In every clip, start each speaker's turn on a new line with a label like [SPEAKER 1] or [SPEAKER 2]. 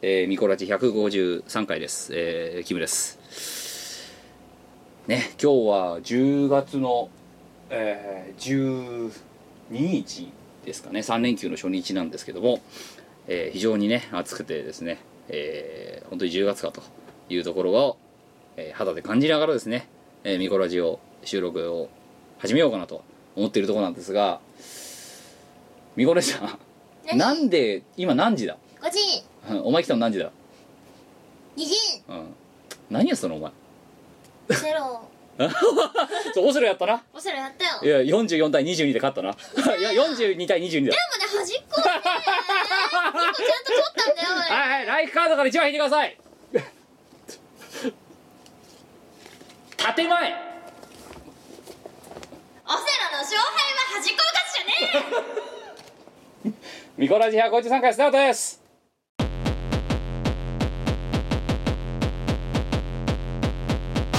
[SPEAKER 1] えーミコラジ153回です、えーキムですね今日は10月の、えー12日ですかね3連休の初日なんですけども、えー非常にね暑くてですね、えー本当に10月かというところを、えー肌で感じながらですね、えーミコラジを収録を始めようかなと思っているところなんですがミコラジさん
[SPEAKER 2] 何
[SPEAKER 1] なんで今何時だ
[SPEAKER 2] 5時
[SPEAKER 1] うんお前来たの何時だ
[SPEAKER 2] 2時
[SPEAKER 1] うん何やってたのお前
[SPEAKER 2] セロ
[SPEAKER 1] そうオスロやったな
[SPEAKER 2] オセロやったよ
[SPEAKER 1] いや44対22で勝ったな いや42対22だ
[SPEAKER 2] まだ端っこだね結構ちゃんと取ったんだよ俺
[SPEAKER 1] はいはいライフカードから1枚引いてください建前
[SPEAKER 2] オセロの勝敗は端っこの勝ちじゃね
[SPEAKER 1] ミコラジ153回スタートです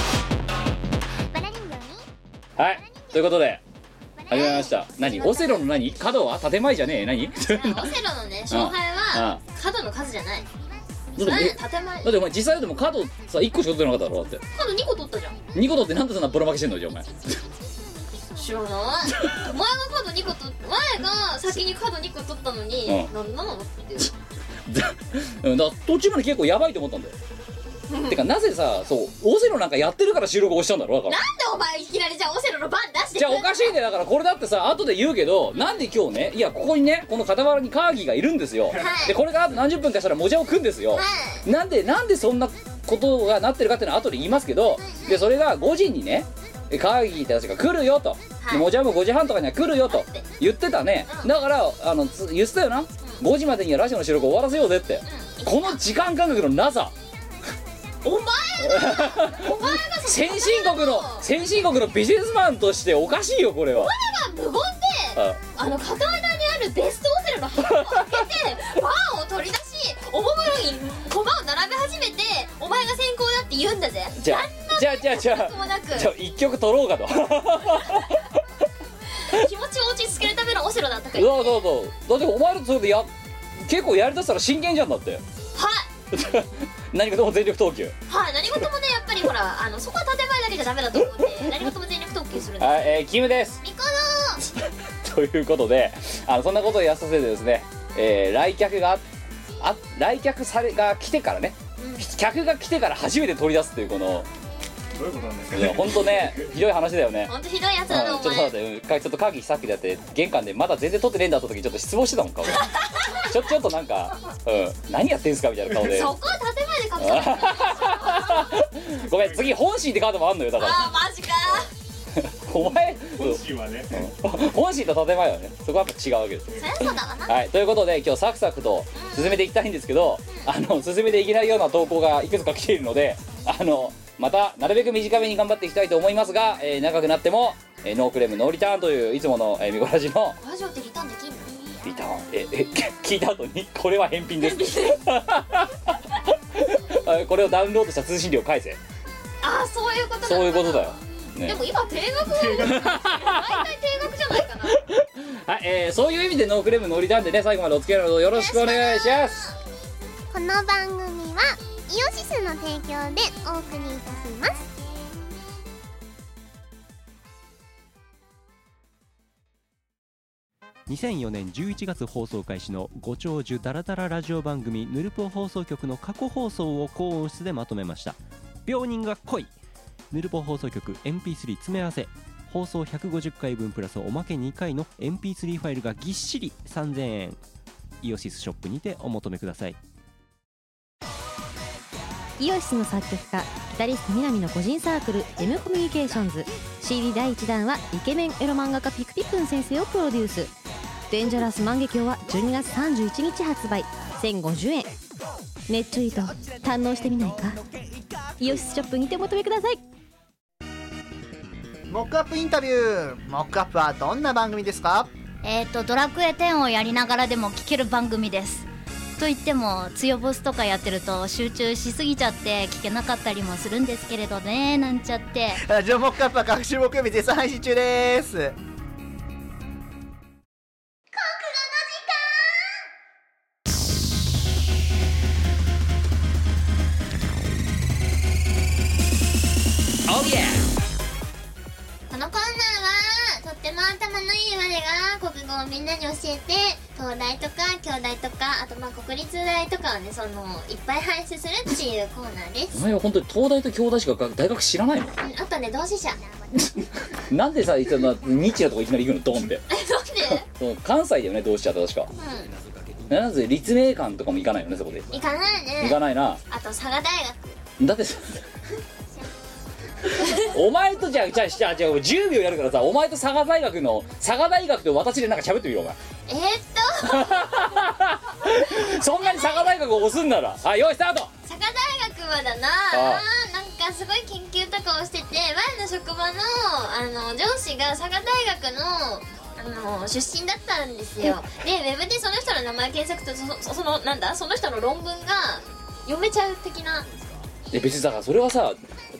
[SPEAKER 2] えバラ人形に
[SPEAKER 1] はいということで
[SPEAKER 2] バ
[SPEAKER 1] 始まりました何オセロの何角は建前じゃねえ何
[SPEAKER 2] オセロのね勝敗
[SPEAKER 1] ああ
[SPEAKER 2] は角の数じゃない
[SPEAKER 1] だって
[SPEAKER 2] 何
[SPEAKER 1] え
[SPEAKER 2] 建前
[SPEAKER 1] だってお前実際でも角さ1個しか取ってなかっただろだって
[SPEAKER 2] 角2個取ったじゃん
[SPEAKER 1] 2個取ってなんでそんなボロ負けしてんのじゃあお前
[SPEAKER 2] 知らないお前が角2個取っ前が先に角2個取ったのに
[SPEAKER 1] うん
[SPEAKER 2] 何なのっていう
[SPEAKER 1] だうんだから途中まで結構やばいと思ったんだよてかなぜさそうオセロなんかやってるから収録をしたんだろだか
[SPEAKER 2] な
[SPEAKER 1] ら
[SPEAKER 2] んでお前いきなりじゃあオセロの番出して
[SPEAKER 1] じゃあおか
[SPEAKER 2] し
[SPEAKER 1] しいねだからこれだってさ後で言うけどなんで今日ねいやここにねこの傍らにカーギーがいるんですよ、
[SPEAKER 2] い
[SPEAKER 1] でこれがあと何十分かしたらもじゃを食うんですよ、
[SPEAKER 2] は
[SPEAKER 1] なんでなんでそんなことがなってるかっていうのは後で言いますけどでそれが5時にね会議たちが来るよと、
[SPEAKER 2] はい
[SPEAKER 1] でもじゃも5時半とかには来るよと言ってたね
[SPEAKER 2] うん
[SPEAKER 1] だからあのつ言ってたよな5時までにはラジオの収録終わらせようぜってこの時間感覚のなさ
[SPEAKER 2] お前がお前が
[SPEAKER 1] 先進国の先進国のビジネスマンとしておかしいよこれは
[SPEAKER 2] 無言で
[SPEAKER 1] あ
[SPEAKER 2] あの片穴にあるベストオセロの箱を開けてパンを取り出しおもむろに駒を並べ始めてお前が先行だって言うんだぜ
[SPEAKER 1] じゃあじゃあじゃあじゃ
[SPEAKER 2] 何もなく
[SPEAKER 1] あじゃあ1曲取ろうかと
[SPEAKER 2] 気持ちを落ち着けるためのオセロだったから
[SPEAKER 1] そ
[SPEAKER 2] は
[SPEAKER 1] うそうそうだってお前らとそれでや結構やりだしたら真剣じゃんだって
[SPEAKER 2] い
[SPEAKER 1] 何かとも全力投球
[SPEAKER 2] はい何事もねやっぱりほらあのそこは建前だけじゃダメだと思うんで何事も全力特急するんで
[SPEAKER 1] はい、えー、キムです
[SPEAKER 2] ミコの
[SPEAKER 1] ということであのそんなことをやらさせてですね、えー来客があ来客されが来てからね客が来てから初めて取り出すっていうこの
[SPEAKER 3] どういうことなんですか
[SPEAKER 1] いや
[SPEAKER 3] ね。
[SPEAKER 1] 本当ねひどい話だよね
[SPEAKER 2] ほんとひどいや
[SPEAKER 1] うん
[SPEAKER 2] つだなお
[SPEAKER 1] ちょっと待っ
[SPEAKER 2] 前
[SPEAKER 1] てうんかちょっと会議さっきだって玄関でまだ全然取ってねえんだった時ちょっと失望してたもん 顔がちょちょっとなんか、うん、何やってんすかみたいな顔で
[SPEAKER 2] そこは建前で 隠さなきゃいけない
[SPEAKER 1] ごめん次本心ってカードもあんのよだから
[SPEAKER 2] あーマジか
[SPEAKER 1] お前
[SPEAKER 3] 本心はね。
[SPEAKER 1] 本心と建前はねそこはやっぱ違うわけですよ
[SPEAKER 2] そりゃそうだわな
[SPEAKER 1] はい、ということで今日サクサクと進めていきたいんですけどあの進めていけないような投稿がいくつか来ているのであのまたなるべく短めに頑張っていきたいと思いますが、えー長くなっても、えーノークレームノーリターンといういつもの、えー、ミコラジの
[SPEAKER 2] ラジオってリターンできんの
[SPEAKER 1] リターンええ 聞いた後にこれは返品です あこれをダウンロードした通信料返せ
[SPEAKER 2] ああそういうことだ
[SPEAKER 1] そういうことだよ、
[SPEAKER 2] で
[SPEAKER 1] ね
[SPEAKER 2] も今定額毎回定額じゃないかな
[SPEAKER 1] はいえーそういう意味でノークレームノーリターンでね最後までお付き合いのほどよろしくお願いします
[SPEAKER 4] この番組はイオシスの提供でお送りいたします
[SPEAKER 5] 2004年11月放送開始のご長寿ダラダララジオ番組「ヌルポ放送局」の過去放送を高音質でまとめました病人が来いヌルポ放送局 MP3 詰め合わせ放送150回分プラスおまけ2回の MP3 ファイルがぎっしり3000円イオシスショップにてお求めください
[SPEAKER 6] イオシスの作曲家ギタリスト南の個人サークルジェムコミュニケーションズ CD 第1弾はイケメンエロ漫画家ピクピクン先生をプロデュース「デンジャラス万華鏡」は12月31日発売1050円ネットイート堪能してみないかイオシスショップにてお求めください
[SPEAKER 7] モックアップインタビューモックアップはどんな番組ですか
[SPEAKER 8] えっ、と「ドラクエ10」をやりながらでも聴ける番組です。と言っても強ボスとかやってると集中しすぎちゃって聞けなかったりもするんですけれどねなんちゃって
[SPEAKER 7] ラジオモックアップは各種木曜日絶賛配信中です
[SPEAKER 1] オーイエ
[SPEAKER 2] このコーナーはとっても頭のいい我が国語をみんなに教えて東大とか京大とかあとまあ国立大とかをねそのいっぱい輩出するっていうコーナーで
[SPEAKER 1] ーお
[SPEAKER 2] す
[SPEAKER 1] 前は本当に東大と京大しか学大学知らないの
[SPEAKER 2] うんあとね同志 社
[SPEAKER 1] なんでさいつもニッチなとこいきなり行くのドンって
[SPEAKER 2] なんで
[SPEAKER 1] そう関西だよねどうしちゃった確か
[SPEAKER 2] う
[SPEAKER 1] なぜ立命館とかも行かないよねそこで
[SPEAKER 2] ん行かないね
[SPEAKER 1] 行かないな
[SPEAKER 2] あと佐賀大学
[SPEAKER 1] だってさ お前とじゃあじゃあじゃあじゃあ10秒やるからさお前と佐賀大学の佐賀大学と私でなんか喋ってみようお前
[SPEAKER 2] えー、っと
[SPEAKER 1] そんなに佐賀大学を押すんならはい用意スタート
[SPEAKER 2] 佐賀大学はだな
[SPEAKER 1] ああ
[SPEAKER 2] なんかすごい研究とかをしてて前の職場のあの上司が佐賀大学のあの出身だったんですよでウェブでその人の名前検索とそそそのなんだその人の論文が読めちゃう的な
[SPEAKER 1] え別にだからそれはさ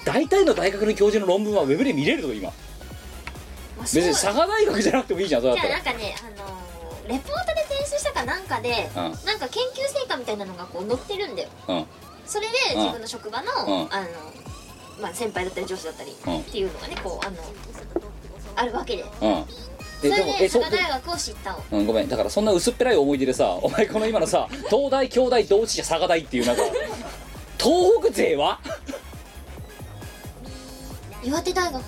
[SPEAKER 1] 大体の大学の教授の論文はウェブで見れるぞ今
[SPEAKER 2] まあそう
[SPEAKER 1] 別に佐賀大学じゃなくてもいいじゃんそれだ
[SPEAKER 2] じ
[SPEAKER 1] っ
[SPEAKER 2] ゃ
[SPEAKER 1] た
[SPEAKER 2] あ
[SPEAKER 1] ら
[SPEAKER 2] なんかねあのレポートで提出したかなんかで、
[SPEAKER 1] うん
[SPEAKER 2] なんか研究成果みたいなのがこう載ってるんだよ
[SPEAKER 1] うん
[SPEAKER 2] それ
[SPEAKER 1] う
[SPEAKER 2] で
[SPEAKER 1] ん
[SPEAKER 2] 自分の職場の,、
[SPEAKER 1] うん
[SPEAKER 2] あのまあ、先輩だったり上司だったり
[SPEAKER 1] うん
[SPEAKER 2] っていうのがねこうあのあるわけで
[SPEAKER 1] うん
[SPEAKER 2] そ
[SPEAKER 1] え
[SPEAKER 2] れ
[SPEAKER 1] でもえ
[SPEAKER 2] で
[SPEAKER 1] そ
[SPEAKER 2] 佐賀大学を知ったを
[SPEAKER 1] うん、ごめんだからそんな薄っぺらい思い出でさお前この今のさ東大京大同志社佐賀大っていうなんか 東北勢は
[SPEAKER 2] 岩手大学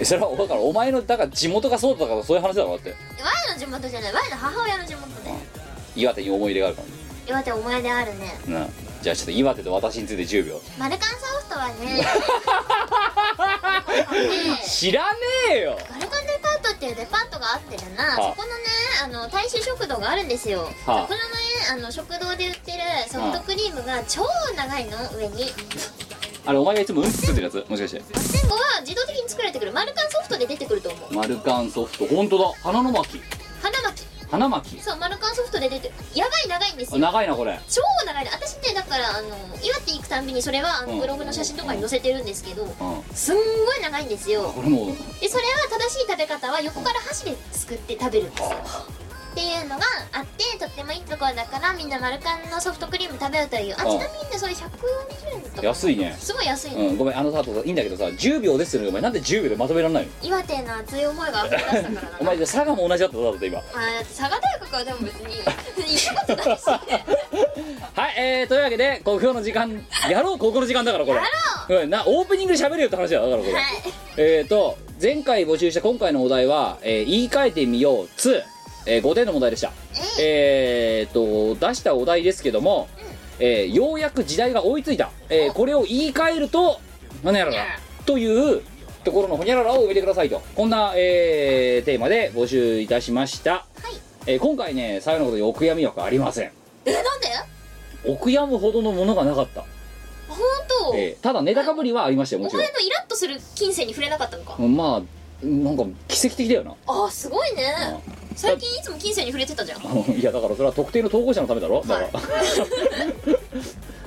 [SPEAKER 1] えそれはだからお前のだから地元がそうだからそういう話だろだって
[SPEAKER 2] 前の地元じゃない前の母親の地元ね
[SPEAKER 1] 岩手に思い入れがあるか
[SPEAKER 2] 岩手お前であるね
[SPEAKER 1] らなじゃあちょっと岩手と私について10秒
[SPEAKER 2] マルカンソフトはね ね
[SPEAKER 1] 知らねえよ
[SPEAKER 2] マルカンデパートっていうデパートがあってるな、
[SPEAKER 1] はあ
[SPEAKER 2] そこのねあの大衆食堂があるんですよ、
[SPEAKER 1] はあ
[SPEAKER 2] そこのねあの食堂で売ってるソフトクリームが超長いの上に
[SPEAKER 1] あれお前がいつもうんつってるやつもしかして
[SPEAKER 2] 前後は自動的に作られてくるマルカンソフトで出てくると思う
[SPEAKER 1] マルカンソフト本当だ花の巻
[SPEAKER 2] 花巻
[SPEAKER 1] 花巻
[SPEAKER 2] そうマルカンソフトで出てるやばい長いんです
[SPEAKER 1] あ
[SPEAKER 2] よ
[SPEAKER 1] 長いなこれ
[SPEAKER 2] 超長いの私ねだからあの岩手行くたんびにそれはあ
[SPEAKER 1] う
[SPEAKER 2] の
[SPEAKER 1] ん
[SPEAKER 2] ブログの写真とかに載せてるんですけど
[SPEAKER 1] うん
[SPEAKER 2] すんごい長いんですよ
[SPEAKER 1] これもう
[SPEAKER 2] でそれは正しい食べ方は横から箸ですくって食べるんですよっていうのがあってとってもいいところだからみんなマルカンのソフトクリーム食べようというあち
[SPEAKER 1] ああ
[SPEAKER 2] なみにねそれ140円とか
[SPEAKER 1] 安いね
[SPEAKER 2] すごい安いの、
[SPEAKER 1] うんごめんあのさあといいんだけどさ10秒ですよねお前なんで10秒でまとめられないの
[SPEAKER 2] 岩手の熱い思いが溢れ出したからだ
[SPEAKER 1] お
[SPEAKER 2] な
[SPEAKER 1] 前佐賀も同じだったぞだって今
[SPEAKER 2] あー佐賀大学はでも別 に行ったことないし
[SPEAKER 1] はい、えー、というわけで国評の時間やろうここの時間だからこれ
[SPEAKER 2] や
[SPEAKER 1] うんなオープニングで喋るよって話だよだからこれ、えーと前回募集した今回のお題は「えー言い換えてみよう2」えー、5点のお題でしたえー、と出したお題ですけども、えーようやく時代が追いついた、えーこれを言い換えると何やららというところのほにゃららを埋めてくださいとこんな、えーテーマで募集いたしました、えー今回ね最後のことにお悔やみはありません
[SPEAKER 2] えなんで
[SPEAKER 1] お悔やむほどのものがなかった、
[SPEAKER 2] 本当、
[SPEAKER 1] えーただネタかぶりはありましたよも
[SPEAKER 2] お
[SPEAKER 1] ちろ
[SPEAKER 2] 前のイラッとする金銭に触れなかったのか、
[SPEAKER 1] んまあなんか奇跡的だよな
[SPEAKER 2] ああすごいね最近いつも金銭に触れてたじゃん
[SPEAKER 1] あの いやだからそれは特定の投稿者のためだろだから、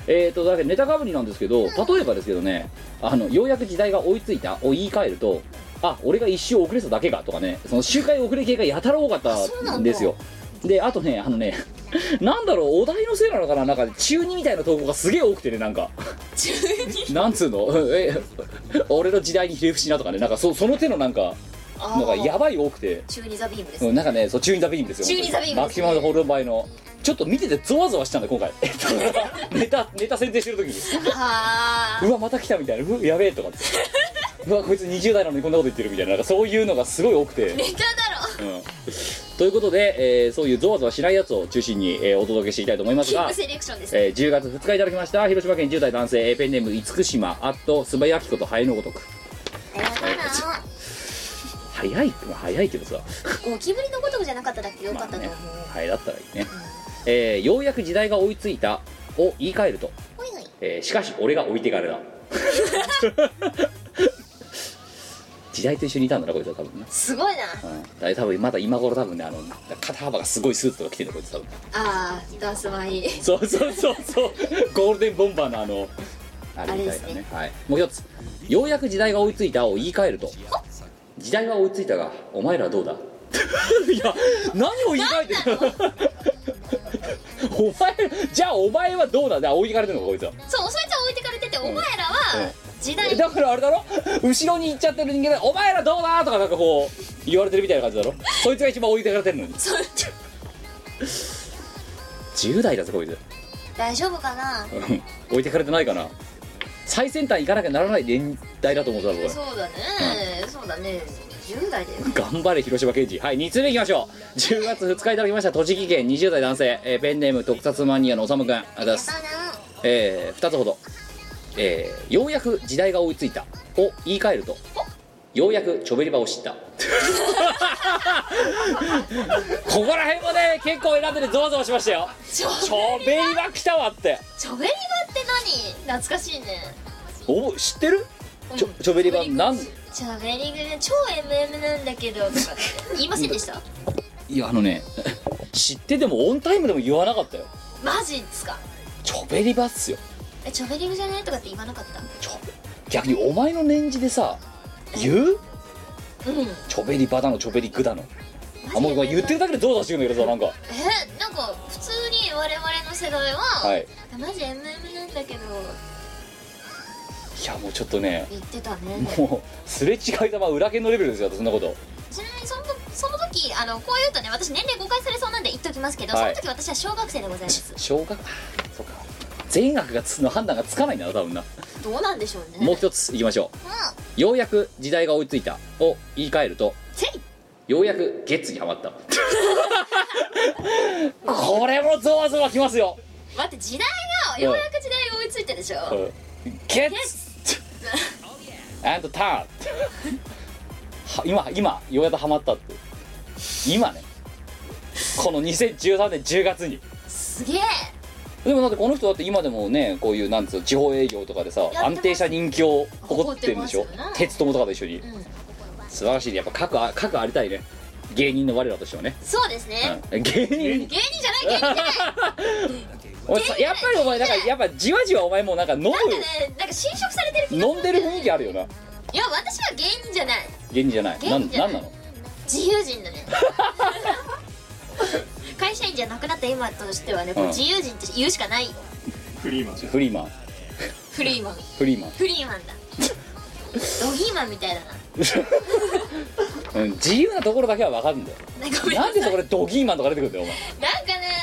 [SPEAKER 1] えっとだけどネタかぶりなんですけど例えばですけどねあのようやく時代が追いついたを言い換えるとあ俺が一周遅れてただけかとかねその周回遅れ系がやたら多かったんですよであとねあのね なんだろうお題のせいなのかななんか中2みたいな投稿がすげえ多くてねなん か中2なんつうの え俺の時代にひれ伏しなとかねなんかそその手のなんか
[SPEAKER 2] あ
[SPEAKER 1] のが
[SPEAKER 2] あ
[SPEAKER 1] やばい多くて
[SPEAKER 2] 中二ザビームです
[SPEAKER 1] うん、なんかねそうチューニンザビームですよ
[SPEAKER 2] チューニンザビーム
[SPEAKER 1] マキシマムホールバイのちょっと見ててゾワゾワしたんだ今回 ネタネタ選定してる時に
[SPEAKER 2] あ
[SPEAKER 1] うわまた来たみたいなうわやべえと かってうわこいつ20代なのにこんなこと言ってるみたいななんかそういうのがすごい多くて、
[SPEAKER 2] ネタだろ
[SPEAKER 1] うん、ということで、えーそういうゾワゾワしないやつを中心に、えーお届けしていきたいと思います
[SPEAKER 2] キン
[SPEAKER 1] が
[SPEAKER 2] グセレクションです
[SPEAKER 1] えー10月2日いただきました広島県10代男性えーペンネーム厳島あと素早きことハエのごとく
[SPEAKER 2] あやだ
[SPEAKER 1] 早いまあ早いけどさ
[SPEAKER 2] なゴキブリのごとくじゃなかっただけよか
[SPEAKER 1] まあ
[SPEAKER 2] ったと
[SPEAKER 1] ね
[SPEAKER 2] 思う、
[SPEAKER 1] ハエだったらいいね、えーようやく時代が追いついたを言い換えると
[SPEAKER 2] ほいほい
[SPEAKER 1] えーしかし俺が置いてかれだ 時代と一緒にいたんだなこいつは多分ね、
[SPEAKER 2] すごいな
[SPEAKER 1] うん、だから多分まだ今頃多分ねあの肩幅がすごいスーツとか着てるこいつ多分
[SPEAKER 2] あーダンスはいい
[SPEAKER 1] そうそうそうそうゴールデンボンバーのあのあれみたいな
[SPEAKER 2] あれで
[SPEAKER 1] ね
[SPEAKER 2] すね
[SPEAKER 1] はい、もう一つ「ようやく時代が追いついた」を言い換えると「時代は追いついたがお前らはどうだ? 」いや何を言い換えてるお前じゃあお前はどうだで追いかれてるのかこいつは
[SPEAKER 2] そうそいつは置いてかれてて、お前ら
[SPEAKER 1] う
[SPEAKER 2] は
[SPEAKER 1] ん
[SPEAKER 2] 時代
[SPEAKER 1] だからあれだろ後ろに行っちゃってる人間で「お前らどうだ?」とかなんかこう言われてるみたいな感じだろそいつが一番追いかけられてるのに10代だぞこいつ
[SPEAKER 2] 大丈夫かな
[SPEAKER 1] うん置いてかれてないかな最先端行かなきゃならない年代だと思ってたぞこれ
[SPEAKER 2] そうだね、そうだね10代だよ
[SPEAKER 1] 頑張れ広島刑事はい2通目いきましょう10月2日いただきました栃木県20代男性、えーペンネーム特撮マニアのおさむくんありがとうございます
[SPEAKER 2] あの
[SPEAKER 1] えー、2つほど、えーようやく時代が追いついた」を言い換えると「ようやくちょべり場を 知った」ここら辺もね結構選んでてゾワゾワしましたよ「ちょべり場来たわ」って
[SPEAKER 2] チョベリバって何懐かしいね
[SPEAKER 1] お知ってるちょちょべり場なん
[SPEAKER 2] チョベリグ超 MM なんだけどとかって言いませんでした
[SPEAKER 1] いやあのね知ってでもオンタイムでも言わなかったよ
[SPEAKER 2] マジっすか
[SPEAKER 1] ちょべり場っすよ
[SPEAKER 2] えチョベリグじゃねとかって言わなかった
[SPEAKER 1] ちょ逆にお前の年次でさ言う
[SPEAKER 2] うん
[SPEAKER 1] ちょべり場だのちょべり具だのあもう言ってるだけでゾワゾワしてくるんだけどさなんか
[SPEAKER 2] えなんか普通に我々の世代は、
[SPEAKER 1] はい
[SPEAKER 2] マジ MM なんだけど
[SPEAKER 1] いやもうちょっとね
[SPEAKER 2] 言ってたね
[SPEAKER 1] もうすれ違いざま裏剣のレベルですよそんなこと
[SPEAKER 2] ちなみにそのその時あのこう言うとね私年齢誤解されそうなんで言っときますけど、
[SPEAKER 1] はい
[SPEAKER 2] その時私は小学生でございます
[SPEAKER 1] 小学そうか全額がつの判断がつかないんだな多分な
[SPEAKER 2] どうなんでしょうね
[SPEAKER 1] もう一ついきましょうようやく時代が追いついたを言い換えると
[SPEAKER 2] せい
[SPEAKER 1] ようやくゲッツにハマったこれもゾワゾワきますよ
[SPEAKER 2] 待って時代がようやく時代が追いついたでしょ、
[SPEAKER 1] ゲッツ and ターンは今今ようやくハマったって今ねこの2013年10月に
[SPEAKER 2] すげえ
[SPEAKER 1] でもだってこの人だって今でもねこういうなんつうの地方営業とかでさ
[SPEAKER 2] ます
[SPEAKER 1] 安定した人気を誇ってるんでしょ
[SPEAKER 2] 誇ってますよね
[SPEAKER 1] 鉄友とかと一緒に、素晴らしいねやっぱ各あ各ありたいね芸人の我らとしてはね、
[SPEAKER 2] そうですね、
[SPEAKER 1] うん芸人
[SPEAKER 2] 芸人じゃない芸人じゃない
[SPEAKER 1] お前さやっぱりお前なんかやっぱじわじわお前もうなんか飲む
[SPEAKER 2] なんかねなんか侵食されてる気が
[SPEAKER 1] 飲んでる雰囲気あるよない
[SPEAKER 2] や私は芸人じゃない
[SPEAKER 1] 芸人じゃない
[SPEAKER 2] 芸
[SPEAKER 1] な
[SPEAKER 2] 人
[SPEAKER 1] ん
[SPEAKER 2] じゃ
[SPEAKER 1] な
[SPEAKER 2] ない
[SPEAKER 1] んなの
[SPEAKER 2] 自由人だね 会社員じゃなくなった今としてはね、こう
[SPEAKER 1] うん
[SPEAKER 2] 自由人って言うしかないよ
[SPEAKER 3] フリーマン
[SPEAKER 1] フリーマン
[SPEAKER 2] フリーマン
[SPEAKER 1] フ リーマ
[SPEAKER 2] フリーマンだドギーマンみたいだな
[SPEAKER 1] ン、うん、自由なところだけは分かるんだよ
[SPEAKER 2] なんかごめんな
[SPEAKER 1] なん
[SPEAKER 2] さい
[SPEAKER 1] で
[SPEAKER 2] な
[SPEAKER 1] そ
[SPEAKER 2] ん
[SPEAKER 1] こでドギーマンとか出てくるんだよお前
[SPEAKER 2] かね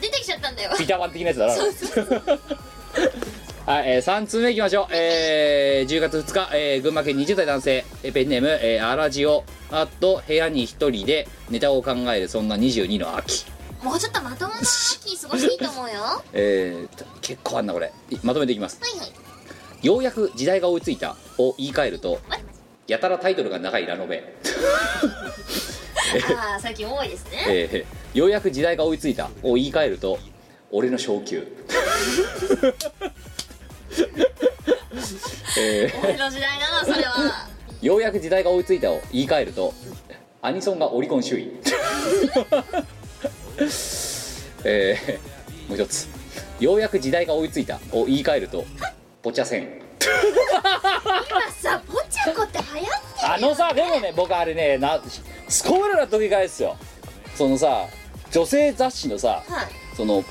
[SPEAKER 2] 出てきちゃったんだよ
[SPEAKER 1] ピターパン的なやつだなはい、えー、3通目いきましょう、えー、10月2日、えー、群馬県20代男性えーペンネーム、えー、アラジオあと部屋に一人でネタを考えるそんな22の秋、
[SPEAKER 2] もうちょっとまともな秋過ごしていいと思うよは
[SPEAKER 1] えー、結構あんなこれいまとめていきます
[SPEAKER 2] いはい
[SPEAKER 1] ようやく時代が追いついたを言い換えるとやたらタイトルが長いラノベ、
[SPEAKER 2] ああ最近多いですね
[SPEAKER 1] えー、ようやく時代が追いついたを言い換えると俺の昇級えー
[SPEAKER 2] 俺の時代だなそれ は
[SPEAKER 1] ようやく時代が追いついたを言い換えるとアニソンがオリコン首位 えー、もう一つようやく時代が追いついたを言い換えるとポチャセン
[SPEAKER 2] 今さポチャコって流行って
[SPEAKER 1] あのさでもね僕あれねなすこぶらな時がですよそのさ女性雑誌のさ
[SPEAKER 2] はい
[SPEAKER 1] その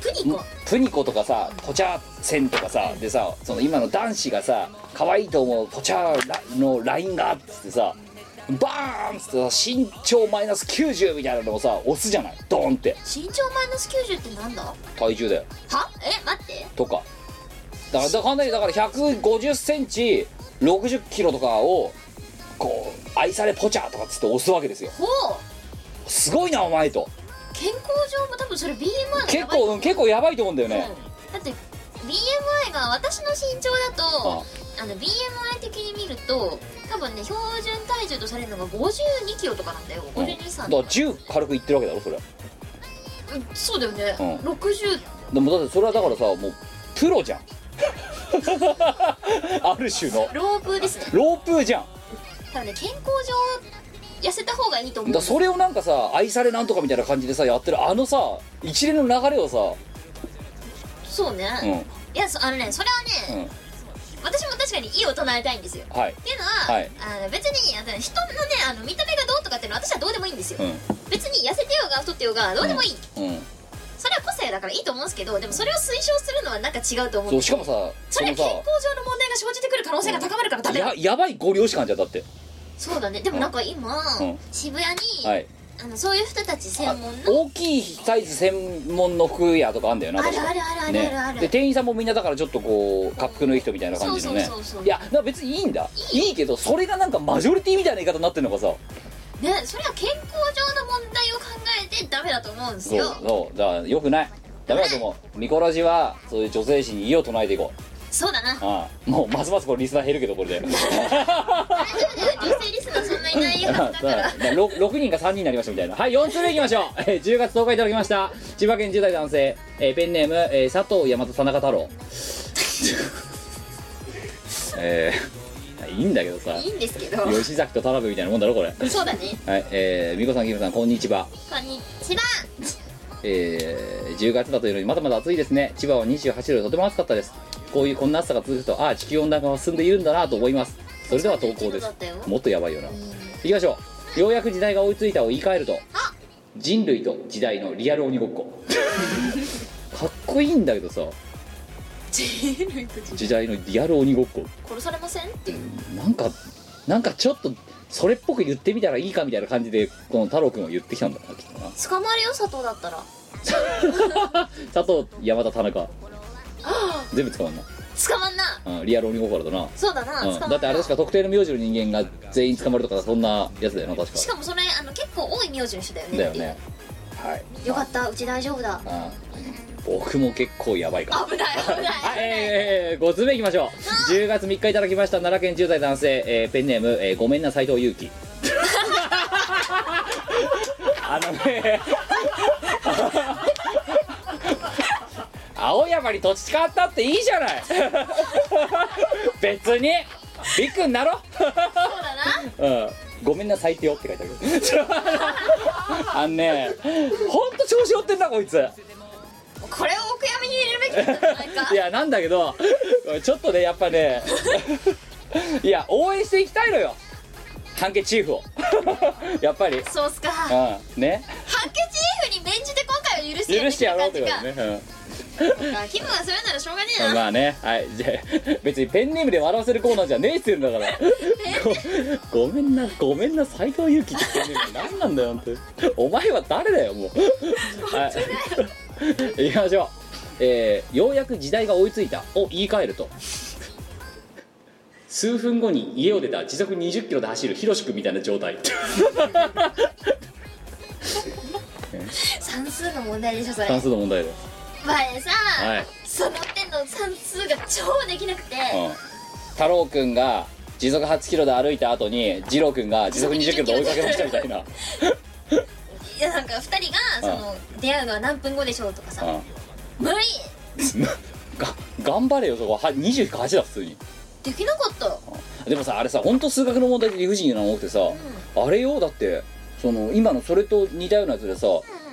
[SPEAKER 2] プニコ
[SPEAKER 1] プニコとかさポチャセンとかさでさその今の男子がさ可愛いと思うポチャのラインがっつってさバーンっつってさ身長マイナス90みたいなのをさ押すじゃないドーンって
[SPEAKER 2] 身長マイナス90ってなんだは
[SPEAKER 1] 体重だよ
[SPEAKER 2] え待って
[SPEAKER 1] とかだからだかなりだから1 5 0センチ6 0キロとかをこう愛されポチャとかっつって押すわけですよ
[SPEAKER 2] ほう
[SPEAKER 1] すごいなお前と
[SPEAKER 2] 健康上も多分それ BMI が
[SPEAKER 1] 結
[SPEAKER 2] やばい
[SPEAKER 1] 構
[SPEAKER 2] と思
[SPEAKER 1] う
[SPEAKER 2] うん
[SPEAKER 1] 結構やばいと思うんだよね、
[SPEAKER 2] だって BMI が私の身長だとあの BMI 的に見ると多分ね標準体重とされるのが52キロとかなんだよ
[SPEAKER 1] うん
[SPEAKER 2] 5 2
[SPEAKER 1] だか
[SPEAKER 2] 3
[SPEAKER 1] ら
[SPEAKER 2] とか
[SPEAKER 1] 10軽くいってるわけだろそれ
[SPEAKER 2] うんそうだよね、
[SPEAKER 1] う
[SPEAKER 2] 60
[SPEAKER 1] でもだってそれはだからさもうプロじゃん ある種の
[SPEAKER 2] ロープですね
[SPEAKER 1] ロープーじゃん
[SPEAKER 2] 多分ね健康上痩せた方がいいと思う
[SPEAKER 1] だからそれをなんかさ愛されなんとかみたいな感じでさやってるあのさ一連の流れをさ、
[SPEAKER 2] そうね、
[SPEAKER 1] うん
[SPEAKER 2] いやそあのねそれはね、私も確かにいい大人になりたいんですよ
[SPEAKER 1] はい、
[SPEAKER 2] っていうのは、
[SPEAKER 1] はい
[SPEAKER 2] あの別にあの人のねあの見た目がどうとかっていうのは私はどうでもいいんですよ、
[SPEAKER 1] うん
[SPEAKER 2] 別に痩せてようが太ってようがどうでもいい、
[SPEAKER 1] うん、
[SPEAKER 2] それは個性だからいいと思うんですけどでもそれを推奨するのはなんか違うと思う
[SPEAKER 1] そう
[SPEAKER 2] んです
[SPEAKER 1] しかもさ
[SPEAKER 2] そ
[SPEAKER 1] そ
[SPEAKER 2] れは
[SPEAKER 1] の
[SPEAKER 2] 健康
[SPEAKER 1] さ
[SPEAKER 2] 上の問題が生じてくる可能性が高まるからダメだ
[SPEAKER 1] ややばいご両親感じゃんだって
[SPEAKER 2] そうだねでもなんか今、
[SPEAKER 1] うん
[SPEAKER 2] 渋谷に、
[SPEAKER 1] はい
[SPEAKER 2] あのそういう人たち専
[SPEAKER 1] あ
[SPEAKER 2] 門の
[SPEAKER 1] 大きいサイズ専門の服屋とかあんだよな
[SPEAKER 2] ある
[SPEAKER 1] 確か
[SPEAKER 2] あるあるあるあ
[SPEAKER 1] ね
[SPEAKER 2] るある、
[SPEAKER 1] で店員さんもみんなだからちょっとこう恰幅のいい人みたいな感じのね
[SPEAKER 2] そうそうそうそう
[SPEAKER 1] いやだから別にいいんだいいけどそれがなんかマジョリティみたいな言い方になってるのがさ
[SPEAKER 2] ねそれは健康上の問題を考えてダメだと思うんです
[SPEAKER 1] そう
[SPEAKER 2] よ
[SPEAKER 1] そうだからよくないダメだと思うミコラジはそういう女性誌に異を唱えていこう
[SPEAKER 2] そうだな
[SPEAKER 1] ああもうますますこれリスナー減るけどこれ で
[SPEAKER 2] 大丈夫だよ女性リスナーそんないないはずだから
[SPEAKER 1] だからろ6人が3人になりましたみたいなはい4通目いきましょうえー10月10日いただきました千葉県10代男性、えーペンネーム、えー佐藤大和田中太郎 えー、いいんだけど さ
[SPEAKER 2] いいんですけど
[SPEAKER 1] 吉崎と田辺みたいなもんだろこれ
[SPEAKER 2] そうだね
[SPEAKER 1] はいえー、美子さんキムさんこんにちは
[SPEAKER 2] こんにちは
[SPEAKER 1] えー10月だというのにまだまだ暑いですね千葉は28度でとても暑かったですこういうこんな暑さが続くとああ地球温暖化が進んでいるんだなと思いますそれでは投稿ですもっとやばいよな行きましょうようやく時代が追いついたを言い換えると人類と時代のリアル鬼ごっ こかっこいいんだけどさ時代のリアル鬼ごっこ
[SPEAKER 2] 殺されませんっていう
[SPEAKER 1] なんかなんかちょっとそれっぽく言ってみたらいいかみたいな感じでこの太郎くんは言ってきたんだなきっとな
[SPEAKER 2] 捕まるよ佐藤だったら
[SPEAKER 1] 佐藤山田田中全部捕まんな
[SPEAKER 2] 捕まんな
[SPEAKER 1] うんリアル鬼心だな、
[SPEAKER 2] そうだな、
[SPEAKER 1] うん、
[SPEAKER 2] 捕まん
[SPEAKER 1] だ
[SPEAKER 2] な
[SPEAKER 1] ってあれ確か特定の名字の人間が全員捕まるとかそんなやつだよな確か
[SPEAKER 2] しかもそれあの結構多い名字の人だよね
[SPEAKER 1] だよねはい
[SPEAKER 2] よかったうち大丈夫だ
[SPEAKER 1] あ僕も結構やばいから
[SPEAKER 2] 危ない危ない
[SPEAKER 1] はい、えー、5つ目いきましょう10月3日いただきました奈良県10代男性、えーペンネーム、えーごめんな斎藤佑樹 あのね 青山に土地変わったっていいじゃない 別にビッグになろ
[SPEAKER 2] そうだな
[SPEAKER 1] うんごめんなさいってよって書いてある あのねほんと調子乗ってんなこいつ
[SPEAKER 2] これをお悔やみに入れるべきなんじゃないか
[SPEAKER 1] いやなんだけどちょっとねやっぱね いや応援していきたいのよ関係チーフを やっぱりう
[SPEAKER 2] そうっすかハ
[SPEAKER 1] んね
[SPEAKER 2] ッケチーフに免じて今回は許して
[SPEAKER 1] 許
[SPEAKER 2] やる
[SPEAKER 1] してやろうというこ
[SPEAKER 2] 感
[SPEAKER 1] と
[SPEAKER 2] じ
[SPEAKER 1] でね、
[SPEAKER 2] か気分がそれならしょうがねえ
[SPEAKER 1] うん、
[SPEAKER 2] な
[SPEAKER 1] まあねはいじゃあ別にペンネームで笑わせるコーナーじゃねえっすよだからごごめんなごめんな斎藤佑樹ってペンネーム何なんだよ本当にお前は誰だよもうはい行きましょうえー、ようやく時代が追いついたを言い換えると数分後に家を出た時速20キロで走るヒロシ君みたいな状態
[SPEAKER 2] 算数の問題でしょそれ
[SPEAKER 1] 算数の問題で
[SPEAKER 2] 前さ、
[SPEAKER 1] はい
[SPEAKER 2] その点の算数が超できなくて
[SPEAKER 1] うん太郎くんが時速8キロで歩いた後に二郎くんが時速20キロで追いかけましたみたいな、
[SPEAKER 2] いやなんか2人がその出会うのは何分後でしょうとかさ
[SPEAKER 1] う
[SPEAKER 2] 無理
[SPEAKER 1] ん、 が頑張れよそこは28だ普通に
[SPEAKER 2] できなかった
[SPEAKER 1] でもさあれさ本当数学の問題で理不尽なの多くてさ、あれよだってその今のそれと似たようなやつでさ、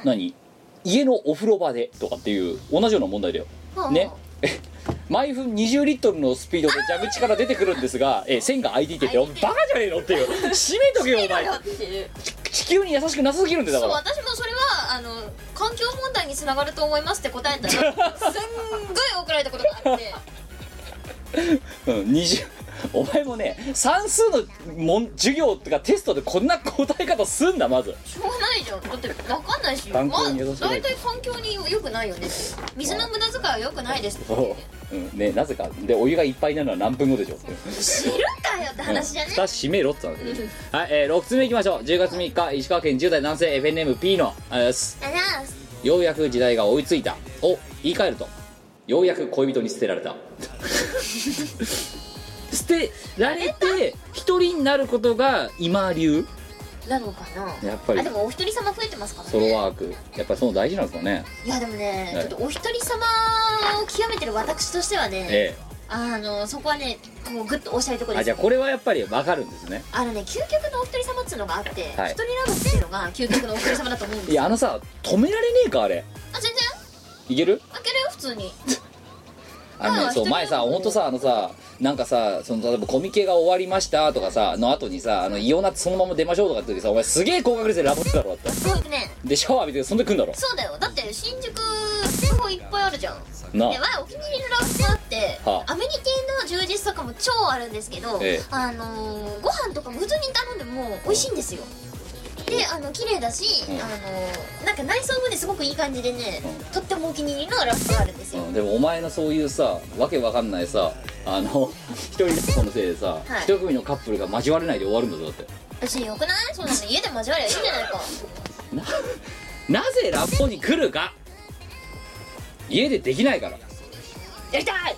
[SPEAKER 1] 何家のお風呂場でとかっていう同じような問題だよ、
[SPEAKER 2] はあ
[SPEAKER 1] ね毎分20リットルのスピードで蛇口から出てくるんですが、え線が開いていてっておバカじゃねえのっていう閉めとけよお前
[SPEAKER 2] っていう
[SPEAKER 1] 地球に優しくなさすぎるんだよだ
[SPEAKER 2] そ
[SPEAKER 1] か
[SPEAKER 2] う
[SPEAKER 1] ら
[SPEAKER 2] 私もそれはあの環境問題につながると思いますって答 えたらすんごい怒られたことがあって
[SPEAKER 1] うん、20お前もね算数のもん授業とかテストでこんな答え方すんなまず
[SPEAKER 2] しょうがないじゃんだって分かんないし、まあ、
[SPEAKER 1] 環境に優しい
[SPEAKER 2] 大体環境に良くないよね水の無駄遣いは良くないですって
[SPEAKER 1] う、ん、ねなぜかでお湯がいっぱいになるのは何分後でしょうって
[SPEAKER 2] 知るかよって話じゃね、
[SPEAKER 1] 蓋閉めろって言ったんだけどはい、えー、6つ目いきましょう10月3日石川県10代男性ペンネーム P のあれです
[SPEAKER 2] あらー
[SPEAKER 1] ようやく時代が追いついたを言い換えるとようやく恋人に捨てられた 捨てられて一人になることが今流
[SPEAKER 2] なのかな
[SPEAKER 1] やっぱり
[SPEAKER 2] あでもお一人様増えてますから
[SPEAKER 1] ソロ
[SPEAKER 2] ね
[SPEAKER 1] ワークやっぱりその大事なんですかね
[SPEAKER 2] いやでもね、
[SPEAKER 1] はい
[SPEAKER 2] ちょっとお一人様を極めてる私としてはね、
[SPEAKER 1] え
[SPEAKER 2] あのそこはねこうグッと押したいとこ
[SPEAKER 1] え
[SPEAKER 2] ろで
[SPEAKER 1] あ
[SPEAKER 2] す
[SPEAKER 1] じゃあこれはやっぱり分かるんですね
[SPEAKER 2] あのね究極のお一人様っつうのがあって、
[SPEAKER 1] はい
[SPEAKER 2] 一人ラブっていうのが究極のお一人様だと思うんです
[SPEAKER 1] い
[SPEAKER 2] よ
[SPEAKER 1] やあのさ止められねえかあれ
[SPEAKER 2] あ全
[SPEAKER 1] い
[SPEAKER 2] 然
[SPEAKER 1] ける
[SPEAKER 2] 開けるよ普通に
[SPEAKER 1] あの
[SPEAKER 2] あ
[SPEAKER 1] ね
[SPEAKER 2] あ
[SPEAKER 1] そう前さ
[SPEAKER 2] 一人だもんね
[SPEAKER 1] 本当さあのさなんかさその例えばコミケが終わりましたとかさの後にさあの異様なそのまま出ましょうとかって時さお前すげえ高確率でラボってたろだって
[SPEAKER 2] すごくね
[SPEAKER 1] でシャワー浴びてそんで来んだろ
[SPEAKER 2] そうだよだって新宿るじゃん
[SPEAKER 1] な
[SPEAKER 2] で前お気に入りのラーメン屋って、
[SPEAKER 1] はあ
[SPEAKER 2] アメニティの充実とかも超あるんですけど、
[SPEAKER 1] ええ
[SPEAKER 2] あのーご飯とかも普通に頼んでも美味しいんですよであの綺麗だし、
[SPEAKER 1] うん
[SPEAKER 2] あのーなんか内装もねすごくいい感じでね、
[SPEAKER 1] うん
[SPEAKER 2] とってもお気に入りのラーメン屋があるんですよ、
[SPEAKER 1] うんでもお前のそういうさわけわかんないさあの一人の人のせいでさ、
[SPEAKER 2] い
[SPEAKER 1] 一組のカップルが交われないで終わるんだぞだって
[SPEAKER 2] 別によくないそんなの家で交わりゃいいんじゃないか
[SPEAKER 1] ななぜラッポに来るか家でできないから
[SPEAKER 2] やりたい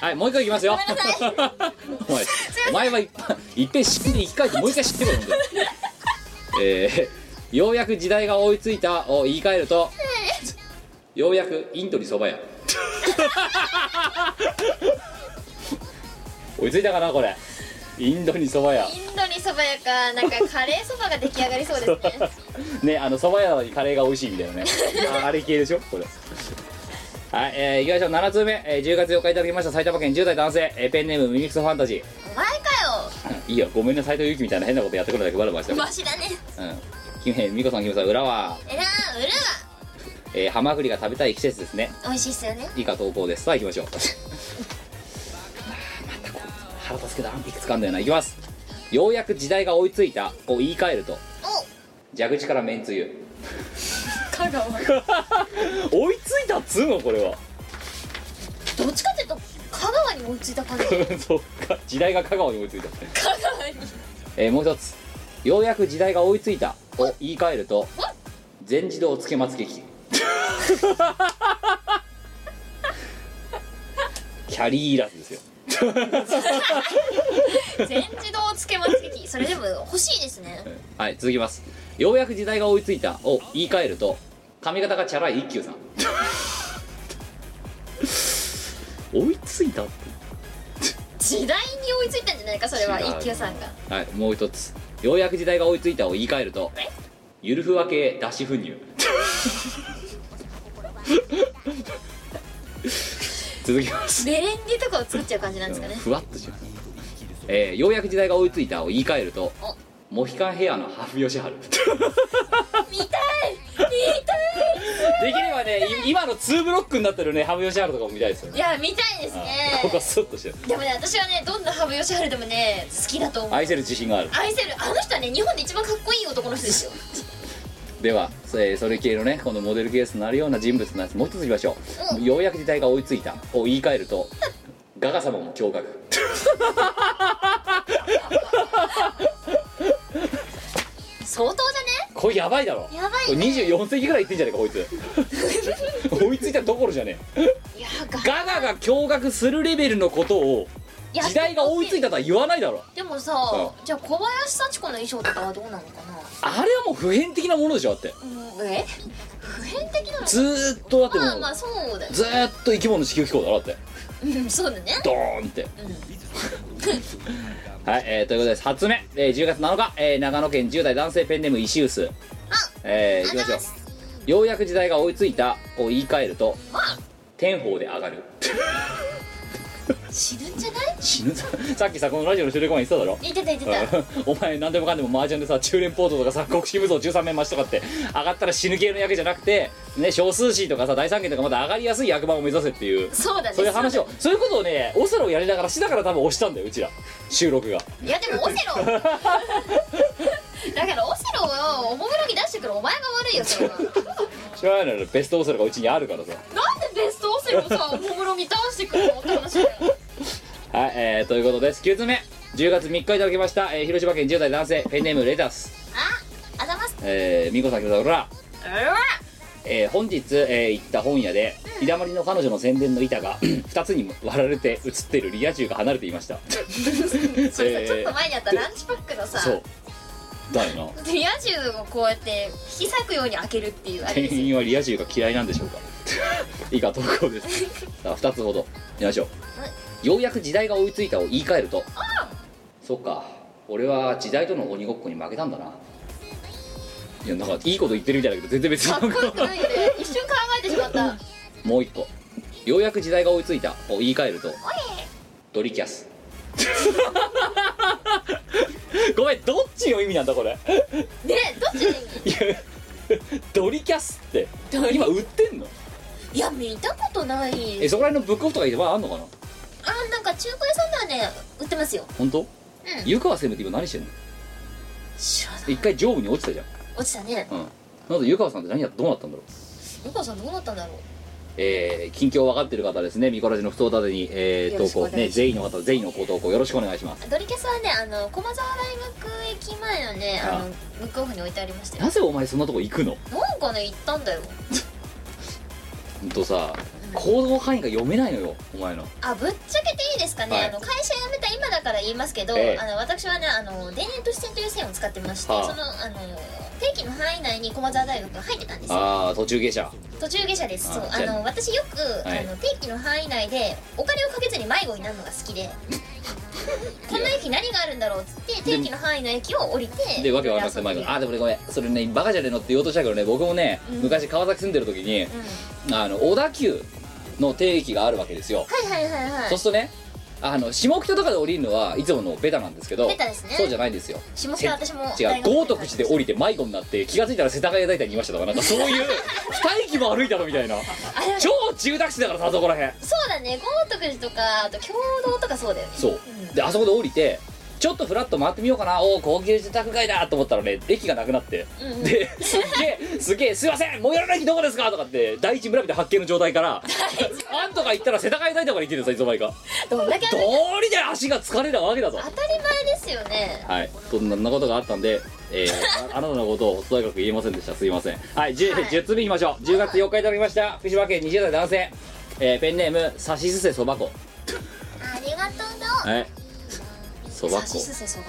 [SPEAKER 1] はいもう一回いきますよ
[SPEAKER 2] ごめんなさい
[SPEAKER 1] お前お前はいっぱいいっぺん死んで生き返ってもう一回死んでるんだよえー、ようやく時代が追いついたを言い換えるとようやくインドにそば屋追いついたかなこれインドにそば屋
[SPEAKER 2] インドにそばやかなんかカレーそばが出来上がりそうですね
[SPEAKER 1] ねあの蕎麦屋なのにカレーが美味しいみたいなねああれ系でしょこれはい、えー、いきましょう7通目、えー10月4日いただきました埼玉県10代男性、えーペンネームミミクソファンタジ
[SPEAKER 2] お前か
[SPEAKER 1] ー いいよごめんね斎藤由貴みたいな変なことやってくるだけバラバラして
[SPEAKER 2] よ
[SPEAKER 1] る
[SPEAKER 2] マシだね
[SPEAKER 1] うん姫美子さん姫さん裏は、
[SPEAKER 2] えらーうる
[SPEAKER 1] えー、ハマグリが食べたい季節ですね
[SPEAKER 2] わ美味しいっすよね
[SPEAKER 1] 以下投稿ですさあ行きましょう あーまたこう腹立つけどいくつかあんだよないきますようやく時代が追いついたを言い換えると蛇口からめんつゆ
[SPEAKER 2] 香川
[SPEAKER 1] 追いついたっつうのこれは
[SPEAKER 2] どっちかっていうと香川に追いついた感じ香
[SPEAKER 1] そっか時代が香川に追いついた、
[SPEAKER 2] 川に
[SPEAKER 1] えーもう一つようやく時代が追いついたを言い換えると
[SPEAKER 2] お
[SPEAKER 1] 全自動つけまつげ 機キャリーいらずですよ
[SPEAKER 2] 全自動つけまつげ機それでも欲しいですね
[SPEAKER 1] はい続きますようやく時代が追いついたを言い換えると髪型がチャラい一 休さん追いついたって
[SPEAKER 2] 時代に追いついたんじゃないかそれは
[SPEAKER 1] 違う
[SPEAKER 2] 一級さんが
[SPEAKER 1] はいもう一つようやく時代が追いついたを言い換えると
[SPEAKER 2] え
[SPEAKER 1] ゆるふわ系脱脂粉 乳続きます
[SPEAKER 2] メレンゲとかを作っちゃう感じなんですかね
[SPEAKER 1] ふわっとします、えーようやく時代が追いついたを言い換えると
[SPEAKER 2] お
[SPEAKER 1] モヒカンヘアのハフヨシハル で
[SPEAKER 2] 見たい見た
[SPEAKER 1] きればねい今の2ブロックになってるねハフヨシハルとかも見たいですよ
[SPEAKER 2] いい
[SPEAKER 1] ね
[SPEAKER 2] や見たいです
[SPEAKER 1] あここ
[SPEAKER 2] ね
[SPEAKER 1] はスッとしてる
[SPEAKER 2] でもね私はねどんな羽生善治でもね好きだと思う
[SPEAKER 1] 愛せる自信がある
[SPEAKER 2] 愛せるあの人はね日本で一番かっこいい男の人ですよ
[SPEAKER 1] ではそれそれ系のねこのモデルケースとなるような人物のやつもう一ついきましょう、ようやく時代が追いついたを言い換えるとガガ様も驚愕
[SPEAKER 2] 相当じ
[SPEAKER 1] これやばいだろ
[SPEAKER 2] やばい
[SPEAKER 1] これ24世紀ぐらいいってんじゃねえかこいつ追いついた どころじゃねえ
[SPEAKER 2] ゃねいやが
[SPEAKER 1] ガガが驚愕するレベルのことを
[SPEAKER 2] や
[SPEAKER 1] 時代が追いついたとは言わないだろ
[SPEAKER 2] でもさ
[SPEAKER 1] そ
[SPEAKER 2] じゃあ小林幸子の衣装とかはどうなのかな
[SPEAKER 1] あれはもう普遍的なものでしょだって
[SPEAKER 2] うんえ普遍的なの
[SPEAKER 1] ずーっとだっても
[SPEAKER 2] まあまあ
[SPEAKER 1] う
[SPEAKER 2] そうだよ
[SPEAKER 1] ずーっと生き物の子宮機構だろだって
[SPEAKER 2] うんそうだね
[SPEAKER 1] ドーンって、 はい、えーということです初目、えー10月7日、えー長野県10代男性ペンネーム石臼えー、いきましょうようやく時代が追いついたを言い換えると天保で上がる
[SPEAKER 2] 死ぬんじゃない
[SPEAKER 1] 死ぬぞ さっきさこのラジオの収録前に言ってただろ
[SPEAKER 2] 言ってた言ってた
[SPEAKER 1] うん お前何でもかんでも麻雀でさ中連ポートとかさ国士武装13面待ちとかって上がったら死ぬ系の役じゃなくてね少数士とかさ大三元とかまだ上がりやすい役場を目指せっていう
[SPEAKER 2] そうだね
[SPEAKER 1] そういう話をそういうことをねオセロをやりながらしだから多分押したんだようちら収録が
[SPEAKER 2] いやでもオセロだからオセロをおもむろに出してくるお前が悪いよそれはなんで
[SPEAKER 1] しょうがないのよベストオセロがうちにあるからさ
[SPEAKER 2] ベストオセロをさおもむろに出してくるのって話だよ
[SPEAKER 1] はいえー、ということです9つ目10月3日いただきました、えー広島県10代男性ペンネームレタス
[SPEAKER 2] あざます
[SPEAKER 1] えー、みこさんきさんおら
[SPEAKER 2] うわ
[SPEAKER 1] えー本日、えー行った本屋で日だまりの彼女の宣伝の板が2つに割られて映ってるリア充が離れていました
[SPEAKER 2] それ
[SPEAKER 1] えー
[SPEAKER 2] さちょっと前にあったランチパックのさ
[SPEAKER 1] そうだよな
[SPEAKER 2] リア充をこうやって引き裂くように開けるっていうあれです
[SPEAKER 1] 店 員
[SPEAKER 2] よ
[SPEAKER 1] はリア充が嫌いなんでしょうか 以下投稿です さあ2つほど見ましょうようやく時代が追いついたを言い換えるとそっか俺は時代との鬼ごっこに負けたんだないやなんかいいこと言ってるみたいだけど全然別に
[SPEAKER 2] かっこよくないよね一瞬考えてしまった
[SPEAKER 1] もう一個ようやく時代が追いついたを言い換えるとドリキャス ごめんどっちの意味なんだこれ
[SPEAKER 2] ねどっちでいい
[SPEAKER 1] いやドリキャスって今売ってん
[SPEAKER 2] いや見たことない
[SPEAKER 1] えそこら辺のブックオフとかいっぱいあんのかな
[SPEAKER 2] あなんか中古屋さんではね売ってますよ
[SPEAKER 1] 本当湯川専務って今何してんの
[SPEAKER 2] 知らない
[SPEAKER 1] 一回上部に落ちたじゃん
[SPEAKER 2] 落ちたね
[SPEAKER 1] うんなんと湯川さんって何やどうなったんだろう
[SPEAKER 2] 向川さんどうなったんだろう
[SPEAKER 1] えー、近況分かってる方はですねミコラジの不当立てに、えー、
[SPEAKER 2] よろ
[SPEAKER 1] 投
[SPEAKER 2] しくお
[SPEAKER 1] 稿
[SPEAKER 2] 願いします
[SPEAKER 1] ね全員の方全員のご投稿よろしくお願いします
[SPEAKER 2] ドリキャスはねあの駒沢大学駅前のねあのブックオフに置いてありましたよ
[SPEAKER 1] なぜお前そんなとこ行くの
[SPEAKER 2] なんかね行ったんだよ
[SPEAKER 1] ほんとさ行動範囲が読めないのよお前の
[SPEAKER 2] あぶっちゃけていいですかね、
[SPEAKER 1] はい
[SPEAKER 2] あの会社辞めた今だから言いますけど、
[SPEAKER 1] ええ
[SPEAKER 2] あの私はねあの田園都市線という線を使ってまして、
[SPEAKER 1] はあ
[SPEAKER 2] そのあの定期の範囲内に駒沢大学が入ってたんですよ
[SPEAKER 1] ああ途中下車
[SPEAKER 2] 途中下車です
[SPEAKER 1] あ
[SPEAKER 2] そう
[SPEAKER 1] じゃあ
[SPEAKER 2] あの私よく、
[SPEAKER 1] はい
[SPEAKER 2] あの定期の範囲内でお金をかけずに迷子になるのが好 きでこの駅何があるんだろうっつって定期の範囲の駅を降りて
[SPEAKER 1] でわけわかんなくて前から「あーでもねごめんそれねバカじゃねえの」って言おうとしたけどね僕もね、
[SPEAKER 2] うん
[SPEAKER 1] 昔川崎住んでる時にあの小田急の定域があるわけですよ、
[SPEAKER 2] うん、はいはいはいはい
[SPEAKER 1] そうするとねあの下北とかで降りるのはいつものベタなんですけど
[SPEAKER 2] ベタですね
[SPEAKER 1] そうじゃないんですよ
[SPEAKER 2] 下北私も
[SPEAKER 1] 違う
[SPEAKER 2] 大学
[SPEAKER 1] 豪徳寺で降りて迷子になって気が付いたら世田谷大体にいましたとかなんかそういう 二駅も歩いたのみたいな
[SPEAKER 2] あれは
[SPEAKER 1] 超住宅地だからさあそこらへん
[SPEAKER 2] そうだね豪徳寺とかあと共同とかそうだよね
[SPEAKER 1] そうであそこで降りてちょっとフラッと回ってみようかなおお高級住宅街だと思ったらね駅がなくなって
[SPEAKER 2] うんうん
[SPEAKER 1] ですっげえすげえすいませんもうやらない駅どこですかとかって第一村人発見の状態 からあんとか行ったら世田谷大とかに行ってるさいつの間にか
[SPEAKER 2] どんだけ
[SPEAKER 1] どうりで足が疲れるわけだぞ
[SPEAKER 2] 当たり前ですよね
[SPEAKER 1] はいそんなことがあったんで、えー、ああ なたのことをとにかく言えませんでしたすいませんはい10、
[SPEAKER 2] はい
[SPEAKER 1] 10つ目いきましょう10月4日いただきました福島県20代男性、えーペンネームさしすせそばこ
[SPEAKER 9] ありがとうぞ
[SPEAKER 1] はいそばこ
[SPEAKER 2] さしすせそば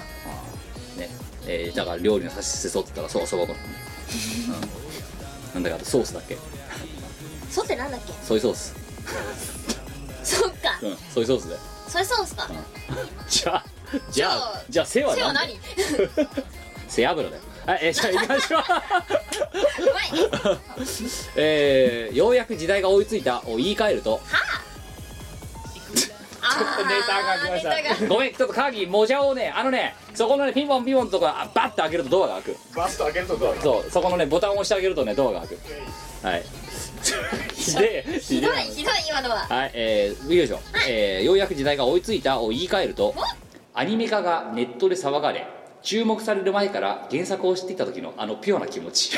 [SPEAKER 1] ねえーだから料理のさしすせそって言ったらそうそばこなんだね、うん、なんだかあとソースだっけ
[SPEAKER 2] そってなんだっけ
[SPEAKER 1] ソイソース
[SPEAKER 2] そっか
[SPEAKER 1] うんソイソースで
[SPEAKER 2] それそうっすか
[SPEAKER 1] じゃあじゃあじゃあ背は
[SPEAKER 2] 背は
[SPEAKER 1] 何だよ
[SPEAKER 2] 何う
[SPEAKER 1] 背脂だよはい、えーじゃあ行きましょう
[SPEAKER 2] まい
[SPEAKER 1] えーようやく時代が追いついたを言い換えると
[SPEAKER 2] あー
[SPEAKER 1] ネタが来ま
[SPEAKER 2] ネタ
[SPEAKER 1] した
[SPEAKER 2] が
[SPEAKER 1] ごめんちょっとカーギーもじゃをねあのねそこのねピンポンピンポンのとこあバッと開けるとドアが開く
[SPEAKER 3] バスト開けるとどう
[SPEAKER 1] そうそこのねボタンを押してあげるとねドアが開くはいひでえ
[SPEAKER 2] ひ
[SPEAKER 1] ひ
[SPEAKER 2] どい
[SPEAKER 1] え
[SPEAKER 2] ひどい今のは
[SPEAKER 1] はいえーよいしょ、えーようやく時代が追いついたを言い換えるとアニメ化がネットで騒がれ注目される前から原作を知っていた時のあのピュアな気持 ち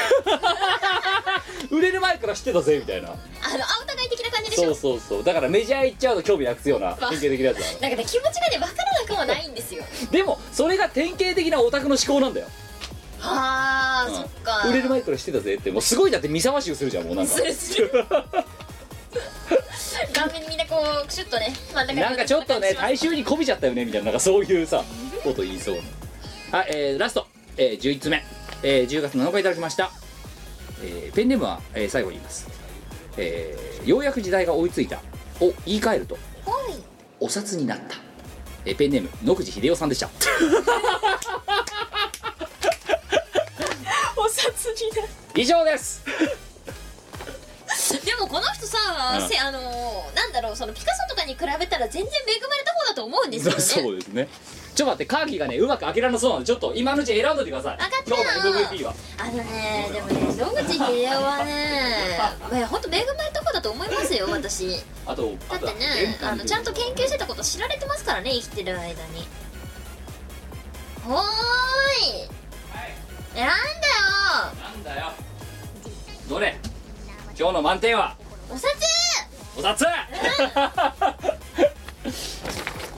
[SPEAKER 1] 売れる前から知ってたぜみたいな
[SPEAKER 2] あのあお互い的な感じでし
[SPEAKER 1] そ
[SPEAKER 2] ょ
[SPEAKER 1] うそうそうだからメジャー行っちゃうと興味なくすような典型的なやつだ
[SPEAKER 2] なんかね気持ちがね分からなくもないんですよ
[SPEAKER 1] でもそれが典型的なオタクの思考なんだよ、
[SPEAKER 2] はあそっか
[SPEAKER 1] 売れる前からしてたぜってもうすごいだって見さましゅうするじゃんもうなんか
[SPEAKER 2] するする顔面にみんなこうクシュッとね真ん中に
[SPEAKER 1] なんかちょっとね大衆にこびちゃったよねみたいななんかそういうさこと言いそうなはい、えー、ラスト、えー、11つ目、えー、10月7日いただきました、えーペンネームは、えー最後に言います、えーようやく時代が追いついた」を言い換えると「お札になった」えーペンネーム野口英世さんでした
[SPEAKER 2] お札になる
[SPEAKER 1] 以上です
[SPEAKER 2] でもこの人さ、
[SPEAKER 1] うん
[SPEAKER 2] せあのーなんだろうそのピカソとかに比べたら全然恵まれた方だと思うんですよ ね
[SPEAKER 1] そうですねちょっと待ってカーキがねうまく開けられなそうなんでちょっと今のうち選んどいてください
[SPEAKER 2] かった
[SPEAKER 1] 今
[SPEAKER 2] よ
[SPEAKER 1] 日の MVP は
[SPEAKER 2] あのねでもね野口英世はねいや本当恵まれた方だと思いますよ私だ
[SPEAKER 1] あとあ
[SPEAKER 2] っ
[SPEAKER 1] と
[SPEAKER 2] て
[SPEAKER 1] は
[SPEAKER 2] ねあのちゃんと研究してたこと知られてますからね生きてる間におーい、えなんだよ
[SPEAKER 1] なんだよどれ今日の満点は
[SPEAKER 2] お札
[SPEAKER 1] お 札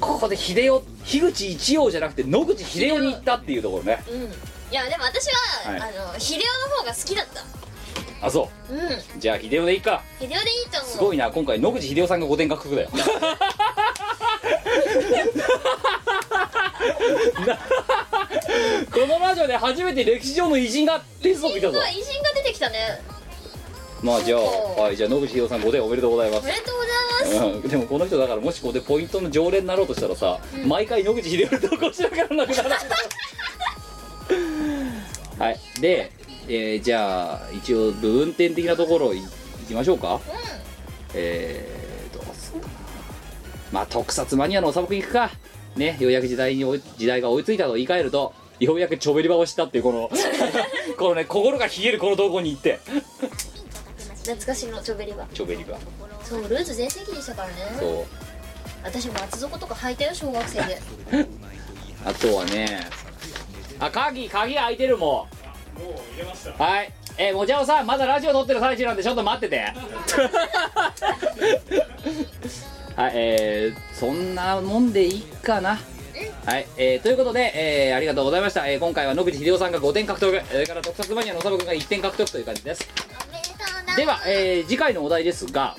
[SPEAKER 1] ここで秀夫樋口一葉じゃなくて野口秀夫に行ったっていうところね
[SPEAKER 2] うんいやでも私は、
[SPEAKER 1] はい
[SPEAKER 2] あの秀夫の方が好きだった
[SPEAKER 1] あそ
[SPEAKER 2] うん
[SPEAKER 1] うじゃあ秀夫でいいか
[SPEAKER 2] 秀夫でいいと思う
[SPEAKER 1] すごいな今回野口秀夫さんが5点獲得だよなこのラジオで初めて歴史上の偉人が点数を見たぞ
[SPEAKER 2] 偉人が出てきたね
[SPEAKER 1] まあじゃあ、
[SPEAKER 2] そう
[SPEAKER 1] はい、じゃあ野口英世さん5点おめでとうございま
[SPEAKER 2] お
[SPEAKER 1] す
[SPEAKER 2] めでとうございます
[SPEAKER 1] うん、でもこの人だからもしここでポイントの常連になろうとしたらさ、毎回野口英世の投稿しなきゃならなくな るはいで、えーじゃあ一応部分点的なところいいきましょうか、えーどうすっかなまあ特撮マニアのおさぼくいくかねようやく時代に追い時代が追いついたと言い換えるとようやくちょ べり場をしたっていうこのこのね心が冷えるこの投稿に行って
[SPEAKER 2] 懐かしのチョベリバ
[SPEAKER 1] チョベリバ
[SPEAKER 2] そうルーズ全盛期でしたからね
[SPEAKER 1] そう
[SPEAKER 2] 私も厚底とか履いたよ小学生で
[SPEAKER 1] あとはねあ鍵鍵開いてるも
[SPEAKER 3] もう入れました
[SPEAKER 1] うはいえー、もじゃおさんまだラジオ撮ってる最中なんでちょっと待ってて はいえー、そんなもんでいいかなはい、えー、ということで、えー、ありがとうございました、えー、今回は野口英夫さんが5点獲得それから特撮マニアのおさぶくんが1点獲得という感じです
[SPEAKER 2] おめでとうな
[SPEAKER 1] では、えー次回のお題ですが、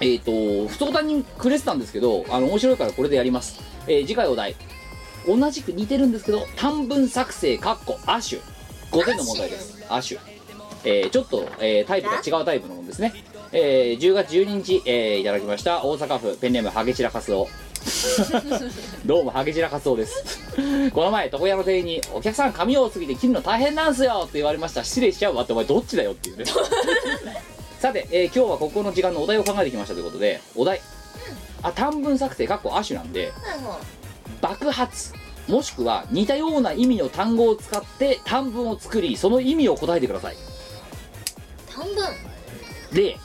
[SPEAKER 1] えっ、と不登壇にくれてたんですけどあの面白いからこれでやります、えー次回お題同じく似てるんですけど短文作成かっこ亜種5点の問題です亜種えーちょっと、えータイプが違うタイプのものですね、えー10月12日、えーいただきました大阪府ペンネームハゲチラカス オどうもハゲチラカスオですこの前床屋の店員に「お客さん髪多すぎて切るの大変なんすよ」って言われました失礼しちゃうわってお前どっちだよっていうねさて、えー今日はここの時間のお題を考えてきましたということでお題、あ短文作成かっこ亜種なんで爆発もしくは似たような意味の単語を使って短文を作りその意味を答えてください
[SPEAKER 2] 短文
[SPEAKER 1] 例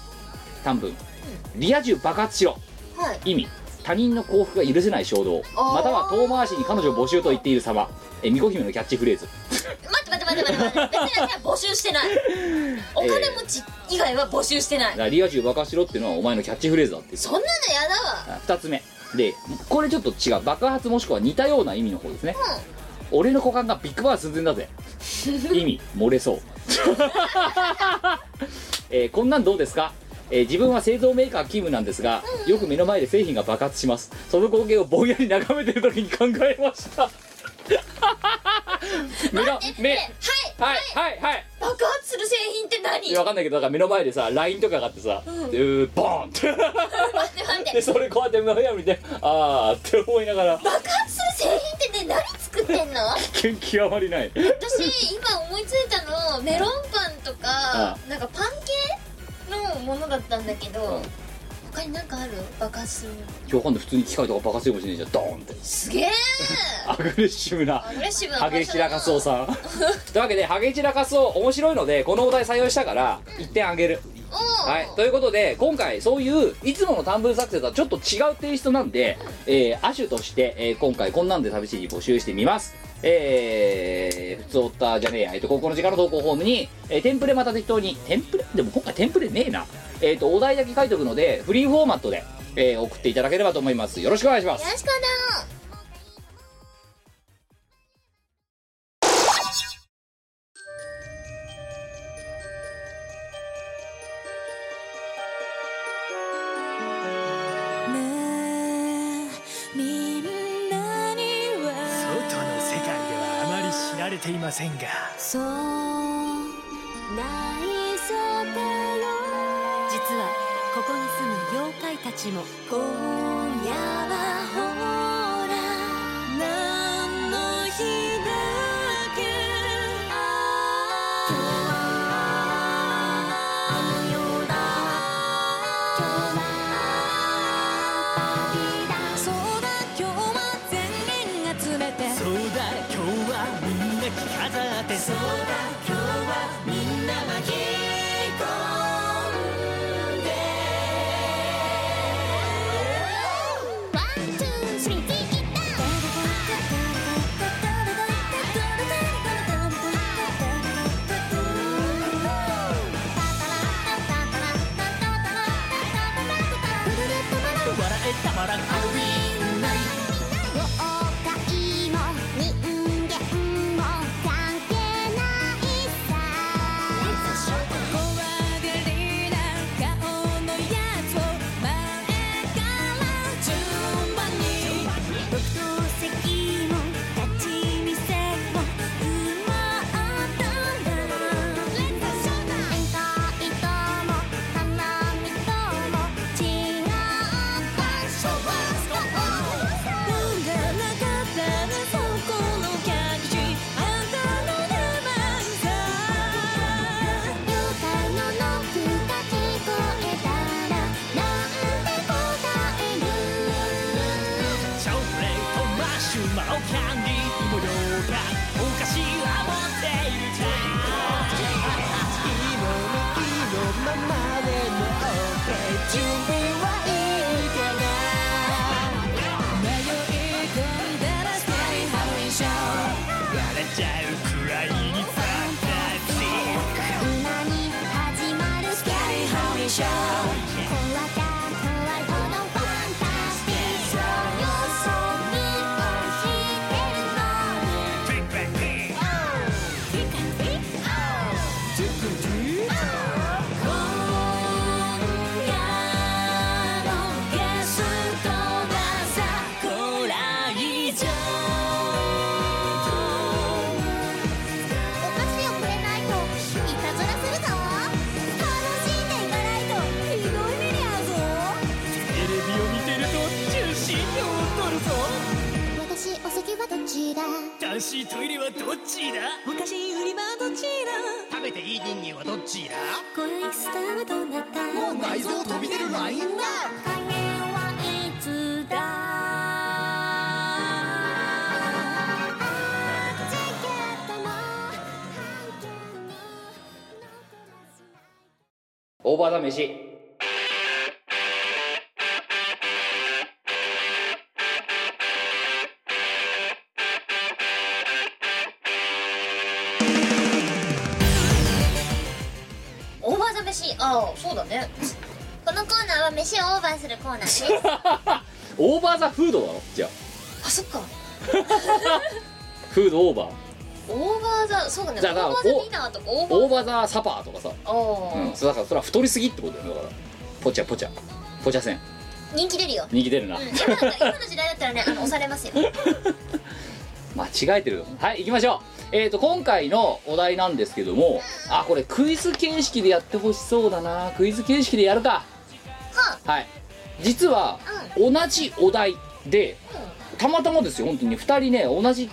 [SPEAKER 1] 短文リア充爆発しろ、
[SPEAKER 2] はい
[SPEAKER 1] 意味他人の幸福が許せない衝動
[SPEAKER 2] あー
[SPEAKER 1] または遠回しに彼女を募集と言っている様えー巫女姫のキャッチフレーズ
[SPEAKER 2] 待って待って待って待って待って別に私は募 集してないお金持ち以外は募集してな
[SPEAKER 1] だ
[SPEAKER 2] い
[SPEAKER 1] からリア充爆発しろっていうのはお前のキャッチフレーズだって
[SPEAKER 2] そんなのやだわ
[SPEAKER 1] 2つ目でこれちょっと違う爆発もしくは似たような意味の方ですね、俺の股間がビッグバー寸前だぜ意味漏れそう、 えーこんなんどうですかえー自分は製造メーカー勤務なんですがよく目の前で製品が爆発しますその光景をぼんやり眺めてる時に考えました 目の目
[SPEAKER 2] はい
[SPEAKER 1] はいはいはい
[SPEAKER 2] 爆発する製品って何
[SPEAKER 1] いやわかんないけどだから目の前でさ LINE とかがあってさ、うーボーンって
[SPEAKER 2] 待って待って
[SPEAKER 1] でそれこうやって目の前を見てああって思いながら
[SPEAKER 2] 爆発する製品ってね何作ってんの
[SPEAKER 1] 危険極まりない
[SPEAKER 2] 私今思いついたのメロンパンとか
[SPEAKER 1] あ
[SPEAKER 2] なんかパン系のものだったんだけ
[SPEAKER 1] う
[SPEAKER 2] ど
[SPEAKER 1] ん
[SPEAKER 2] 他になんかある爆発するの
[SPEAKER 1] 今日今度普通に機械とか爆発するかもしれないじゃんドーンって
[SPEAKER 2] すげえ
[SPEAKER 1] アグレッシブな
[SPEAKER 2] アグレッシブな
[SPEAKER 1] ハゲ散らかそうう さんというわけでハゲ散らかそう面白いのでこのお題採用したから1点あげる
[SPEAKER 2] おー
[SPEAKER 1] はいということで今回そういういつもの短文作成とはちょっと違うテイストなんで、えー、亜種として、えー今回こんなんで寂しいに募集してみますえー、普通おったじゃねえや、えっと、高校の時間の投稿フォームに、えーテンプレまた適当に、テンプレでも今回テンプレねえな。えっ、と、お題だけ書いておくので、フリーフォーマットで、えー送っていただければと思います。よろしくお願いします。
[SPEAKER 2] よろしくどう
[SPEAKER 10] 外の世界ではあまり知られていませんが
[SPEAKER 11] そうないぞだろ実はここに住む妖怪たちも今夜はほら何の日だっけあああの夜だそうだ今日は全員集めて
[SPEAKER 10] そうだ今日はみんな着飾ってそうだ今日はみんな巻き込んで
[SPEAKER 11] ワンツースリー Oh. show 怖が怖いこのファンタスティックそうよそう見を引いてるのに Tick back tick Oh Tick and tick Oh Tick and tick Oh 今夜のゲストはさご来場お菓子をくれないといたずらするぞ楽しんでいかないとひどい目に遭うぞ
[SPEAKER 10] テレビを見てると重心が劣るぞ
[SPEAKER 11] 私お酒はどっちだ
[SPEAKER 10] 男子トイレはどっちだ
[SPEAKER 11] お菓子売り場はどっちだ
[SPEAKER 10] 食べていい人間はどっちだ
[SPEAKER 11] 恋スターはどうなった
[SPEAKER 10] もう内臓飛び出るラインナ
[SPEAKER 11] ップ加減はいつだ
[SPEAKER 1] オーバーダメシ
[SPEAKER 2] オーバーザ飯ああそうだねこのコーナーは飯をオーバーするコーナーです
[SPEAKER 1] オーバーザフードなのじゃあ
[SPEAKER 2] あそっか
[SPEAKER 1] フードオーバー
[SPEAKER 2] オーバーザそうだねオ
[SPEAKER 1] じゃ
[SPEAKER 2] ー
[SPEAKER 1] あだから
[SPEAKER 2] バーザディナーとかオーバー
[SPEAKER 1] オーバーザサパーとかさ、
[SPEAKER 2] お
[SPEAKER 1] うん、
[SPEAKER 2] ー
[SPEAKER 1] そうだからそれは太りすぎってことだよねだからポチャポチャポチャせん
[SPEAKER 2] 人気出るよ
[SPEAKER 1] 人気出るな、
[SPEAKER 2] うん今だったら今の時代だったらねあの押されますよ
[SPEAKER 1] 間違えてるよはい行きましょうえー、と今回のお題なんですけどもあこれクイズ形式でやってほしそうだなクイズ形式でやるかはい実は同じお題でたまたまですよ本当に2人ね同じ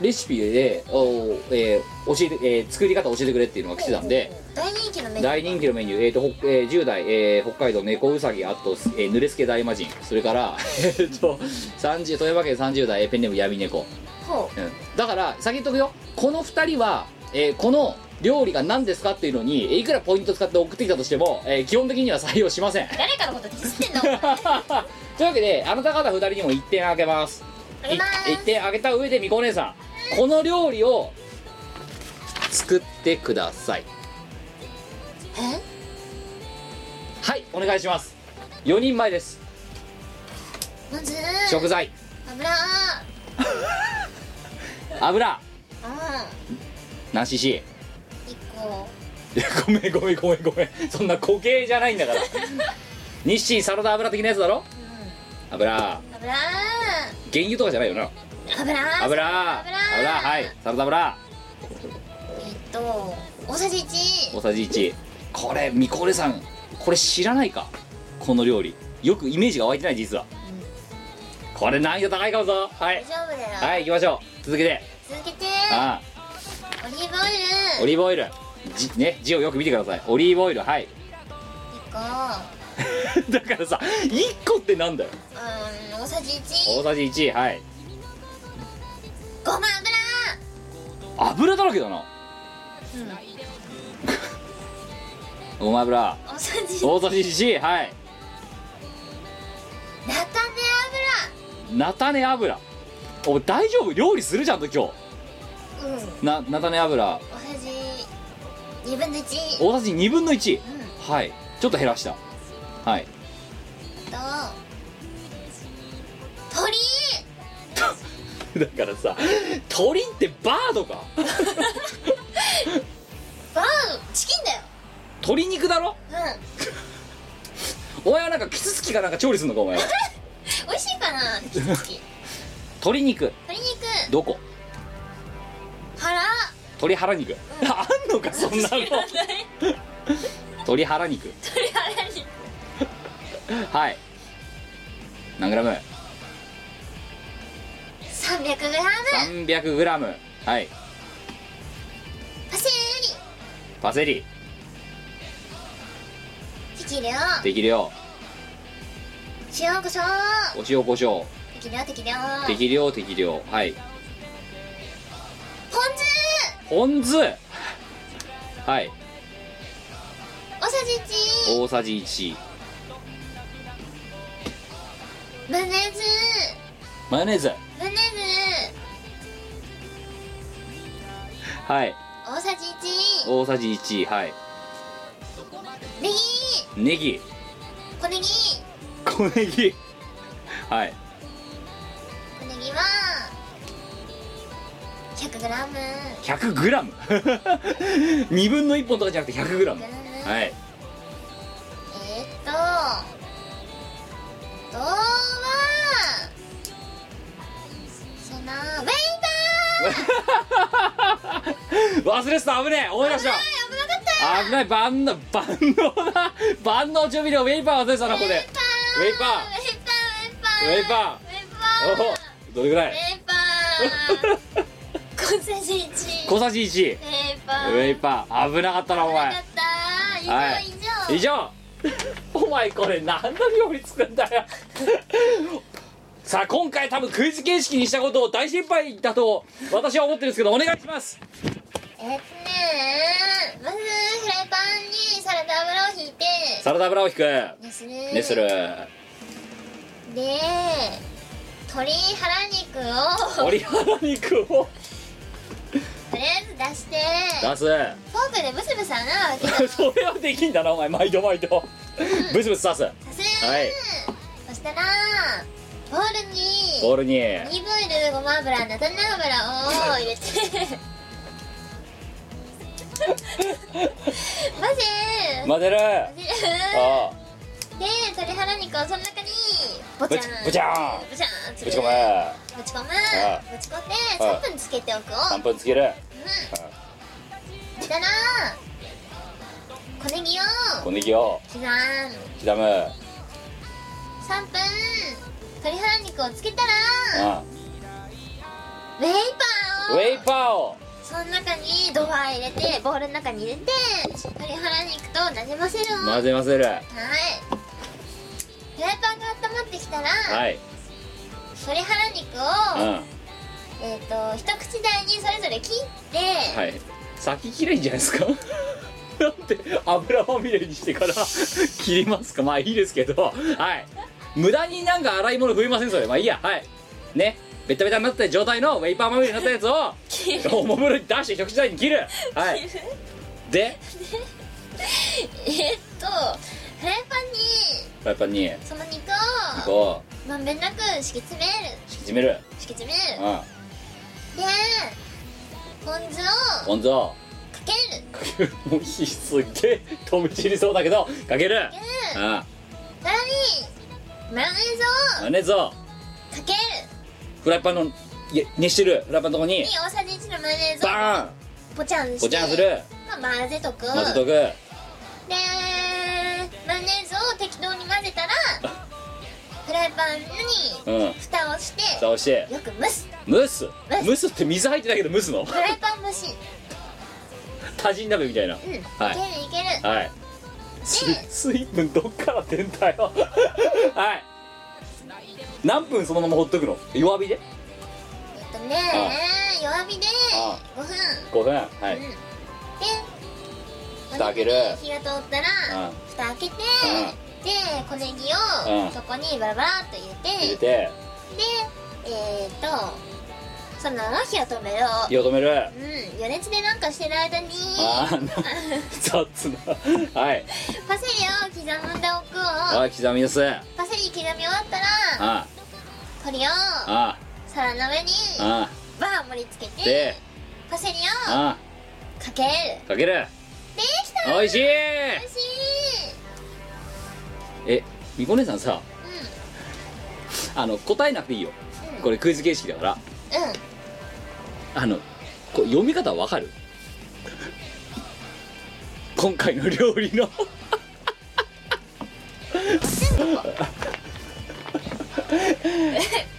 [SPEAKER 1] レシピで、おえー教えてえー作り方を教えてくれっていうのが来てたんで、
[SPEAKER 2] 大人気のメニュー
[SPEAKER 1] 大人気のメニュー、えーとほえー10代、えー北海道猫うさぎあと、えー、ぬれすけ大魔人それから、 えー、と30富山県30代えーペンネーム闇猫、
[SPEAKER 2] ほう
[SPEAKER 1] うん、だから先言っとくよこの2人は、えーこの料理が何ですかっていうのにえーいくらポイント使って送ってきたとしても、えー基本的には採用しません
[SPEAKER 2] 誰かのことディスってんの
[SPEAKER 1] というわけであなた方2人にも1点あげます
[SPEAKER 2] あげます
[SPEAKER 1] 1点あげた上でみこお姉さんこの料理を作ってください
[SPEAKER 2] え
[SPEAKER 1] はいお願いします4人前です
[SPEAKER 2] まず
[SPEAKER 1] 食材
[SPEAKER 2] 油
[SPEAKER 1] 油
[SPEAKER 2] う
[SPEAKER 1] なしし
[SPEAKER 2] ん一個
[SPEAKER 1] ごめんごめんごめんごめんそんな固形じゃないんだから日清サラダ油的なやつだろ油
[SPEAKER 2] 油
[SPEAKER 1] 原油とかじゃないよな
[SPEAKER 2] 油
[SPEAKER 1] 油油はいサラダ油
[SPEAKER 2] えっと大さじ1
[SPEAKER 1] 大さじ1これみこれさんこれ知らないかこの料理よくイメージが湧いてない実は、これ難易度高いかもぞはい
[SPEAKER 2] 大丈夫だよ、
[SPEAKER 1] はい行きましょう続けて
[SPEAKER 2] 続けて
[SPEAKER 1] あ
[SPEAKER 2] オリーブ
[SPEAKER 1] あオ
[SPEAKER 2] オイル
[SPEAKER 1] リーブオイルじね字をよく見てくださいオリーブオイルはい
[SPEAKER 2] 1個
[SPEAKER 1] だからさ1個ってなんだよ
[SPEAKER 2] うん大さじ
[SPEAKER 1] 大
[SPEAKER 2] 1
[SPEAKER 1] さじ1はい
[SPEAKER 2] ごま油
[SPEAKER 1] 油だらけだな、ごま 油
[SPEAKER 2] 大さじ
[SPEAKER 1] 大さじ1はい
[SPEAKER 2] 菜種
[SPEAKER 1] 菜種油お大丈夫料理するじゃんと今
[SPEAKER 2] 油うん
[SPEAKER 1] 日な菜種油
[SPEAKER 2] 大さじ2分の1
[SPEAKER 1] 大さじ2分の1
[SPEAKER 2] うん
[SPEAKER 1] はいちょっと減らしたはい
[SPEAKER 2] と鳥
[SPEAKER 1] だからさ鳥ってバードか
[SPEAKER 2] バウチキンだよ
[SPEAKER 1] 鶏肉だろ
[SPEAKER 2] う
[SPEAKER 1] お前はなんかキツツキかなんか調理すんのかお前は
[SPEAKER 2] ん美味しいかなキツツ キ
[SPEAKER 1] 鶏肉
[SPEAKER 2] 鶏肉
[SPEAKER 1] どこ
[SPEAKER 2] 腹
[SPEAKER 1] 鶏腹肉、あんのかそんなの
[SPEAKER 2] ない
[SPEAKER 1] 鶏腹肉
[SPEAKER 2] 鶏腹に
[SPEAKER 1] はい何グラム
[SPEAKER 2] 300グラム
[SPEAKER 1] 300g はい
[SPEAKER 2] パセ
[SPEAKER 1] パセリ
[SPEAKER 2] リ適量
[SPEAKER 1] 適量
[SPEAKER 2] 塩コショウ
[SPEAKER 1] お塩コショウ
[SPEAKER 2] 適量適量
[SPEAKER 1] 適量適量はい
[SPEAKER 2] ポン
[SPEAKER 1] ポ
[SPEAKER 2] 酢
[SPEAKER 1] ン酢はい
[SPEAKER 2] 大さじ1
[SPEAKER 1] 大さじ1
[SPEAKER 2] マヨネーズ
[SPEAKER 1] マヨネーズ
[SPEAKER 2] マヨネーズ
[SPEAKER 1] はい
[SPEAKER 2] 大さじ1
[SPEAKER 1] 大さじ1はい
[SPEAKER 2] ネギ
[SPEAKER 1] ネギ
[SPEAKER 2] 小ネギ
[SPEAKER 1] 小ネギはい
[SPEAKER 2] 小ネギは 100g
[SPEAKER 1] 100g 2分の1本とかじゃなくて 100g はい
[SPEAKER 2] えー、っとあとはそうだなウェイパ
[SPEAKER 1] 忘れてた危ねえ思い出した危ない万能万能な万能調味料ウェイパー忘れてたなここでウェイパ
[SPEAKER 2] ーウェ
[SPEAKER 1] ーウェイパ
[SPEAKER 2] イパーウェイ
[SPEAKER 1] ー
[SPEAKER 2] パーウェイパー
[SPEAKER 1] おおどれぐらい
[SPEAKER 2] ウェイパー小さじ1
[SPEAKER 1] 小さじ1
[SPEAKER 2] ウェイパー
[SPEAKER 1] ウェイパー危なかったなお前
[SPEAKER 2] よかった以上、
[SPEAKER 1] はい
[SPEAKER 2] 以
[SPEAKER 1] 以
[SPEAKER 2] 上
[SPEAKER 1] 上お前これ何の料理作るんだよ さあ今回多分クイズ形式にしたことを大失敗だと私は思ってるんですけどお願いします
[SPEAKER 2] えっとねまずフライパンにサラダ油をひいて
[SPEAKER 1] サラダ油を引く
[SPEAKER 2] 熱する
[SPEAKER 1] 熱する
[SPEAKER 2] で鶏腹肉を
[SPEAKER 1] 鶏腹肉を
[SPEAKER 2] とりあえず出して
[SPEAKER 1] 出す
[SPEAKER 2] フォークでブスブス穴を開 け
[SPEAKER 1] それはできんだなお前毎度毎度ブツブツ刺す
[SPEAKER 2] させる、
[SPEAKER 1] はい
[SPEAKER 2] そしたらボウルに
[SPEAKER 1] ボウルに
[SPEAKER 2] オリーブオイルごま油菜種油を 入れて
[SPEAKER 1] 混ぜる
[SPEAKER 2] 混ぜ混ぜ
[SPEAKER 1] ああ
[SPEAKER 2] で鶏腹肉をその中にボチャン
[SPEAKER 1] ボチャン
[SPEAKER 2] ボチャン
[SPEAKER 1] ぶち込め
[SPEAKER 2] ぶち込む
[SPEAKER 1] あ
[SPEAKER 2] ぶち込んで3分つけておくを
[SPEAKER 1] 3分つける
[SPEAKER 2] そしたら小ネギを
[SPEAKER 1] 小ネギを
[SPEAKER 2] 刻む
[SPEAKER 1] 刻むあ
[SPEAKER 2] 3分鶏腹肉をつけたら
[SPEAKER 1] あ
[SPEAKER 2] ウェイパ
[SPEAKER 1] ウ
[SPEAKER 2] ーを
[SPEAKER 1] ェイパーを
[SPEAKER 2] その中にドバー入れてボウルの中に入れて鶏腹肉となじませるをは
[SPEAKER 1] 混
[SPEAKER 2] い
[SPEAKER 1] ぜ混ぜる
[SPEAKER 2] フライパンが温まってきたら、
[SPEAKER 1] はい
[SPEAKER 2] 鶏腹肉
[SPEAKER 1] うん
[SPEAKER 2] を、えっ、と一口大にそれぞれ切って、
[SPEAKER 1] はい先切れんじゃないですか だって油まみれにしてから 切りますかまあいいですけどはい無駄になんか洗い物増えませんそれまあいいやはいねベタベタになった状態のウェイパーまみれになったやつをおもむろに出して一口大に切るはいで
[SPEAKER 2] えっとフライパンに
[SPEAKER 1] フライパンに
[SPEAKER 2] その肉を
[SPEAKER 1] こう
[SPEAKER 2] まんべんなく敷き詰める
[SPEAKER 1] 敷き詰める
[SPEAKER 2] 敷き詰め
[SPEAKER 1] う
[SPEAKER 2] る
[SPEAKER 1] ん
[SPEAKER 2] でポン酢を
[SPEAKER 1] ポン酢を
[SPEAKER 2] かける
[SPEAKER 1] かけるもうひすっげえ飛び散りそうだけどかける
[SPEAKER 2] かける
[SPEAKER 1] うんマ
[SPEAKER 2] さらにマヨネーズを
[SPEAKER 1] ヨネーズを
[SPEAKER 2] かける
[SPEAKER 1] フライパンのいや熱してるフライパンのとこに
[SPEAKER 2] に大さじ1のマヨネーズを
[SPEAKER 1] バーン
[SPEAKER 2] ポチャンして
[SPEAKER 1] お茶する
[SPEAKER 2] まあ、混ぜとく
[SPEAKER 1] 混ぜとく
[SPEAKER 2] でマヨネーズを適当に混ぜたらフライパンに
[SPEAKER 1] うん
[SPEAKER 2] 蓋をして
[SPEAKER 1] 蓋をして
[SPEAKER 2] よく蒸す
[SPEAKER 1] 蒸す
[SPEAKER 2] 蒸す
[SPEAKER 1] 蒸すって水入ってないけど蒸す の
[SPEAKER 2] フライパン蒸し
[SPEAKER 1] 多人鍋みたいな
[SPEAKER 2] うん、
[SPEAKER 1] はい
[SPEAKER 2] いけるいける
[SPEAKER 1] はい水水分どっから出んだ よはい何分そのままほっとくの弱火で
[SPEAKER 2] えっとね弱火で
[SPEAKER 1] あ
[SPEAKER 2] 5分
[SPEAKER 1] 5分はい、
[SPEAKER 2] うんで
[SPEAKER 1] 蓋開けるうん
[SPEAKER 2] お肉に火が通ったら蓋開けて
[SPEAKER 1] ん
[SPEAKER 2] で小ネギ
[SPEAKER 1] う
[SPEAKER 2] を
[SPEAKER 1] ん
[SPEAKER 2] そこにバラバラっと入
[SPEAKER 1] 入
[SPEAKER 2] れ
[SPEAKER 1] れて
[SPEAKER 2] てでえっとそのまま火を止めろ
[SPEAKER 1] 火を止める
[SPEAKER 2] うん余熱でなんかしてる間に
[SPEAKER 1] ああ雑なはい
[SPEAKER 2] パセリを刻んでおくを
[SPEAKER 1] あ刻みですあ
[SPEAKER 2] パセリ刻み終わったら
[SPEAKER 1] あ
[SPEAKER 2] 鶏を
[SPEAKER 1] あ
[SPEAKER 2] 皿の上に
[SPEAKER 1] あ
[SPEAKER 2] バー盛り付けて
[SPEAKER 1] で
[SPEAKER 2] パセリを
[SPEAKER 1] あ
[SPEAKER 2] かける
[SPEAKER 1] かける
[SPEAKER 2] できた
[SPEAKER 1] おいしい
[SPEAKER 2] 美味しい
[SPEAKER 1] えみこ姉さんさあの答えなくていいよこれクイズ形式だから
[SPEAKER 2] うんうん
[SPEAKER 1] あのこう読み方わかる今回の料理 の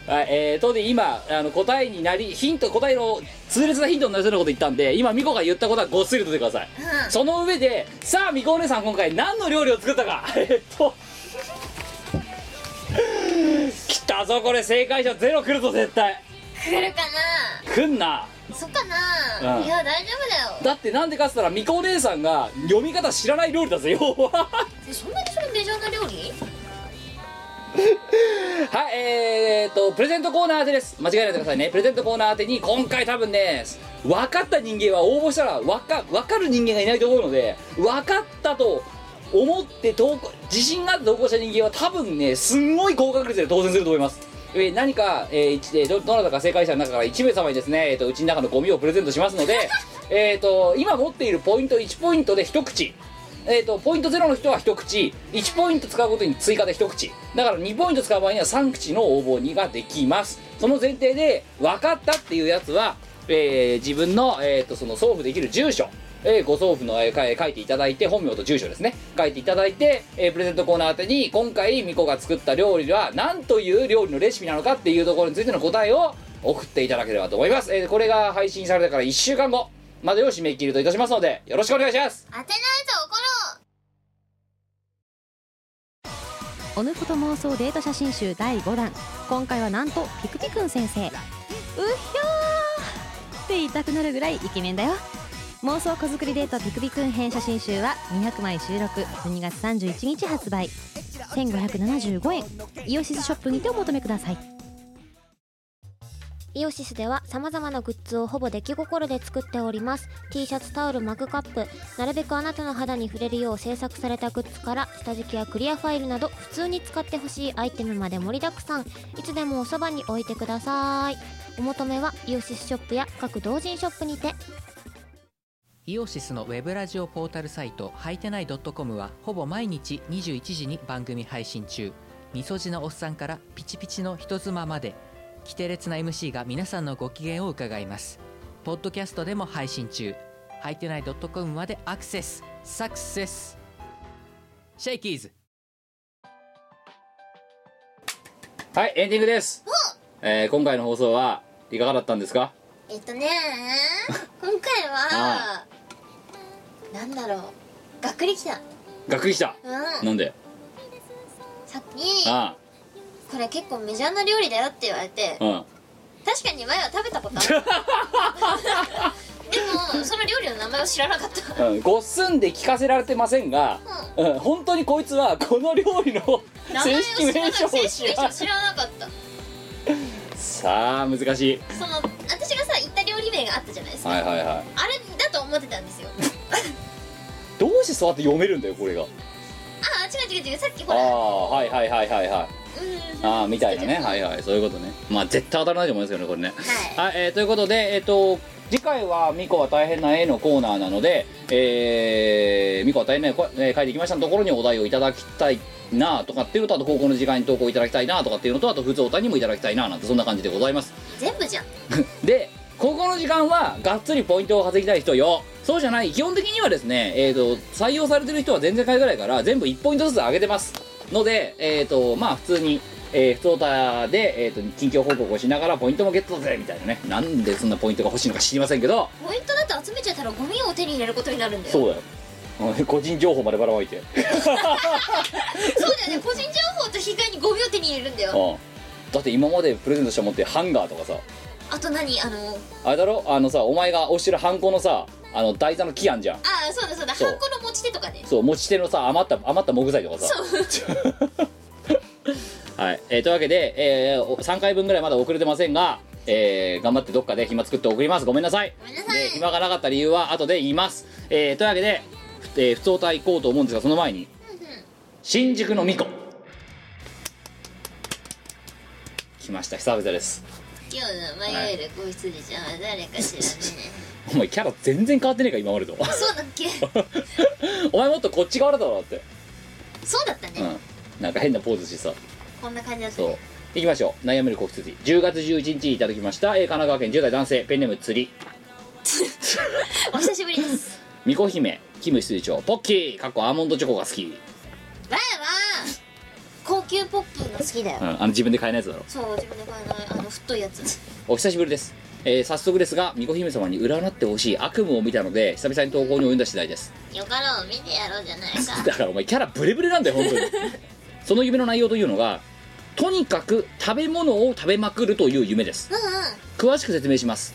[SPEAKER 1] はいえー、とで今あの答えになりヒント答えの痛烈なヒントになりそうなこと言ったんで今ミコが言ったことはごっそりとってください、
[SPEAKER 2] うん
[SPEAKER 1] その上でさあミコお姉さん今回何の料理を作ったか えっと来たぞこれ正解者ゼロ来るぞ絶対
[SPEAKER 2] 来るかな
[SPEAKER 1] 来んな
[SPEAKER 2] そっかな、
[SPEAKER 1] うん
[SPEAKER 2] いや大丈夫だよ
[SPEAKER 1] だってなんでかっつったらみこお姉さんが読み方知らない料理だぜ要 は
[SPEAKER 2] えそんなにそれメジャーな料理
[SPEAKER 1] はいえー、っとプレゼントコーナー宛てです間違えないでくださいねプレゼントコーナー宛てに今回多分ね分かった人間は応募したら分か分かる人間がいないと思うので分かったと思って投稿自信がある投稿した人間は多分ねすんごい高確率で当選すると思いますえー何か、えー一えーどどなたか正解者の中から1名様にですね、えー、とうちの中のゴミをプレゼントしますのでえーと今持っているポイント1ポイントで一口えー、とポイント0の人は一口1ポイント使うことに追加で一口だから2ポイント使う場合には3口の応募にができますその前提で分かったっていうやつは、えー自分の,、えー、とその送付できる住所えーご送付の、えーかえー書いていただいて本名と住所ですね書いていただいて、えープレゼントコーナー宛てに今回ミコが作った料理は何という料理のレシピなのかっていうところについての答えを送っていただければと思います、えーこれが配信されてから1週間後までを締め切りといたしますのでよろしくお願いします
[SPEAKER 2] 当てないと怒ろう
[SPEAKER 6] オヌフォト妄想デート写真集第5弾今回はなんとピクピクン先生うっひょーって言いたくなるぐらいイケメンだよ妄想子作りデートピクピクン編写真集は200枚収録12月31日発売1575円イオシスショップにてお求めください
[SPEAKER 12] イオシスでは様々なグッズをほぼ出来心で作っております T シャツタオルマグカップなるべくあなたの肌に触れるよう制作されたグッズから下敷きやクリアファイルなど普通に使ってほしいアイテムまで盛りだくさんいつでもおそばに置いてくださいお求めはイオシスショップや各同人ショップにて
[SPEAKER 13] イオシスのウェブラジオポータルサイトはいてない .com はほぼ毎日21時に番組配信中みそじのおっさんからピチピチの人妻まで規定列な MC が皆さんのご機嫌を伺いますポッドキャストでも配信中はいてない .com までアクセスサクセスシェイキーズ
[SPEAKER 1] はいエンディングです、えー今回の放送はいかがだったんですか
[SPEAKER 2] えっ とね今回はなんだろうがっくりきた
[SPEAKER 1] がっくりした
[SPEAKER 2] うん
[SPEAKER 1] なんで
[SPEAKER 2] さっき
[SPEAKER 1] あ
[SPEAKER 2] これ結構メジャーな料理だよって言われて
[SPEAKER 1] あうん
[SPEAKER 2] 確かに前は食べた ことあるでもその料理の名前を知らなかった
[SPEAKER 1] うんごっすんで聞かせられてませんが、うん本当にこいつはこの料理の
[SPEAKER 2] 名前を
[SPEAKER 1] 正
[SPEAKER 2] 知
[SPEAKER 1] 式
[SPEAKER 2] らな
[SPEAKER 1] 名
[SPEAKER 2] か
[SPEAKER 1] 称
[SPEAKER 2] っ
[SPEAKER 1] を
[SPEAKER 2] た
[SPEAKER 1] 知らない
[SPEAKER 2] 知らなかった
[SPEAKER 1] さあ難しい
[SPEAKER 2] その私がさ行った料理名があったじゃないですか、
[SPEAKER 1] はいはいはい
[SPEAKER 2] あれだと思ってた んですよ
[SPEAKER 1] どうしてそうやって読めるんだよこれが
[SPEAKER 2] ああ違う違う違うさっきほ
[SPEAKER 1] あ
[SPEAKER 2] ら
[SPEAKER 1] あはいはいはいはいはい
[SPEAKER 2] うん
[SPEAKER 1] ああみたいなねはいはいそういうことねまあ絶対当たらないと思いますけどねこれねはい、えーということでえっ、と次回は「ミコは大変な絵」のコーナーなので「えーミコは大変な絵こ、えー描いてきました」のところにお題をいただきたいなあとかっていうとあと高校の時間に投稿いただきたいなあとかっていうのとあと普通お題にもいただきたいなあなんてそんな感じでございます
[SPEAKER 2] 全部じゃん
[SPEAKER 1] でここの時間はがっつりポイントを稼ぎたい人よそうじゃない基本的にはですね、えー、と採用されてる人は全然買えぐらいから全部1ポイントずつ上げてますのでえっ、とまあ普通にえー、普通オタで、えー、と近況報告をしながらポイントもゲットだぜみたいなねなんでそんなポイントが欲しいのか知りませんけど
[SPEAKER 2] ポイントだと集めちゃったらゴミを手に入れることになるんだよ
[SPEAKER 1] そうだよ うん個人情報までばらまいて
[SPEAKER 2] そうだよね個人情報と引き換えにゴミを手に入れるんだよ
[SPEAKER 1] うんだって今までプレゼントしたもんってハンガーとかさ
[SPEAKER 2] あと何あの
[SPEAKER 1] あれだろあのさお前が押してるハンコのさあの台座の木あんじゃん
[SPEAKER 2] ああそうだそうだ
[SPEAKER 1] そう
[SPEAKER 2] ハンコの持ち手とかね
[SPEAKER 1] そう持ち手のさ余った余った木材とかさ
[SPEAKER 2] そう
[SPEAKER 1] はい、えーというわけで、えーお3回分ぐらいまだ遅れてませんが、えー頑張ってどっかで暇作って送りますごめんなさいで暇がなかった理由は後で言います、えーというわけで、えー、不相対行こうと思うんですがその前に新宿の巫女来ました久々です
[SPEAKER 2] 今日の迷える子羊ちゃんは誰かしらね
[SPEAKER 1] お前キャラ全然変わってねえか今までと
[SPEAKER 2] そうだっけ
[SPEAKER 1] お前もっとこっち側だろだって
[SPEAKER 2] そうだったね
[SPEAKER 1] うんなんか変なポーズしてさ
[SPEAKER 2] こんな感じだった
[SPEAKER 1] そういきましょう悩める子羊10月11日いただきました、えー神奈川県10代男性ペンネーム釣り
[SPEAKER 2] お久しぶりです
[SPEAKER 1] 巫女姫キム室長ポッキーかっこアーモンドチョコが好き、
[SPEAKER 2] 前は高級ポッキーが好きだよ
[SPEAKER 1] うん、あの自分で買えないやつだろ
[SPEAKER 2] そう自分で買えないあの太いやつ
[SPEAKER 1] お久しぶりです、えー早速ですが巫女姫様に占ってほしい悪夢を見たので久々に投稿に及んだ次第です
[SPEAKER 2] よかろう見てやろうじゃないか
[SPEAKER 1] だからお前キャラブレブレなんだよ本当にその夢の内容というのがとにかく食べ物を食べまくるという夢です
[SPEAKER 2] うんうん
[SPEAKER 1] 詳しく説明します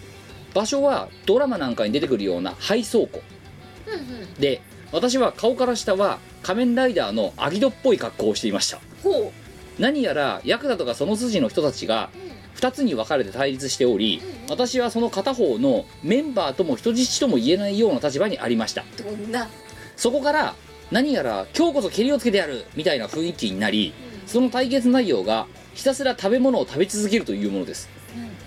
[SPEAKER 1] 場所はドラマなんかに出てくるような配送庫
[SPEAKER 2] うんうん
[SPEAKER 1] で私は顔から下は仮面ライダーのアギドっぽい格好をしていました
[SPEAKER 2] ほ
[SPEAKER 1] 何やらヤクザとかその筋の人たちが2つに分かれて対立しており私はその片方のメンバーとも人質とも言えないような立場にありました
[SPEAKER 2] うどんな
[SPEAKER 1] そこから何やら今日こそケリをつけてやるみたいな雰囲気になりその対決内容がひたすら食べ物を食べ続けるというものです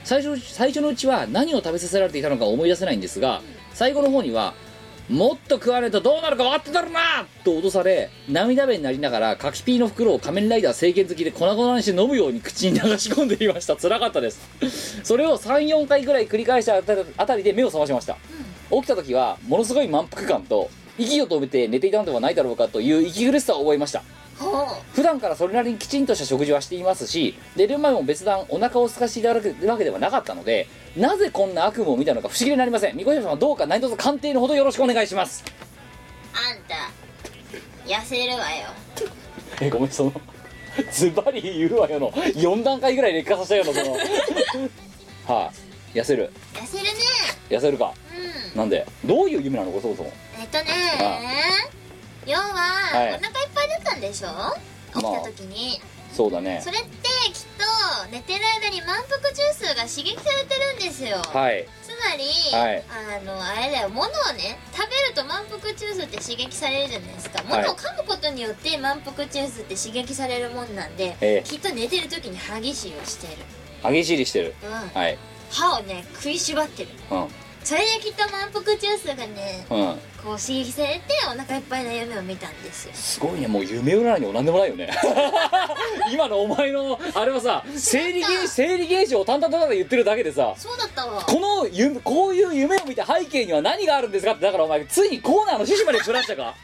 [SPEAKER 1] 最初最初のうちは何を食べさせられていたのか思い出せないんですが最後の方にはもっと食わねえとどうなるか分かってたろなと脅され涙目になりながら柿ピーの袋を仮面ライダー聖剣好きで粉々にして飲むように口に流し込んでいました辛かったですそれを34回ぐらい繰り返したあたあたりで目を覚ましました、起きた時はものすごい満腹感と息を止めて寝ていたのではないだろうかという息苦しさを覚えました普段からそれなりにきちんとした食事はしていますし寝る前も別段お腹を空かしていただくわけではなかったのでなぜこんな悪夢を見たのか不思議になりませんみこしさんどうか何卒鑑定のほどよろしくお願いします
[SPEAKER 2] あんた痩せるわよ
[SPEAKER 1] えごめんそのズバリ言うわよの4段階ぐらい劣化させたようなそ のはい、痩せる
[SPEAKER 2] 痩せるね
[SPEAKER 1] 痩せるか
[SPEAKER 2] うん
[SPEAKER 1] なんでどういう夢なのかそもそも
[SPEAKER 2] えっとね
[SPEAKER 1] あ
[SPEAKER 2] 要は、
[SPEAKER 1] い
[SPEAKER 2] お腹いっぱいだったんでしょ起き
[SPEAKER 1] まあ
[SPEAKER 2] た時に、
[SPEAKER 1] そうだね
[SPEAKER 2] それってきっと寝てる間に満腹中枢が刺激されてるんですよ
[SPEAKER 1] はい
[SPEAKER 2] つまり、
[SPEAKER 1] はい
[SPEAKER 2] あのあれだよ物をね食べると満腹中枢って刺激されるじゃないですか
[SPEAKER 1] はい
[SPEAKER 2] 物を噛むことによって満腹中枢って刺激されるもんなんで、
[SPEAKER 1] ええ
[SPEAKER 2] きっと寝てる時に歯ぎしりをしてる、
[SPEAKER 1] 歯ぎしりしてる
[SPEAKER 2] うん
[SPEAKER 1] はい
[SPEAKER 2] 歯をね食いしばってる
[SPEAKER 1] う
[SPEAKER 2] それできっと満腹中枢がね
[SPEAKER 1] んうん
[SPEAKER 2] こう刺激されてお腹いっぱいの夢を見たんですよ
[SPEAKER 1] すごいねもう夢占いにも何でもないよ ね今のお前のあれはさ生理現生理現象を淡々とただ言ってるだけでさ
[SPEAKER 2] そうだったわ
[SPEAKER 1] この夢こういう夢を見た背景には何があるんですかってだからお前ついにコーナーの趣旨までずらした か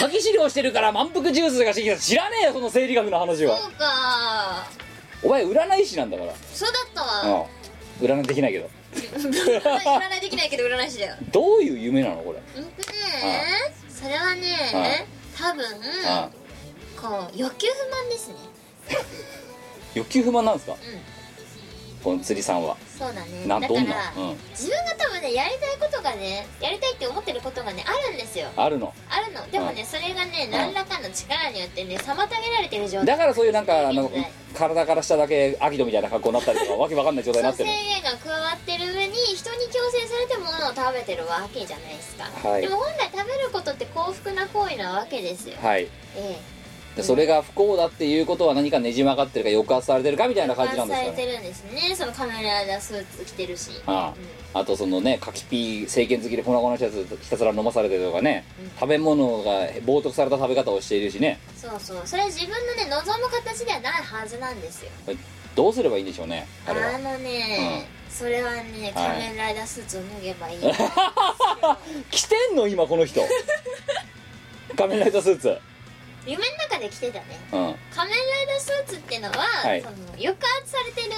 [SPEAKER 1] 歯ぎしりをしてるから満腹ジュースが刺激知らねえよその生理学の話は
[SPEAKER 2] そうか
[SPEAKER 1] お前占い師なんだから
[SPEAKER 2] そうだったわ
[SPEAKER 1] うん占いでき ないけど
[SPEAKER 2] 占いできないけど占い師だよ
[SPEAKER 1] どういう夢なのこれ
[SPEAKER 2] うんとねそれはね多分
[SPEAKER 1] ああ
[SPEAKER 2] こう欲求不満ですね
[SPEAKER 1] 欲求不満なんですか、この釣りさんは
[SPEAKER 2] そうだね
[SPEAKER 1] な
[SPEAKER 2] だ
[SPEAKER 1] ど
[SPEAKER 2] か
[SPEAKER 1] んな
[SPEAKER 2] ら、
[SPEAKER 1] うん
[SPEAKER 2] 自分が多分ねやりたいことがねやりたいって思ってることがねあるんですよ
[SPEAKER 1] あるの
[SPEAKER 2] あるのでもね、
[SPEAKER 1] うん
[SPEAKER 2] それがね
[SPEAKER 1] ん
[SPEAKER 2] 何らかの力によってね妨げられてる状態
[SPEAKER 1] だからそういうなんかあの
[SPEAKER 2] 現在
[SPEAKER 1] 体から下だけアギトみたいな格好になったり とかわけわかんない状態になっ
[SPEAKER 2] そ
[SPEAKER 1] て
[SPEAKER 2] の
[SPEAKER 1] る
[SPEAKER 2] 制限が加わってる上に人に強制されてものを食べてるわけじゃないですか、
[SPEAKER 1] はい
[SPEAKER 2] でも本来食べることって幸福な行為なわけですよ、
[SPEAKER 1] はい
[SPEAKER 2] え
[SPEAKER 1] でそれが不幸だっていうことは何かねじ曲がってるか抑圧されてるかみたい
[SPEAKER 2] え
[SPEAKER 1] な感じなんです
[SPEAKER 2] さ
[SPEAKER 1] か
[SPEAKER 2] れて
[SPEAKER 1] ね
[SPEAKER 2] るんですねそのカメライダースーツ着てるし
[SPEAKER 1] あああとそのね柿ピー政権好きで粉々のやつひたすら飲まされてるとかね、食べ物が冒涜された食べ方をしているしね
[SPEAKER 2] そうそうそれ自分のね望む形ではないはずなんですよ
[SPEAKER 1] これどうすればいいんでしょうね
[SPEAKER 2] あ
[SPEAKER 1] あれは
[SPEAKER 2] のね、それはね
[SPEAKER 1] はい
[SPEAKER 2] 仮面ライダースーツを脱げ ばいい、
[SPEAKER 1] 着てんの今この 人仮面ライダースーツ
[SPEAKER 2] 夢の中で着てたね
[SPEAKER 1] うん
[SPEAKER 2] 仮面ライダースーツってのは、
[SPEAKER 1] はい
[SPEAKER 2] その抑圧されてる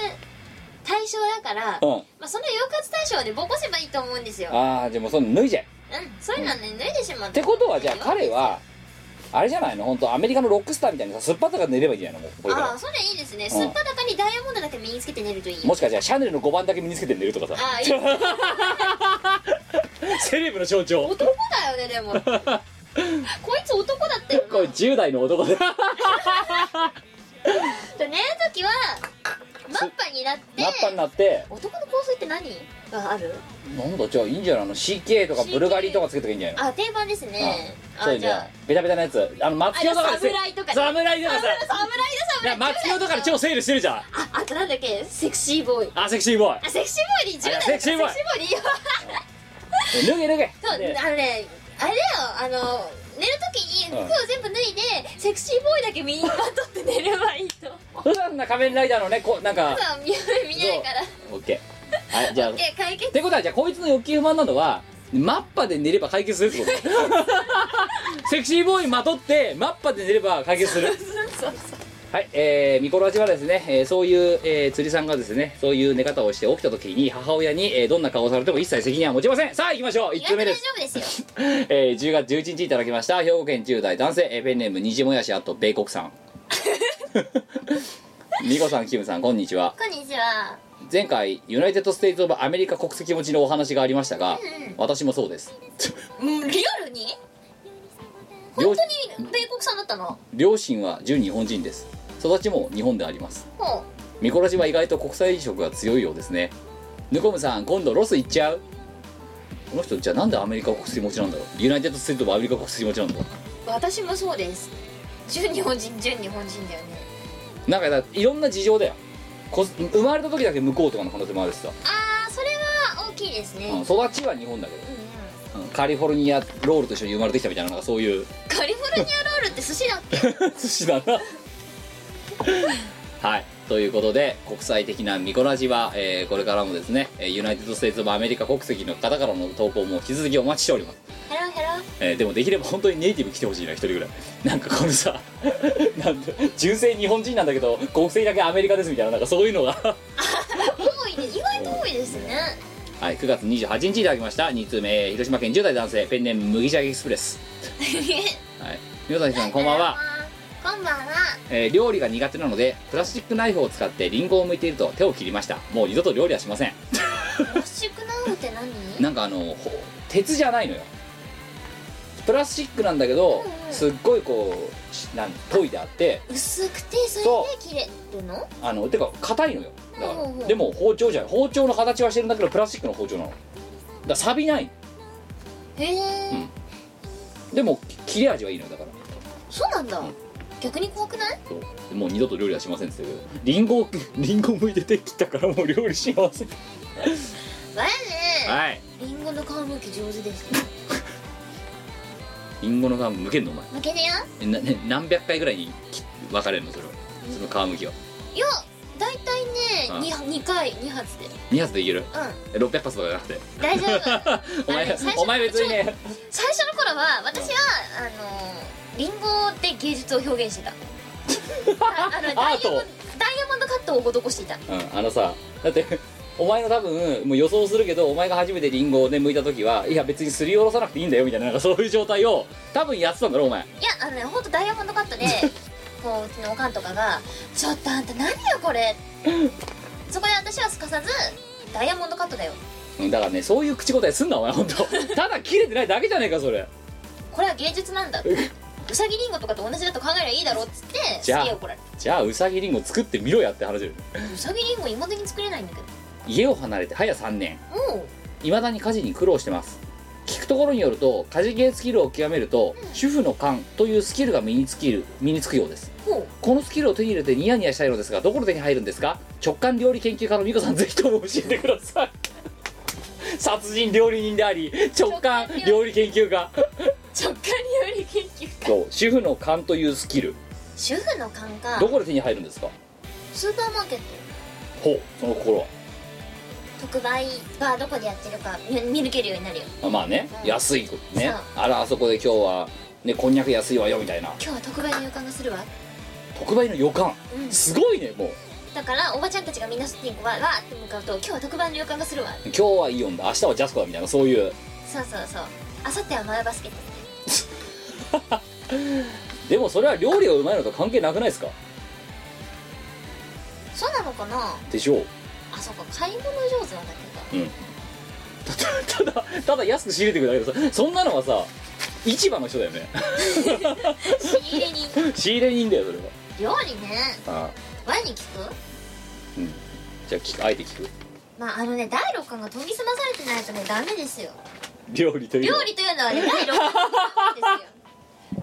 [SPEAKER 2] 対象だから、
[SPEAKER 1] うん
[SPEAKER 2] まあ、その抑圧対象でぼこせばいいと思うんですよ
[SPEAKER 1] ああじゃあもうその脱いじゃえ
[SPEAKER 2] うんそういうのはね脱いでしまう
[SPEAKER 1] ってことはじゃあ彼はあれじゃないの本当アメリカのロックスターみたいにさすっぱだから寝ればいいんじゃないのもうこれか
[SPEAKER 2] ああ
[SPEAKER 1] ら
[SPEAKER 2] それいいですね
[SPEAKER 1] ん
[SPEAKER 2] すっぱだかにダイヤモンドだけ身につけて寝るといい
[SPEAKER 1] もしかしたらシャネルの5番だけ身につけて寝るとかさ
[SPEAKER 2] ああいい
[SPEAKER 1] セレブの象徴
[SPEAKER 2] 男だよね でもこいつ男だったよ
[SPEAKER 1] これ10代の男で
[SPEAKER 2] で寝る時はマッパになって
[SPEAKER 1] なったになって
[SPEAKER 2] 男の香水って何がある
[SPEAKER 1] なんだじゃあいいんじゃないの CK とかブルガリとかつけとかいいんじゃないの
[SPEAKER 2] あ定番ですね
[SPEAKER 1] そ
[SPEAKER 2] あ
[SPEAKER 1] うじ
[SPEAKER 2] じゃ
[SPEAKER 1] ゃ
[SPEAKER 2] あ
[SPEAKER 1] ベタベタなやつあの松清とか
[SPEAKER 2] あれ侍とか
[SPEAKER 1] 侍とか
[SPEAKER 2] ね
[SPEAKER 1] さ
[SPEAKER 2] 侍だ
[SPEAKER 1] いや
[SPEAKER 2] 侍だ
[SPEAKER 1] 松清とかで超セールしてるじゃん
[SPEAKER 2] ああとなんだっけセクシーボーイ
[SPEAKER 1] あセクシーボーイ
[SPEAKER 2] あセクシーボーイに10代
[SPEAKER 1] あセクシーボーイ
[SPEAKER 2] セクシーボーイに言わ
[SPEAKER 1] え脱げ脱げ
[SPEAKER 2] そう
[SPEAKER 1] で
[SPEAKER 2] あのねあれだよあの寝る時に服を全部脱いで、セクシーボーイだけ身にまとって寝ればいいと思う
[SPEAKER 1] 普段な仮面ライダーのねこうなんか
[SPEAKER 2] そう見見ないから
[SPEAKER 1] オッケーはいじゃあ
[SPEAKER 2] オッケー解決
[SPEAKER 1] ってことはじゃあこいつの欲求不満なのはマッパで寝れば解決するってこと セクシーボーイまとってマッパで寝れば解決する
[SPEAKER 2] そうそう
[SPEAKER 1] はいえー、ミコラジはですね、えーそういう、えー釣りさんがですねそういう寝方をして起きた時に母親に、えーどんな顔をされても一切責任は持ちませんさあ行きましょう1通目です
[SPEAKER 2] 大丈夫ですよ
[SPEAKER 1] えー10月11日いただきました兵庫県10代男性えーペンネームにじもやしあと米国さ んミコさんキムさんこんにちは
[SPEAKER 2] こんにちは
[SPEAKER 1] 前回ユナイテッド・ステイツ・オブ・アメリカ国籍持ちのお話がありましたが、
[SPEAKER 2] うん
[SPEAKER 1] 私もそうです
[SPEAKER 2] うんリアルに
[SPEAKER 1] 両
[SPEAKER 2] 本当に米国産だったの
[SPEAKER 1] 両親は純日本人です育ちも日本であります
[SPEAKER 2] ほう
[SPEAKER 1] ミコラジは意外と国際移植が強いようですねヌコムさん今度ロス行っちゃうこの人じゃあなんでアメリカ国籍持ちなんだろうユナイテッド・ステイツ・オブ・アメリカ国籍持ちなんだろう
[SPEAKER 2] 私もそうです純日本人純日本人だよね
[SPEAKER 1] なんかだからいろんな事情だよこ生まれた時だけ向こうとかの可能性もあるしさ、
[SPEAKER 2] ああそれは大きいですね
[SPEAKER 1] うん育ちは日本だけど、うんカリフォルニアロールと一緒に生まれてきたみたいななんかそういう
[SPEAKER 2] カリフォルニアロールって寿司だっけ
[SPEAKER 1] 寿司だなはいということで国際的なミコラジは、えーこれからもですねえーユナイテッド・ステーツ・オブ・アメリカ国籍の方からの投稿も引き続きお待ちしております、
[SPEAKER 2] ヘロヘロ
[SPEAKER 1] えーでもできれば本当にネイティブ来てほしいな一人ぐらいなんかこのさ なんて純正日本人なんだけど国籍だけアメリカですみたいななんかそういうのが
[SPEAKER 2] 多いね意外と多いですね
[SPEAKER 1] はい9月28日いただきました2通目えー広島県10代男性ペンネーム麦茶エクスプレスはい皆さんさんこんばんは
[SPEAKER 14] こんばんは
[SPEAKER 1] えー料理が苦手なのでプラスチックナイフを使ってリンゴを剥いていると手を切りましたもう二度と料理はしません
[SPEAKER 14] プラスチックナイフって何
[SPEAKER 1] なんかあのほ鉄じゃないのよプラスチックなんだけどすっごいこうしなん研いであって
[SPEAKER 14] 薄くて
[SPEAKER 1] そ
[SPEAKER 14] それで切れるの
[SPEAKER 1] あのてか硬いのよだか
[SPEAKER 14] ほうほ
[SPEAKER 1] ら
[SPEAKER 14] う
[SPEAKER 1] でも包丁じゃない包丁の形はしてるんだけどプラスチックの包丁なのだから錆びない
[SPEAKER 2] へえ、
[SPEAKER 1] でもき切れ味はいいのよだから
[SPEAKER 2] そうなんだ逆に怖くない
[SPEAKER 1] そうもう二度と料理はしませんって言ってたけどリンゴをリンゴを剥いててきたからもう料理しません
[SPEAKER 2] わね
[SPEAKER 1] はい
[SPEAKER 2] リンゴの皮むき上手です
[SPEAKER 1] リンゴの皮剥けんのお前
[SPEAKER 2] 負けねや
[SPEAKER 1] えな、ね、何百回ぐらいに切分かれるのそれはその皮むきはい
[SPEAKER 2] や大体
[SPEAKER 1] あ
[SPEAKER 2] ね
[SPEAKER 1] あ
[SPEAKER 2] 2, 二回2発で
[SPEAKER 1] 2発でいける
[SPEAKER 2] う
[SPEAKER 1] え600発とかじゃなくて
[SPEAKER 2] ん大丈 夫
[SPEAKER 1] お
[SPEAKER 2] あれ
[SPEAKER 1] 前
[SPEAKER 2] 最初
[SPEAKER 1] お前別にね
[SPEAKER 2] 最初の頃は私はあのリンゴで芸術を表現してたああのダ イ
[SPEAKER 1] ア
[SPEAKER 2] ヤ
[SPEAKER 1] ート
[SPEAKER 2] モンダイヤモンドカットを施していた
[SPEAKER 1] うん、あのさだってお前の多分もう予想するけどお前が初めてリンゴをね剥いた時はいや別にすりおろさなくていいんだよみたいななんかそういう状態を多分やってたんだろお前
[SPEAKER 2] いやあのねほんとダイヤモンドカ ットでこううちのおかんとかが「ちょっとあんた何よこれ」そこで私はすかさず「ダイヤモンドカットだよ
[SPEAKER 1] うんだからねそういう口答えすんなお前本 当ただ切れてないだけじゃねえかそれ
[SPEAKER 2] これは芸術なんだ」うさぎりんごとかと同じだと考えりゃいいだろうっつってす
[SPEAKER 1] じゃあ
[SPEAKER 2] げえ怒られ
[SPEAKER 1] じゃあうさぎリンゴ作ってみろやって話だよ
[SPEAKER 2] るうさぎりんごいまだに作れないんだけど
[SPEAKER 1] 家を離れて早3年
[SPEAKER 2] もう
[SPEAKER 1] いまだに家事に苦労してます聞くところによると家事系スキルを極めると主婦の勘というスキルが身につきる身につくようです
[SPEAKER 2] ほ
[SPEAKER 1] このスキルを手に入れてニヤニヤしたいのですがどこで手に入るんですか直感料理研究家の美子さんぜひとも教えてくだ さい殺人料理人であり直感料理研究家
[SPEAKER 2] 直感料理研究
[SPEAKER 1] そう主婦の勘というスキル
[SPEAKER 2] 主婦の勘か
[SPEAKER 1] どこで手に入るんですか
[SPEAKER 2] スーパーマーケッ
[SPEAKER 1] ほうその心は
[SPEAKER 2] ト特売がどこでやってるか見見抜けるようになるよ
[SPEAKER 1] あまあね
[SPEAKER 2] うん
[SPEAKER 1] 安いことね
[SPEAKER 2] そう
[SPEAKER 1] あらあそこで今日はねこんにゃく安いわよみたいな
[SPEAKER 2] 今日は特売の予感がするわ
[SPEAKER 1] 特売の予感
[SPEAKER 2] うん
[SPEAKER 1] すごいねもう
[SPEAKER 2] だからおばちゃんたちがみんなスティングはわーって向かうと今日は特売の予感がするわ
[SPEAKER 1] 今日はイオンだ明日はジャスコだみたいなそういう
[SPEAKER 2] そうそうそうあさってはマヨバスケット
[SPEAKER 1] でもそれは料理がうまいのと関係なくないですか
[SPEAKER 2] そうなのかな
[SPEAKER 1] でしょう
[SPEAKER 2] あそうか買い物上手なんだけど
[SPEAKER 1] うんたただただ安く仕入れてくるだけどさそんなのはさ市場の人だよね
[SPEAKER 2] 仕入れに
[SPEAKER 1] 仕入れ人だよそれは
[SPEAKER 2] 料理ね
[SPEAKER 1] ああ
[SPEAKER 2] ワに聞く
[SPEAKER 1] じゃあ聞くあえて聞く
[SPEAKER 2] まああのね第六感が研ぎ澄まされてないとねダメですよ
[SPEAKER 1] 料理というの
[SPEAKER 2] 料
[SPEAKER 1] は
[SPEAKER 2] 理というのはね第六感なんですよ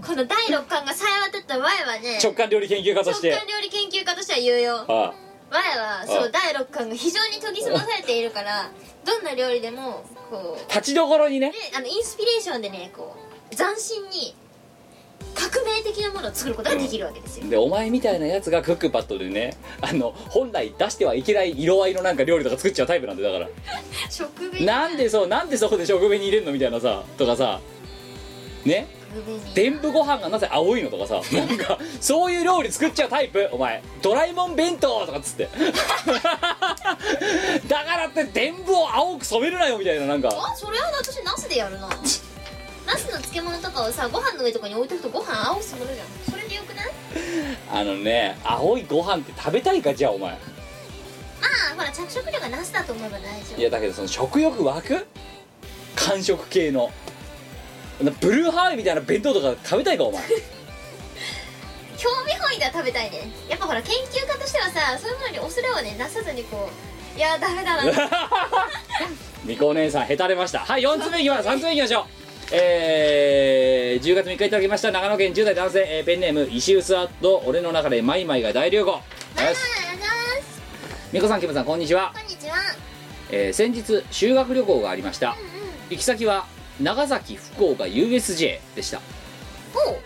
[SPEAKER 2] この第六感がさえ渡ったワイはね
[SPEAKER 1] 直感料理研究家と
[SPEAKER 2] 直
[SPEAKER 1] して
[SPEAKER 2] 感料理研究家としては有用
[SPEAKER 1] ああ
[SPEAKER 2] 前はそ
[SPEAKER 1] あ
[SPEAKER 2] う第六感が非常に研ぎ澄まされているから どんな料理でもこう
[SPEAKER 1] 立ちどころにね
[SPEAKER 2] であのインスピレーションでねこう斬新に革命的なものを作ることができるわけですよ、
[SPEAKER 1] でお前みたいなやつがクックパッドでねあの本来出してはいけない色合いのなんか料理とか作っちゃうタイプなんでだから
[SPEAKER 2] 食紅
[SPEAKER 1] なんでそうなんでそこで食紅に入れるのみたいなさとかさね
[SPEAKER 2] 食紅
[SPEAKER 1] 全部ご飯がなぜ青いのとかさなんかそういう料理作っちゃうタイプお前ドラえもん弁当とかっつって だからって全部を青く染めるなよみたいななんか
[SPEAKER 2] あそれは私ナスでやるなナスの漬物とかをさご飯の上とかに置いておくとご飯青く染まるじゃんそれでよくない
[SPEAKER 1] あのね青いご飯って食べたいかじゃあお前
[SPEAKER 2] まあほら着色料がナスだと思えば大丈
[SPEAKER 1] いやだけどその食欲湧く完食系のブルーハワイみたいな弁当とか食べたいかお前
[SPEAKER 2] 夫興味本位では食べたいねやっぱほら研究家としてはさそういうものに恐れをねなさずにこういやダメだな
[SPEAKER 1] みこお姉さんへたれましたはい4つ目いきます3つ目いきましょうえー10月3日いただきました長野県10代男性、えーペンネーム石臼アット俺の中でマイマイが大流行みこさんキムさんこんにちは
[SPEAKER 2] こんにちは
[SPEAKER 1] えー先日修学旅行がありました、行き先は長崎福岡 USJ でした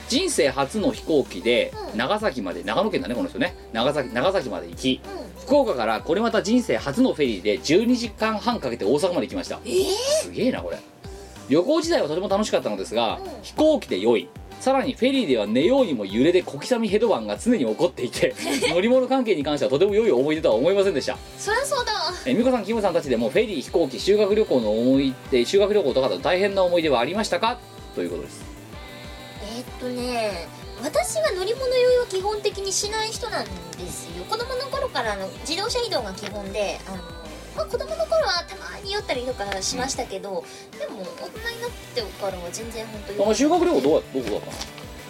[SPEAKER 1] 人生初の飛行機で長崎まで長野県だねこの人ね長崎長崎まで行き、福岡からこれまた人生初のフェリーで12時間半かけて大阪まで行きました、すげえなこれ旅行時代はとても楽しかったのですが、飛行機で良いさらにフェリーでは寝ようにも揺れで小刻みヘドバンが常に起こっていて 乗り物関係に関してはとても良い思い出とは思いませんでした
[SPEAKER 2] そりゃそうだわ
[SPEAKER 1] えー美子さんキムさんたちでもフェリー飛行機修学旅行の思い出修学旅行とかだと大変な思い出はありましたかということです
[SPEAKER 2] えーっとね私は乗り物酔いを基本的にしない人なんですよ子供の頃からあの自動車移動が基本であの、まあ、子供の頃はたまに酔ったりとかしましたけど、でも大人になってからは全然本当に
[SPEAKER 1] あ修学旅行どうやどこだったの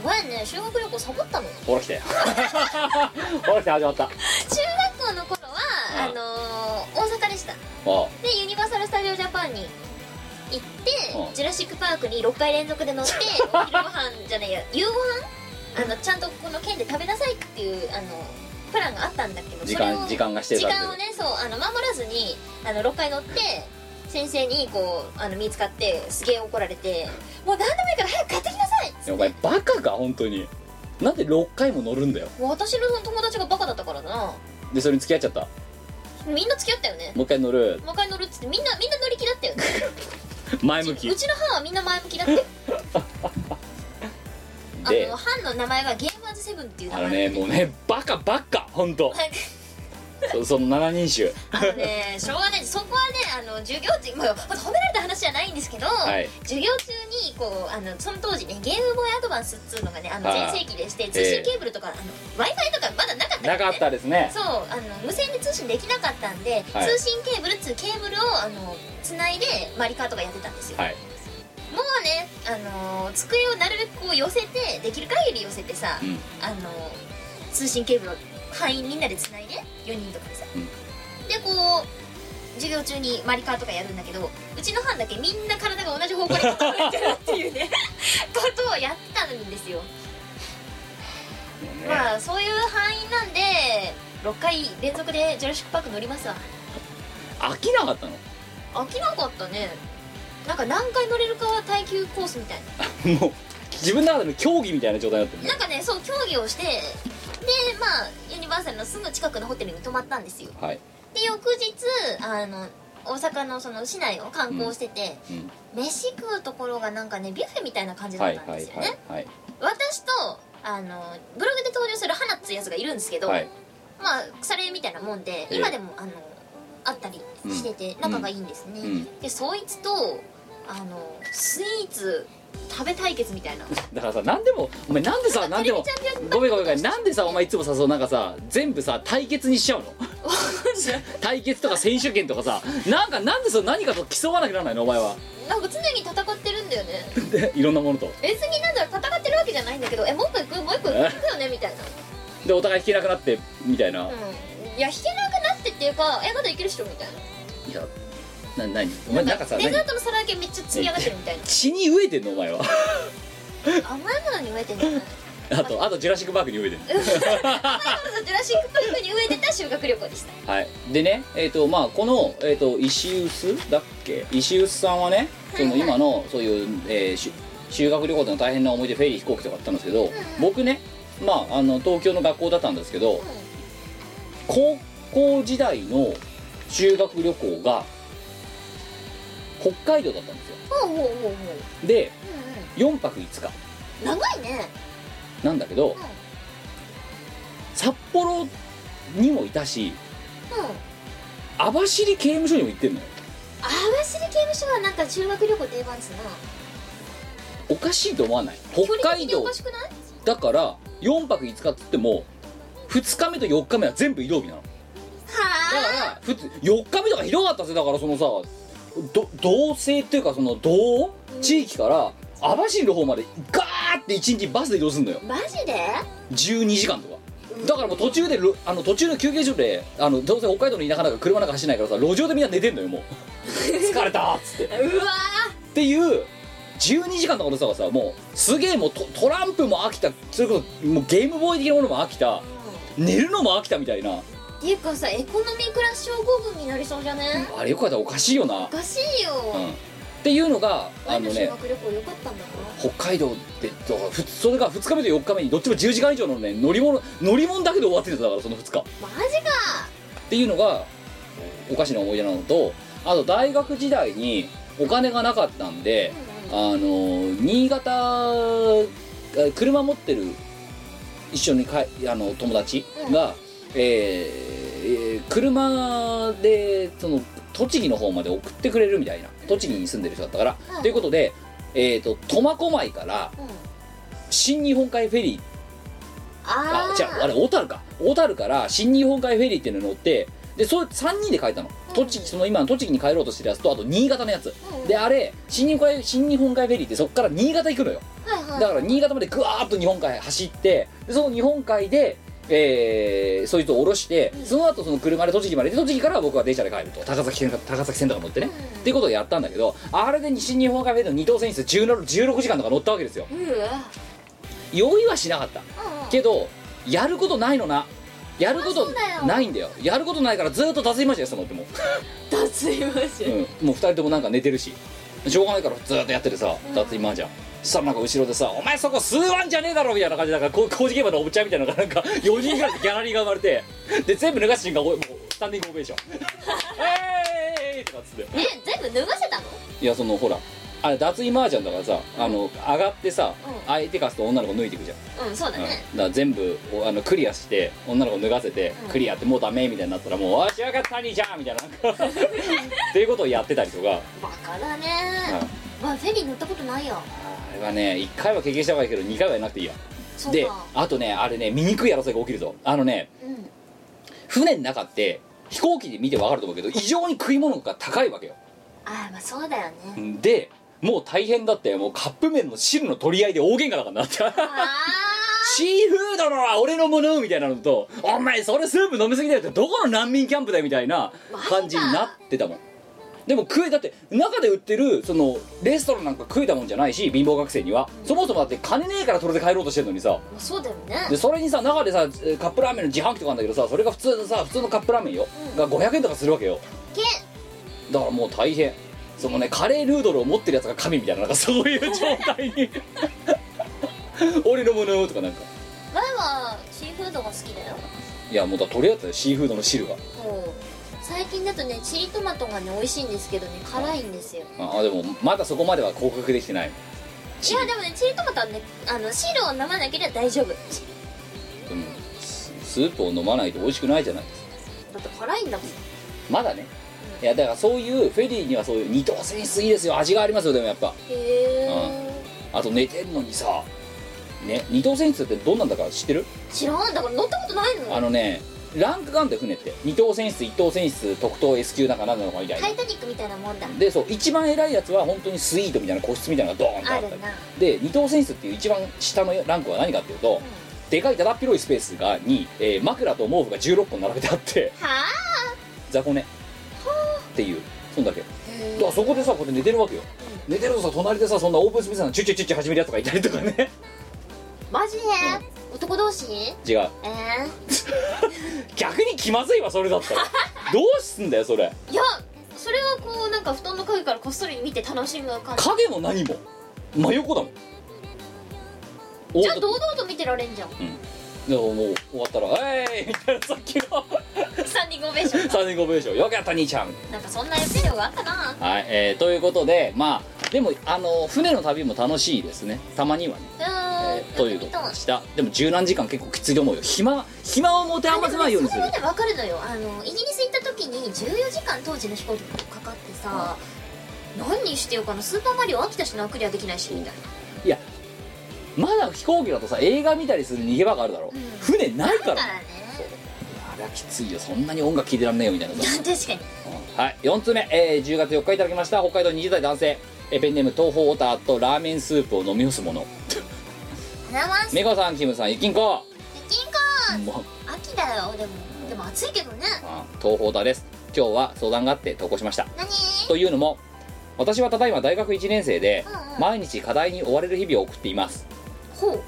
[SPEAKER 2] お前ね修学旅行サボったの
[SPEAKER 1] ほら 来たよほら来た始まったあ
[SPEAKER 2] 中学校の頃は、
[SPEAKER 1] うん
[SPEAKER 2] あのー大阪でした
[SPEAKER 1] あ
[SPEAKER 2] でユニバーサル・スタジオ・ジャパンに行って、
[SPEAKER 1] うん
[SPEAKER 2] ジュラシック・パークに6回連続で 乗ってお昼ご飯じゃないや夕ご飯あのちゃんとこの県で食べなさいっていうあのプランがあったんだけど
[SPEAKER 1] 時間
[SPEAKER 2] それを
[SPEAKER 1] 時間がして
[SPEAKER 2] 時
[SPEAKER 1] たって
[SPEAKER 2] 間をねそうあの守らずにあの6回乗って先生にこうあの見つかってすげえ怒られて「もう何でもいいから早く帰ってきなさい!」
[SPEAKER 1] いやお前バカか本当になんで6回も乗るんだよ
[SPEAKER 2] もう私の友達がバカだったからだな
[SPEAKER 1] でそれに付き合っちゃった
[SPEAKER 2] みんな付き合ったよね
[SPEAKER 1] もう一回乗る
[SPEAKER 2] もう一回乗るっつってみんなみんな乗り気だったよね
[SPEAKER 1] 前向き
[SPEAKER 2] うちの班はみんな前向きだったよあ
[SPEAKER 1] で
[SPEAKER 2] の班の名前はゲーマーズセブンっていう名
[SPEAKER 1] あのね
[SPEAKER 2] 前
[SPEAKER 1] もうねバカバカ本当
[SPEAKER 2] はい
[SPEAKER 1] そその7人衆
[SPEAKER 2] あのねしょうがないですそこはねあの授業中、まあ、褒められた話じゃないんですけど、
[SPEAKER 1] はい
[SPEAKER 2] 授業中にこうあのその当時ねゲームボーイアドバンスっつうのがねあの
[SPEAKER 1] あー
[SPEAKER 2] 全盛期でして通信ケーブルとか、あの w i f i とかまだなかった
[SPEAKER 1] なかったですね
[SPEAKER 2] そうあの無線で通信できなかったんで、
[SPEAKER 1] はい
[SPEAKER 2] 通信ケーブルっつうケーブルをあの繋いでマリカーとかやってたんですよ、
[SPEAKER 1] はい
[SPEAKER 2] もうね、あのー机をなるべくこう寄せてできる限り寄せてさ、
[SPEAKER 1] うん
[SPEAKER 2] あのー通信ケーブルを範囲みんなでつないで4人とかでさ、
[SPEAKER 1] うん
[SPEAKER 2] でこう授業中にマリカーとかやるんだけどうちの班だけみんな体が同じ方向に傾いてるっていうね ことをやってたんですよ、まあそういう範囲なんで6回連続でジュラシック・パーク乗りますわ
[SPEAKER 1] 飽きなかったの
[SPEAKER 2] 飽きなかったねなんか何回乗れるかは耐久コースみたいな
[SPEAKER 1] もう自分の中での競技みたいな状態になってるね
[SPEAKER 2] なんかねそう競技をしてでまあユニバーサルのすぐ近くのホテルに泊まったんですよ
[SPEAKER 1] はい、
[SPEAKER 2] で翌日あの大阪のその市内を観光してて、
[SPEAKER 1] うん、
[SPEAKER 2] 飯食うところがなんかねビュッフェみたいな感じだ
[SPEAKER 1] は
[SPEAKER 2] っ
[SPEAKER 1] い
[SPEAKER 2] たん
[SPEAKER 1] は
[SPEAKER 2] で
[SPEAKER 1] い
[SPEAKER 2] すよね、
[SPEAKER 1] はいはい
[SPEAKER 2] 私とあのブログで登場する花っつうやつがいるんですけど、
[SPEAKER 1] はい
[SPEAKER 2] まあ腐れみたいなもんで
[SPEAKER 1] ええ
[SPEAKER 2] 今でもあの会ったりしてて
[SPEAKER 1] うん
[SPEAKER 2] 仲がいいんですね、
[SPEAKER 1] うん
[SPEAKER 2] でそいつとあのスイーツ食べ対決みたい な
[SPEAKER 1] だからさ何でもお前なんでさ何でも
[SPEAKER 2] テレビチャンピオン
[SPEAKER 1] ごめんごめんごめんなんでさお前いつもさそうなんかさ全部さ対決にしち ゃうの対決とか選手権とかさなんかなんでそう何かと競わなきゃならないのお前は
[SPEAKER 2] なんか常に戦ってるんだよね
[SPEAKER 1] でいろんなものと
[SPEAKER 2] 別になんだろう戦ってるわけじゃないんだけどえもう一個行くもう一個行く行くよねみたいな
[SPEAKER 1] でお互い引けなくなってみたいな、
[SPEAKER 2] うんいや引けなくなってっていうかえまだいけるっしょみたい
[SPEAKER 1] いやな何お
[SPEAKER 2] な
[SPEAKER 1] 前なんかさ
[SPEAKER 2] デザ
[SPEAKER 1] 何
[SPEAKER 2] ートの皿だけめっちゃ積み上がってるみたいな
[SPEAKER 1] 血に飢えてんのお前は
[SPEAKER 2] 甘いものに飢えてんじゃない
[SPEAKER 1] あとあとジュラシック・パークに飢えてる
[SPEAKER 2] 甘いものジュラシック・パークに飢えてた修学旅 行でした
[SPEAKER 1] はい、でね、えーとまあ、この、えー、と石臼だっけ石臼さんはねその今のそういう、えーし修学旅行での大変な思い出フェリー飛行機とかあったんですけど、僕ね、まあ、あの東京の学校だったんですけど、高校時代の修学旅行が北海道だったんですよ
[SPEAKER 2] ほうほうほうほ
[SPEAKER 1] で
[SPEAKER 2] うう
[SPEAKER 1] 4泊5日
[SPEAKER 2] んうん長いね
[SPEAKER 1] なんだけど、札幌にもいたし
[SPEAKER 2] うん
[SPEAKER 1] 網走刑務所にも行ってんのよ
[SPEAKER 2] 網走刑務所はなんか修学旅行定番ですな
[SPEAKER 1] おかしいと思わない北海
[SPEAKER 2] 距離的にお
[SPEAKER 1] 道
[SPEAKER 2] かしくない
[SPEAKER 1] だから4泊5日っつっても2日目と4日目は全部移動日なの
[SPEAKER 2] はあ
[SPEAKER 1] 普通4日目とかひどかったぜだからそのさど同性っていうかその同地域から網走の方までガーって1日バスで移動すんのよ
[SPEAKER 2] マジで
[SPEAKER 1] 12時間とかだからもう途中でろあの途中の休憩所であのどうせ北海道の田舎なんか車なんか走らないからさ路上でみんな寝てんのよもう疲れたっつって
[SPEAKER 2] うわ
[SPEAKER 1] っていう12時間とかのささもうすげえもうトトランプも飽きたそれこそもうゲームボーイ的なものも飽きた寝るのも飽きたみたいな
[SPEAKER 2] っていうかさエコノミークラス症候群になりそうじゃね
[SPEAKER 1] あれよかったらおかしいよな
[SPEAKER 2] おかしいよ、
[SPEAKER 1] うんっていうのがあの
[SPEAKER 2] 前
[SPEAKER 1] ね
[SPEAKER 2] の修学旅行良かったんだか
[SPEAKER 1] 北海道ってだからふつそれが2日目と4日目にどっちも10時間以上のね乗り物乗り物だけで終わってるんだからその2日っ
[SPEAKER 2] らマジか
[SPEAKER 1] ていうのがおかしな思い出なのとあと大学時代にお金がなかったんで、あの新潟え車持ってる一緒にかいあの友達が、えーえー車でその栃木の方まで送ってくれるみたいな栃木に住んでる人だったから、
[SPEAKER 11] うん
[SPEAKER 1] ということで、えー、と苫小牧から新日本海フェリー
[SPEAKER 11] あ
[SPEAKER 1] あ
[SPEAKER 11] ー
[SPEAKER 1] 違うあれ小樽か小樽から新日本海フェリーっていうのに乗ってでそう3人で帰ったの栃木その今の栃木に帰ろうとしてるやつとあと新潟のやつ、であれ新日本海新日本海フェリーってそっから新潟行くのよ、だから新潟までぐわーっと日本海走ってでその日本海でえー、そいつを降ろして、その後その車で栃木まで行って栃木から僕は電車で帰ると高崎線か高崎線とか乗ってね、っていうことをやったんだけどあれで新日本海フェリーの2等船室16 16時間とか乗ったわけですよ
[SPEAKER 11] うわ
[SPEAKER 1] 用意はしなかった、けどやることないのなやることないんだよやることないからずーっと脱衣マシンやってたのってもう
[SPEAKER 11] 脱衣マシン
[SPEAKER 1] うんもう2人ともなんか寝てるししょうがないからずーっとやってるさ脱衣マージャンそしたらなんか後ろでさ「お前そこ吸わんじゃねえだろ」みたいな感じだからこう工事現場のおっちゃんみたいなのがなんか4人ぐらいでギャラリーが生まれてで全部脱がす瞬間おいもうスタンディングオベーション「えーい!」とかっつって
[SPEAKER 2] え全部脱がせたの
[SPEAKER 1] いやそのほらあれ脱衣マージャンだからさあの上がってさ相手かすと女の子脱いでいくじゃん
[SPEAKER 2] うんそうだ
[SPEAKER 1] うんだか
[SPEAKER 2] ね、
[SPEAKER 1] ら全部おあのクリアして女の子脱がせて、クリアってもうダメみたいになったらもう「わしわかったにじゃん!」 みたいななんかっていうことをやってたりとか、
[SPEAKER 2] バカだね
[SPEAKER 1] うん
[SPEAKER 2] まあフェリー乗ったことないよ
[SPEAKER 1] あれはね1回は経験した方がいいけど2回はやらなくていいや
[SPEAKER 2] そうか
[SPEAKER 1] であとねあれね醜い争いが起きるぞあのね
[SPEAKER 2] うん
[SPEAKER 1] 船の中って飛行機で見てわかると思うけど異常に食い物が高いわけよ
[SPEAKER 2] ああまあそうだよね
[SPEAKER 1] でもう大変だってもうカップ麺の汁の取り合いで大喧嘩だからなってシーフードのは俺のものみたいなのとお前それスープ飲みすぎだよってどこの難民キャンプだよみたいな感じになってたもんでも食えだって中で売ってるそのレストランなんか食えたもんじゃないし貧乏学生には、そもそもだって金ねえからそれで帰ろうとしてるのにさ
[SPEAKER 2] まあそうだよね
[SPEAKER 1] でそれにさ中でさカップラーメンの自販機とかあるんだけどさそれが普通のさ普通のカップラーメンよ、が500円とかするわけよ
[SPEAKER 2] け
[SPEAKER 1] だからもう大変そのねカレーヌードルを持ってるやつが神みたいななんかそういう状態に 俺のものとかなんか
[SPEAKER 2] 前はシーフードが好きだよ
[SPEAKER 1] いやもうだとりあえずシーフードの汁が
[SPEAKER 2] もう最近だとねチリトマトがね美味しいんですけどね辛いんですよ
[SPEAKER 1] ああでもまだそこまでは広告できてない
[SPEAKER 2] いやでもねチリトマトはねあの汁を飲まなければ大丈夫だっ
[SPEAKER 1] でもススープを飲まないと美味しくないじゃないですか
[SPEAKER 2] て辛いんだもん
[SPEAKER 1] まだねいやだからそういうフェリーにはそういう二等船室いいですよ味がありますよでもやっぱ
[SPEAKER 2] へ
[SPEAKER 1] あと寝てんのにさね二等船室ってどんなんだか知ってる
[SPEAKER 2] 知らんだから乗ったことないの
[SPEAKER 1] あのねランクがあんだよ船って二等船室一等船室特等 S 級なんかなんなのかみたいな
[SPEAKER 2] タイタニックみたいなもんだ
[SPEAKER 1] でそう一番偉いやつは本当にスイートみたいな個室みたいなのがドーンとあ
[SPEAKER 2] あ
[SPEAKER 1] った
[SPEAKER 2] る
[SPEAKER 1] り
[SPEAKER 2] な
[SPEAKER 1] で二等船室っていう一番下のランクは何かっていうと、でかいだだっ広いスペースがに、えー枕と毛布が16個並べてあって
[SPEAKER 2] は
[SPEAKER 1] 雑魚寝っていうそんだけだからそこでさこうやって寝てるわけよ、寝てるとさ隣でさそんなオープンスペースなのチュッチュッチュッチュ始めるやつとかいたりとかね
[SPEAKER 2] マジで男同士
[SPEAKER 1] 違う
[SPEAKER 2] ええ
[SPEAKER 1] 逆に気まずいわそれだったらどうすんだよそれ
[SPEAKER 2] いやそれはこうなんか布団の影からこっそり見て楽しむ感じ
[SPEAKER 1] 影も何も真横だもんお
[SPEAKER 2] じゃあ堂々と見てられんじゃん
[SPEAKER 1] でももう終わったら「えい!」みたいなさっきの
[SPEAKER 2] スタンディングオベーション
[SPEAKER 1] 3年後弁償よかった兄ちゃん
[SPEAKER 2] なんかそんな熱量があっ たな
[SPEAKER 1] はい、えーということでまあでもあの船の旅も楽しいですねたまにはね、
[SPEAKER 2] うーん
[SPEAKER 1] えーということでしたでも十何時間結構きついと思うよ暇暇を持て余さないようにす
[SPEAKER 2] そ
[SPEAKER 1] る
[SPEAKER 2] れもね分かるのよあのイギリス行った時に14時間当時の飛行機かかってさ、何してようかなスーパーマリオ飽きたしなクリアできないしみたい
[SPEAKER 1] いやまだ飛行機だとさ映画見たりする逃げ場があるだろ、船ないから
[SPEAKER 2] な
[SPEAKER 1] あれはきついよそんなに音楽聴いてらんねえよみたいなさ
[SPEAKER 2] な確かに
[SPEAKER 1] はい、4つ目、えー10月4日いただきました北海道20代男性えーペンネーム東方オタとラーメンスープを飲み干すもの
[SPEAKER 2] 花ます
[SPEAKER 1] メコさんキムさんゆきんこ
[SPEAKER 2] 金
[SPEAKER 1] もう
[SPEAKER 2] 庫秋だよでもでも暑いけどね
[SPEAKER 1] あ東方オタです今日は相談があって投稿しましたというのも私はただいま大学1年生で毎日課題に追われる日々を送っています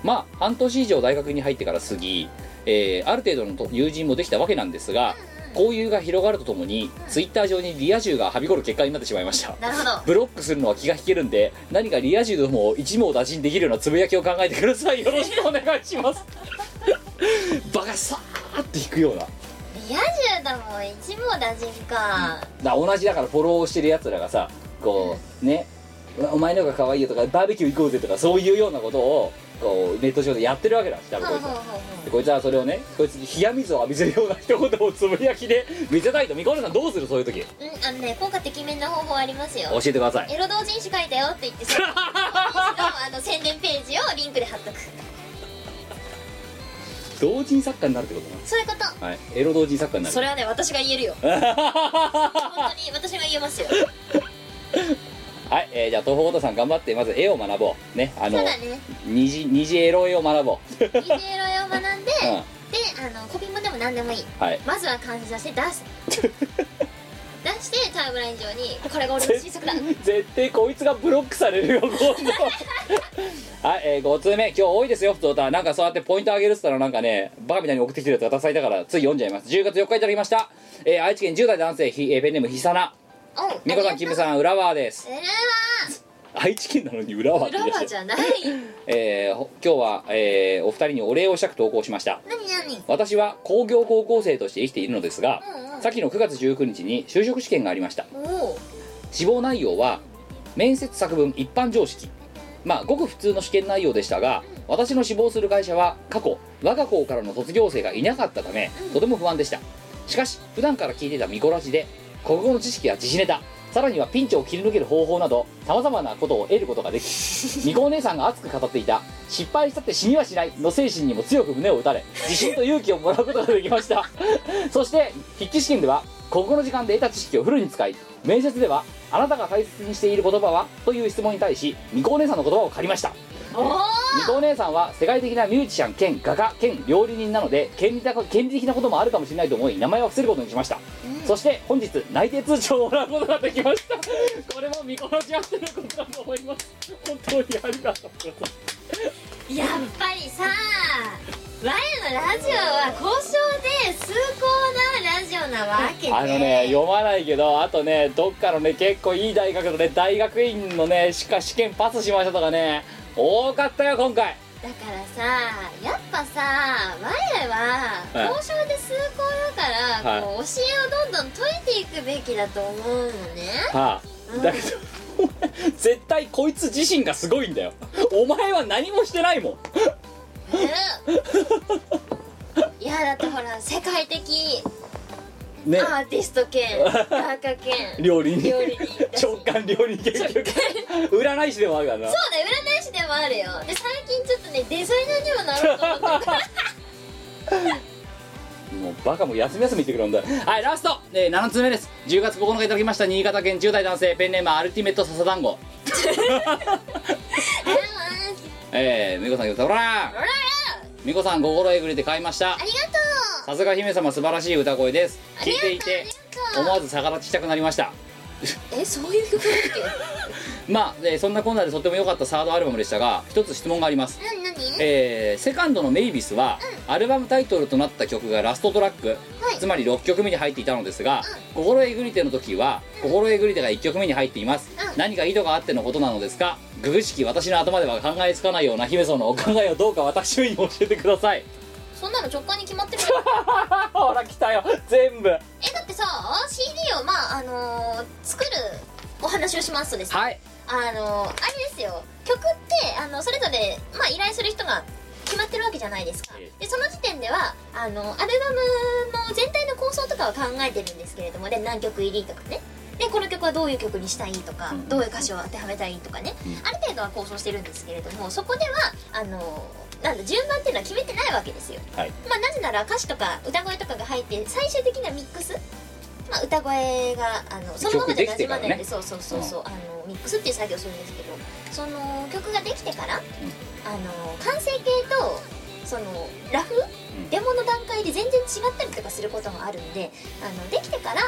[SPEAKER 1] まあ半年以上大学に入ってから過ぎ、えーある程度のと友人もできたわけなんですが交友が広がるとともにツイッター上にリア充がはびこる結果になってしまいました
[SPEAKER 15] なるほど
[SPEAKER 1] ブロックするのは気が引けるんで何かリア充でも一網打尽できるようなつぶやきを考えてくださいよろしくお願いし ますバカさーって引くようなだか
[SPEAKER 2] リア充だもん一網打尽か、
[SPEAKER 1] ら同じだからフォローしてるやつらがさこうねお前の方が可愛いよとかバーベキュー行こうぜとかそういうようなことをこうネット上でやってるわけだし多分こいつはでこいつはそれをねこいつに冷や水を浴びせるような一言をつぶやきで見せたいとみこねさんどうするそういう時教
[SPEAKER 2] うんあのね効果てきめんな方法ありますよ
[SPEAKER 1] えてください
[SPEAKER 2] エロ同人誌書いたよって言ってそのあの宣伝ページをリンクで貼っとく
[SPEAKER 1] 同人作家になるってこと
[SPEAKER 2] そういうこと
[SPEAKER 1] なはいエロ同人作家になる
[SPEAKER 2] それはね私が言えるよ本当に私が言えますよ
[SPEAKER 1] はい、えー、じゃあ東方太田さん頑張ってまず絵を学ぼうねあの
[SPEAKER 2] そうだね
[SPEAKER 1] 二次二次エロ絵を学 ぼう
[SPEAKER 2] 二次エロ絵を学んで、
[SPEAKER 1] うん
[SPEAKER 2] であのコピーもでも何でもいい、
[SPEAKER 1] はい
[SPEAKER 2] まずは漢字出して出す出してタイムライン上にこれが俺の新 作だ
[SPEAKER 1] 絶対こいつがブロックされるよ今度はい、えー、5通目今日多いですよ太田なんかそうやってポイントあげるっつったらなんかねバカみたいに送ってきてるやつが多彩だからつい読んじゃいます10月4日いただきました、えー、愛知県10代男性ひ、えーペンネームひさな
[SPEAKER 2] おう
[SPEAKER 1] みこさんキムさん浦和です
[SPEAKER 2] えら
[SPEAKER 1] 愛知県なのに浦和
[SPEAKER 2] わ
[SPEAKER 1] って
[SPEAKER 2] 裏
[SPEAKER 1] 言い出し
[SPEAKER 2] は
[SPEAKER 1] て
[SPEAKER 2] じゃない
[SPEAKER 1] えーほ今日は、えーお二人にお礼をしたく投稿しました
[SPEAKER 2] 何何
[SPEAKER 1] 私は工業高校生として生きているのですが、
[SPEAKER 2] うんうん
[SPEAKER 1] さっきの9月19日に就職試験がありました
[SPEAKER 2] おう
[SPEAKER 1] 志望内容は面接作文一般常識まあごく普通の試験内容でしたが私の志望する会社は過去我が校からの卒業生がいなかったためとても不安でしたしかし普段から聞いてたミコラジで国語の知識や時事ネタさらにはピンチを切り抜ける方法などさまざまなことを得ることができみこお姉さんが熱く語っていた「失敗したって死にはしない」の精神にも強く胸を打たれ自信と勇気をもらうことができましたそして筆記試験では国語の時間で得た知識をフルに使い面接では「あなたが大切にしている言葉は?」という質問に対しみこお姉さんの言葉を借りました
[SPEAKER 2] おお
[SPEAKER 1] みこお姉さんは世界的なミュージシャン兼画家兼料理人なので権利的権利的なこともあるかもしれないと思い名前は伏せることにしました、そして本日内定通知をもらうことができましたこれもみこの幸せのことだと思います本当にありがとうございます
[SPEAKER 2] やっぱりさ我のラジオは交渉で崇高なラジオなわけで
[SPEAKER 1] あのね読まないけどあとねどっかのね結構いい大学のね大学院のねしか試験パスしましたとかね多かったよ今回
[SPEAKER 2] だからさやっぱさ我は
[SPEAKER 1] はい
[SPEAKER 2] 交渉で崇高だから、
[SPEAKER 1] はい
[SPEAKER 2] こう教えをどんどん解いていくべきだと思うのね
[SPEAKER 1] はあだけどお前絶対こいつ自身がすごいんだよお前は何もしてないもん
[SPEAKER 2] いやだってほら世界的
[SPEAKER 1] ね
[SPEAKER 2] アーティスト兼 画家兼
[SPEAKER 1] 料理人
[SPEAKER 2] 料理人だし
[SPEAKER 1] 直感料理研究家占い師でもあるから
[SPEAKER 2] そ
[SPEAKER 1] な
[SPEAKER 2] うだよ占い師でもあるよで最近ちょっとねデザイナーにもなろうと思ってるから
[SPEAKER 1] もうバカも休み休み言ってくるんだはいラスト、えー、7つ目です10月9日いただきました新潟県10代男性ペンネームアルティメット笹団子えー、みこさんよろら
[SPEAKER 2] ほら
[SPEAKER 1] みこさん心えぐれて買いました
[SPEAKER 2] ありがとう
[SPEAKER 1] さすが姫様素晴らしい歌声です
[SPEAKER 2] あ
[SPEAKER 1] 聞い
[SPEAKER 2] りがとう
[SPEAKER 1] ていて
[SPEAKER 2] ありがとう
[SPEAKER 1] 思わず逆立ちしたくなりました
[SPEAKER 2] えそういう曲だっ
[SPEAKER 1] まあ、えーそんなこんなでとっても良かったサードアルバムでしたが一つ質問があります
[SPEAKER 2] け何何
[SPEAKER 1] えーセカンドの「メイビスは」アルバムタイトルとなった曲がラストトラック、つまり6曲目に入っていたのですが「心えぐりて」の時は「心えぐりて」が1曲目に入っています、何か意図があってのことなのですかググ式私の頭では考えつかないような姫様のお考えをどうか私に教えてください
[SPEAKER 2] そんなの直感に決まってるよ
[SPEAKER 1] ほら来たよ全部
[SPEAKER 2] えだってさ CD をまああのー作るお話をしますとですね
[SPEAKER 1] はい
[SPEAKER 2] あのーあれですよ曲ってあのそれぞれ、まあ、依頼する人が決まってるわけじゃないですかでその時点ではあのアルバムの全体の構想とかは考えてるんですけれどもで何曲入りとかねでこの曲はどういう曲にしたいとか、どういう歌詞を当てはめたいとかね、ある程度は構想してるんですけれどもそこではあのーなんだ順番っていうのは決めてないわけですよ
[SPEAKER 1] はい
[SPEAKER 2] まあ、なぜなら歌詞とか歌声とかが入って最終的なミックス、まあ、歌声があのそのままでなじまないんで
[SPEAKER 1] 曲できてからね
[SPEAKER 2] そうそうそうそう、あのミックスっていう作業をするんですけどその曲ができてから、あの完成形とそのラフ、デモの段階で全然違ったりとかすることもあるんであのできてから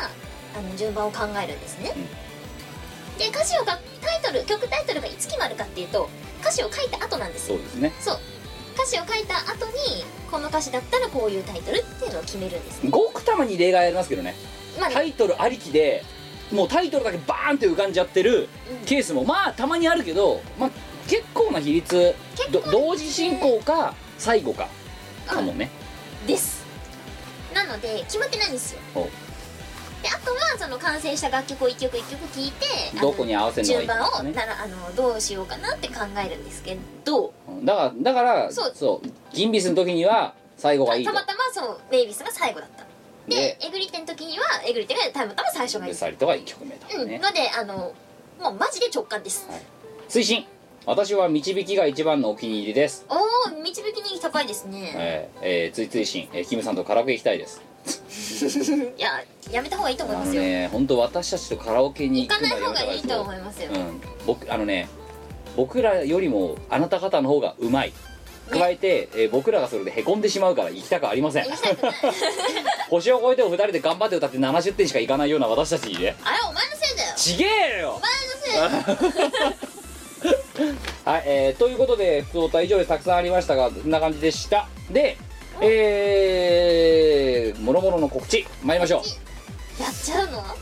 [SPEAKER 2] あの順番を考えるんですね、で歌詞をがタイトル曲タイトルがいつ決まるかっていうと歌詞を書いた後なんです
[SPEAKER 1] そうですね
[SPEAKER 2] そう歌詞を書いた後にこの歌詞だったらこういうタイトルっていうのを決めるんです
[SPEAKER 1] ごくたまに例外ありますけどね
[SPEAKER 2] まあね
[SPEAKER 1] タイトルありきでもうタイトルだけバーンって浮かんじゃってるケースもまあたまにあるけど、まあ、結構な比率ど同時進行か最後かかもね
[SPEAKER 2] ですなので決まってないんですよ
[SPEAKER 1] お
[SPEAKER 2] であとはその完成した楽曲を一曲一曲聴いてあの
[SPEAKER 1] どこに合わせるのがい
[SPEAKER 2] 順
[SPEAKER 1] いか
[SPEAKER 2] 番
[SPEAKER 1] と
[SPEAKER 2] を
[SPEAKER 1] かね
[SPEAKER 2] ならあのどうしようかなって考えるんですけど
[SPEAKER 1] だからだから
[SPEAKER 2] そう
[SPEAKER 1] ギンビスの時には最後がいいと
[SPEAKER 2] たまたまそのメイビスが最後だったで
[SPEAKER 1] で
[SPEAKER 2] えぐり手の時にはえぐり手がたまたま最初がい
[SPEAKER 1] ベ
[SPEAKER 2] い
[SPEAKER 1] サリトが1曲目と
[SPEAKER 2] うんのであのもうマジで直感です、
[SPEAKER 1] 推進私は導きが一番のお気に入りです
[SPEAKER 2] おお導き人気高いですね、
[SPEAKER 1] えーえー、ついついしん、えーキムさんとカラオケ行きたいです
[SPEAKER 2] いややめた方がいいと思い
[SPEAKER 1] あ
[SPEAKER 2] ま
[SPEAKER 1] の
[SPEAKER 2] すよ、
[SPEAKER 1] ね本当私たちとカラオケに
[SPEAKER 2] 行
[SPEAKER 1] 行
[SPEAKER 2] か
[SPEAKER 1] くの
[SPEAKER 2] な
[SPEAKER 1] はい
[SPEAKER 2] 方がいいと思
[SPEAKER 1] い
[SPEAKER 2] いますよ、
[SPEAKER 1] うん僕あのね僕らよりもあなた方の方がうまい加えて、えー僕らがそれでへこんでしまうから行きたくありません星を超えてを2人で頑張って歌って70点しかいかないような私たちにね
[SPEAKER 2] あれお前のせいだよ
[SPEAKER 1] ちげえよ
[SPEAKER 2] お前のせい
[SPEAKER 1] はい、えーということで普通歌以上でたくさんありましたがこんな感じでしたでえー、もろもろの告知参りましょう
[SPEAKER 2] やっちゃうのは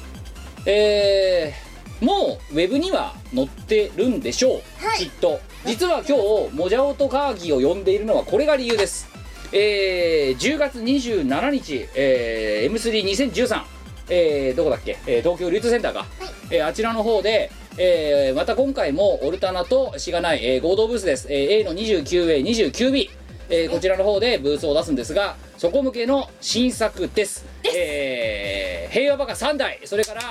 [SPEAKER 1] えーもうウェブには載ってるんでしょう、きっと実は今日モジャオとカーギーを呼んでいるのはこれが理由ですえー10月27日、えー M32013、えーどこだっけ、えー東京流通センターか、えーあちらの方で、えーまた今回もオルタナとしがない、えー合同ブースです、えー A の 29A29B、えーこちらの方でブースを出すんですがそこ向けの新作ですえー平和バカ3台それから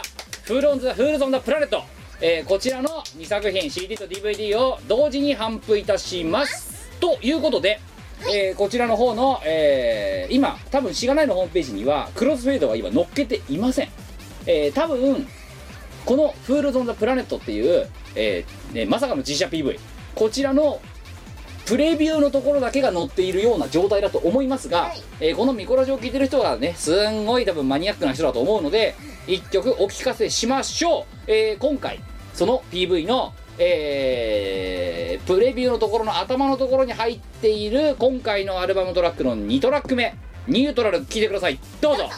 [SPEAKER 1] フールオンズ・フールズ・オン・ザ・プラネット、えーこちらの2作品 CD と DVD を同時に頒布いたしますということで、えーこちらの方の、えー今多分しがないのホームページにはクロスフェードは今載っけていません、えー多分この「フールズ・オン・ザ・プラネット」っていう、えーねまさかの実写 PV こちらのプレビューのところだけが載っているような状態だと思いますが、えーこのミコラジを聞いてる人はねすんごい多分マニアックな人だと思うので1曲お聴かせしましょう、えー今回その PV の、えープレビューのところの頭のところに入っている今回のアルバムトラックの2トラック目「ニュートラル」聴いてくださいどうぞ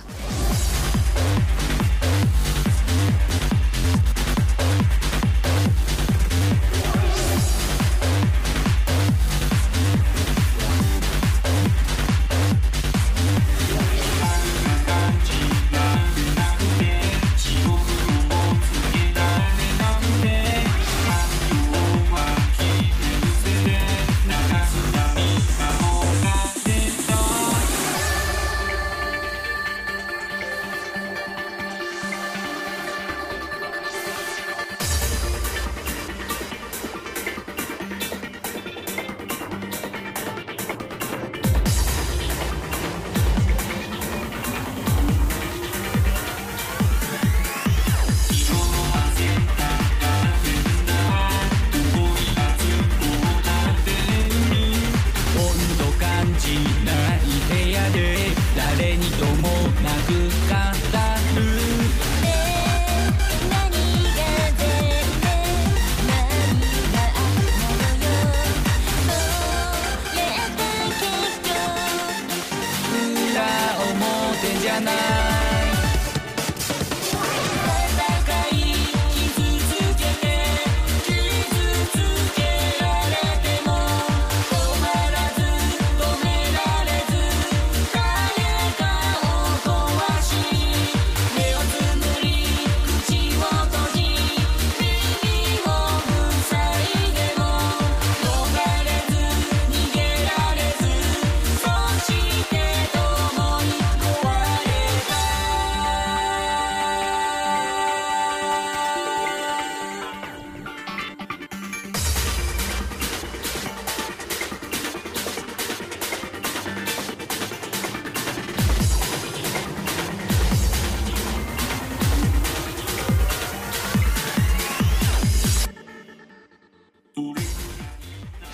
[SPEAKER 10] 温度感じない部屋で誰にともなく語る
[SPEAKER 11] 何が全然何があるのよそれで結局
[SPEAKER 10] 裏表じゃない
[SPEAKER 11] 戦い傷つけて傷つけられても止まらず止められず誰かを壊し目をつむり口を閉じ耳を塞いでも逃れず逃げられずそして共に壊れた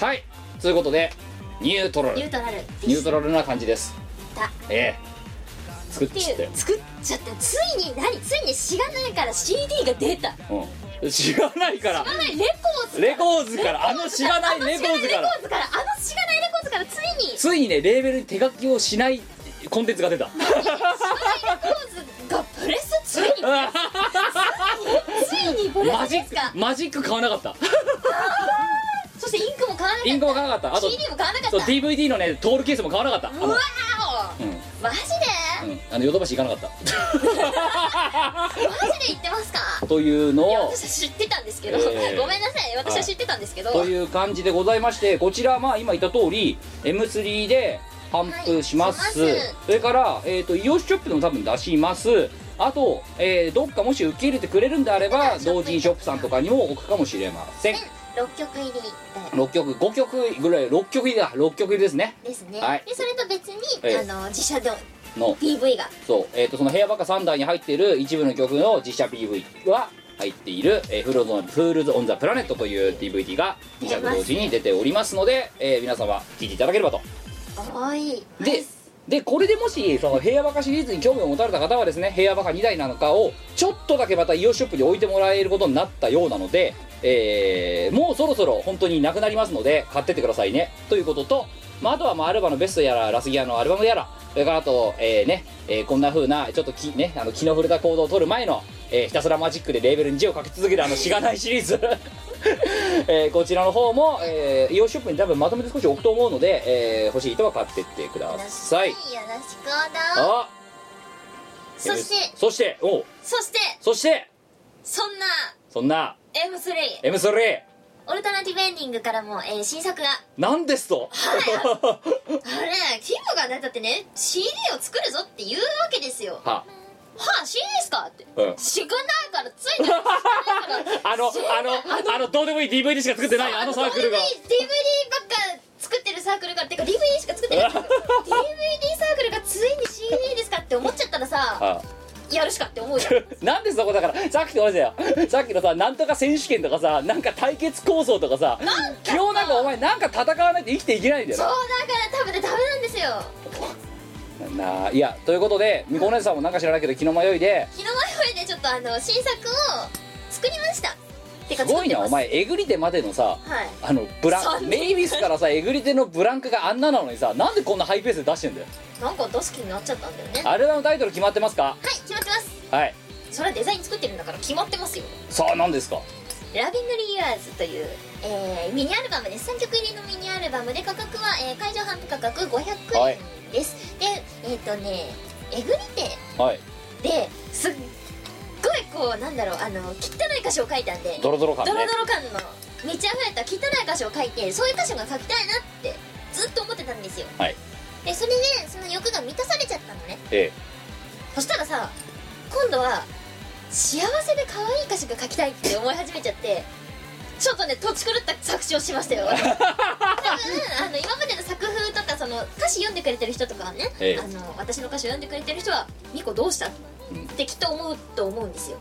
[SPEAKER 1] はいということでニュートラル
[SPEAKER 2] ニュートラル
[SPEAKER 1] ニュートラルな感じです
[SPEAKER 2] だ
[SPEAKER 1] ええ作っちゃったよ
[SPEAKER 2] 作っちゃってついに何ついにしがないから CD が出た
[SPEAKER 1] うん知らないから
[SPEAKER 2] しがないレコーズ
[SPEAKER 1] レコーズからあのしがないレコーズから
[SPEAKER 2] あのしがないレコーズからあのしがないレコーズからついに
[SPEAKER 1] ついにねレーベルに手書きをしないコンテンツが出た
[SPEAKER 2] がプレスついについにブレ
[SPEAKER 1] マ
[SPEAKER 2] ス
[SPEAKER 1] ジ
[SPEAKER 2] で
[SPEAKER 1] ッ
[SPEAKER 2] すか
[SPEAKER 1] クマジック買わなかった
[SPEAKER 2] そしてインクも買わなかった
[SPEAKER 1] インクも買わなかったあと
[SPEAKER 2] CD も買わなかった
[SPEAKER 1] そう DVD のねトールケースも買わなかった
[SPEAKER 2] うわー
[SPEAKER 1] うん
[SPEAKER 2] おマジで
[SPEAKER 1] うんあのヨドバシ行かなかっ
[SPEAKER 2] マジで言ってますか
[SPEAKER 1] たというの
[SPEAKER 2] いや
[SPEAKER 1] を
[SPEAKER 2] 私は知ってたんですけど、
[SPEAKER 1] ええ
[SPEAKER 2] ごめんなさい私は知ってたんですけど、
[SPEAKER 1] という感じでございましてこちらまあ今言った通り M3 で頒布します,、
[SPEAKER 2] はいします
[SPEAKER 1] それから、えー、とイオシショップでも多分出しますあと、えーどっかもし受け入れてくれるんであれば同人ショップさんとかにも置くかもしれません
[SPEAKER 2] 6曲入り
[SPEAKER 1] 6曲5曲ぐらい6曲入りだ6曲入りですね
[SPEAKER 2] ですね、
[SPEAKER 1] はい
[SPEAKER 2] でそれと別に、
[SPEAKER 1] ええ
[SPEAKER 2] あの自社で
[SPEAKER 1] の
[SPEAKER 2] PV が
[SPEAKER 1] そう、えー、とその部屋バカ3段に入っている一部の曲の実写 PV は入っている「えー、フルゾンフールズ・オン・ザ・プラネット」という DVD が2作同時に出ておりますので、えー皆様聴いていただければと
[SPEAKER 2] 多い
[SPEAKER 1] ででこれでもしその平和バカシリーズに興味を持たれた方はですね平和バカ2台なのかをちょっとだけまたイオシショップに置いてもらえることになったようなので、えーもうそろそろ本当になくなりますので買ってってくださいねということと、まあ、あとはまあアルバのベストやらラスギアのアルバムやらそれからあと、えーねえーこんな風なちょっと気,、ね、あの気の触れた行動を取る前の、えーひたすらマジックでレーベルに字を書き続けるあのしがないシリーズ えーこちらの方も、えー、イオンショップに多分まとめて少し置くと思うので、えー欲しい人は買ってってください
[SPEAKER 2] よろしくおど
[SPEAKER 1] あ
[SPEAKER 2] そして
[SPEAKER 1] そしておう
[SPEAKER 2] そして
[SPEAKER 1] そして
[SPEAKER 2] そんな
[SPEAKER 1] そんな
[SPEAKER 2] M3
[SPEAKER 1] M3
[SPEAKER 2] オルタナティブエンディングからも、えー新作が
[SPEAKER 1] なんですと、は
[SPEAKER 2] あれキムがねだってね CD を作るぞって言うわけですよはあ CD ですかって
[SPEAKER 1] うん
[SPEAKER 2] しがないからついにしがないか ら
[SPEAKER 1] あのあのあのどうでもいい DVD しか作ってないあのサークルが
[SPEAKER 2] DVD, DVD ばっか作ってるサークルがってか DVD しか 作ってない DVD サークルがついに CD ですかって思っちゃったらさ
[SPEAKER 1] あ
[SPEAKER 2] やるしかって思うじゃん
[SPEAKER 1] なんでそこだからさっきと同じだよさっきのさなんとか選手権とかさなんか対決構想とかさ
[SPEAKER 2] なんか
[SPEAKER 1] 基本なんかお前なんか戦わないと生きていけないんだ
[SPEAKER 2] そう
[SPEAKER 1] よ
[SPEAKER 2] だ
[SPEAKER 1] な
[SPEAKER 2] から多分ねダメなんですよ
[SPEAKER 1] なあいやということでみこお姉さんもなんか知らないけど気の迷いで
[SPEAKER 2] 昨日前よりねちょっとあの新作を作りましたて
[SPEAKER 1] す
[SPEAKER 2] か
[SPEAKER 1] ご
[SPEAKER 2] 作っ
[SPEAKER 1] い
[SPEAKER 2] て
[SPEAKER 1] な
[SPEAKER 2] ま
[SPEAKER 1] お
[SPEAKER 2] す
[SPEAKER 1] 前えぐり手までのさ
[SPEAKER 2] はい
[SPEAKER 1] あのブラ
[SPEAKER 2] そ
[SPEAKER 1] ン
[SPEAKER 2] んな
[SPEAKER 1] メイビスからさえぐり手のブランクがあんななのにさなんでこんなハイペースで出してんだよ
[SPEAKER 2] なんか出す気になっちゃったんだよねはい
[SPEAKER 1] アルバムタイトル決まってますか
[SPEAKER 2] 決まってます
[SPEAKER 1] はい
[SPEAKER 2] それはデザイン作ってるんだから決まってますよ
[SPEAKER 1] さあ何ですか
[SPEAKER 2] 「ラビング・リーアーズ」という、えーミニアルバムです3曲入りのミニアルバムで価格は、えー会場販布価格500
[SPEAKER 1] はい
[SPEAKER 2] 円です、でえっ、とねえぐり
[SPEAKER 1] はい
[SPEAKER 2] 手ですっごいこうなんだろうあの汚い箇所を書いたんで
[SPEAKER 1] ドロドロ感ね
[SPEAKER 2] ドロドロ感の満ち溢れた汚い箇所を書いてそういう箇所が書きたいなってずっと思ってたんですよ
[SPEAKER 1] はい
[SPEAKER 2] でそれでその欲が満たされちゃったのね
[SPEAKER 1] え
[SPEAKER 2] そしたらさ今度は幸せで可愛い歌詞が書きたいって思い始めちゃってちょっとね土地狂った作詞をしまし たよ多分あの今までの作風とかその歌詞読んでくれてる人とかはね、
[SPEAKER 1] ええ
[SPEAKER 2] あの私の歌詞を読んでくれてる人は「ミコどうした?」ってきっと思うと思うんですよ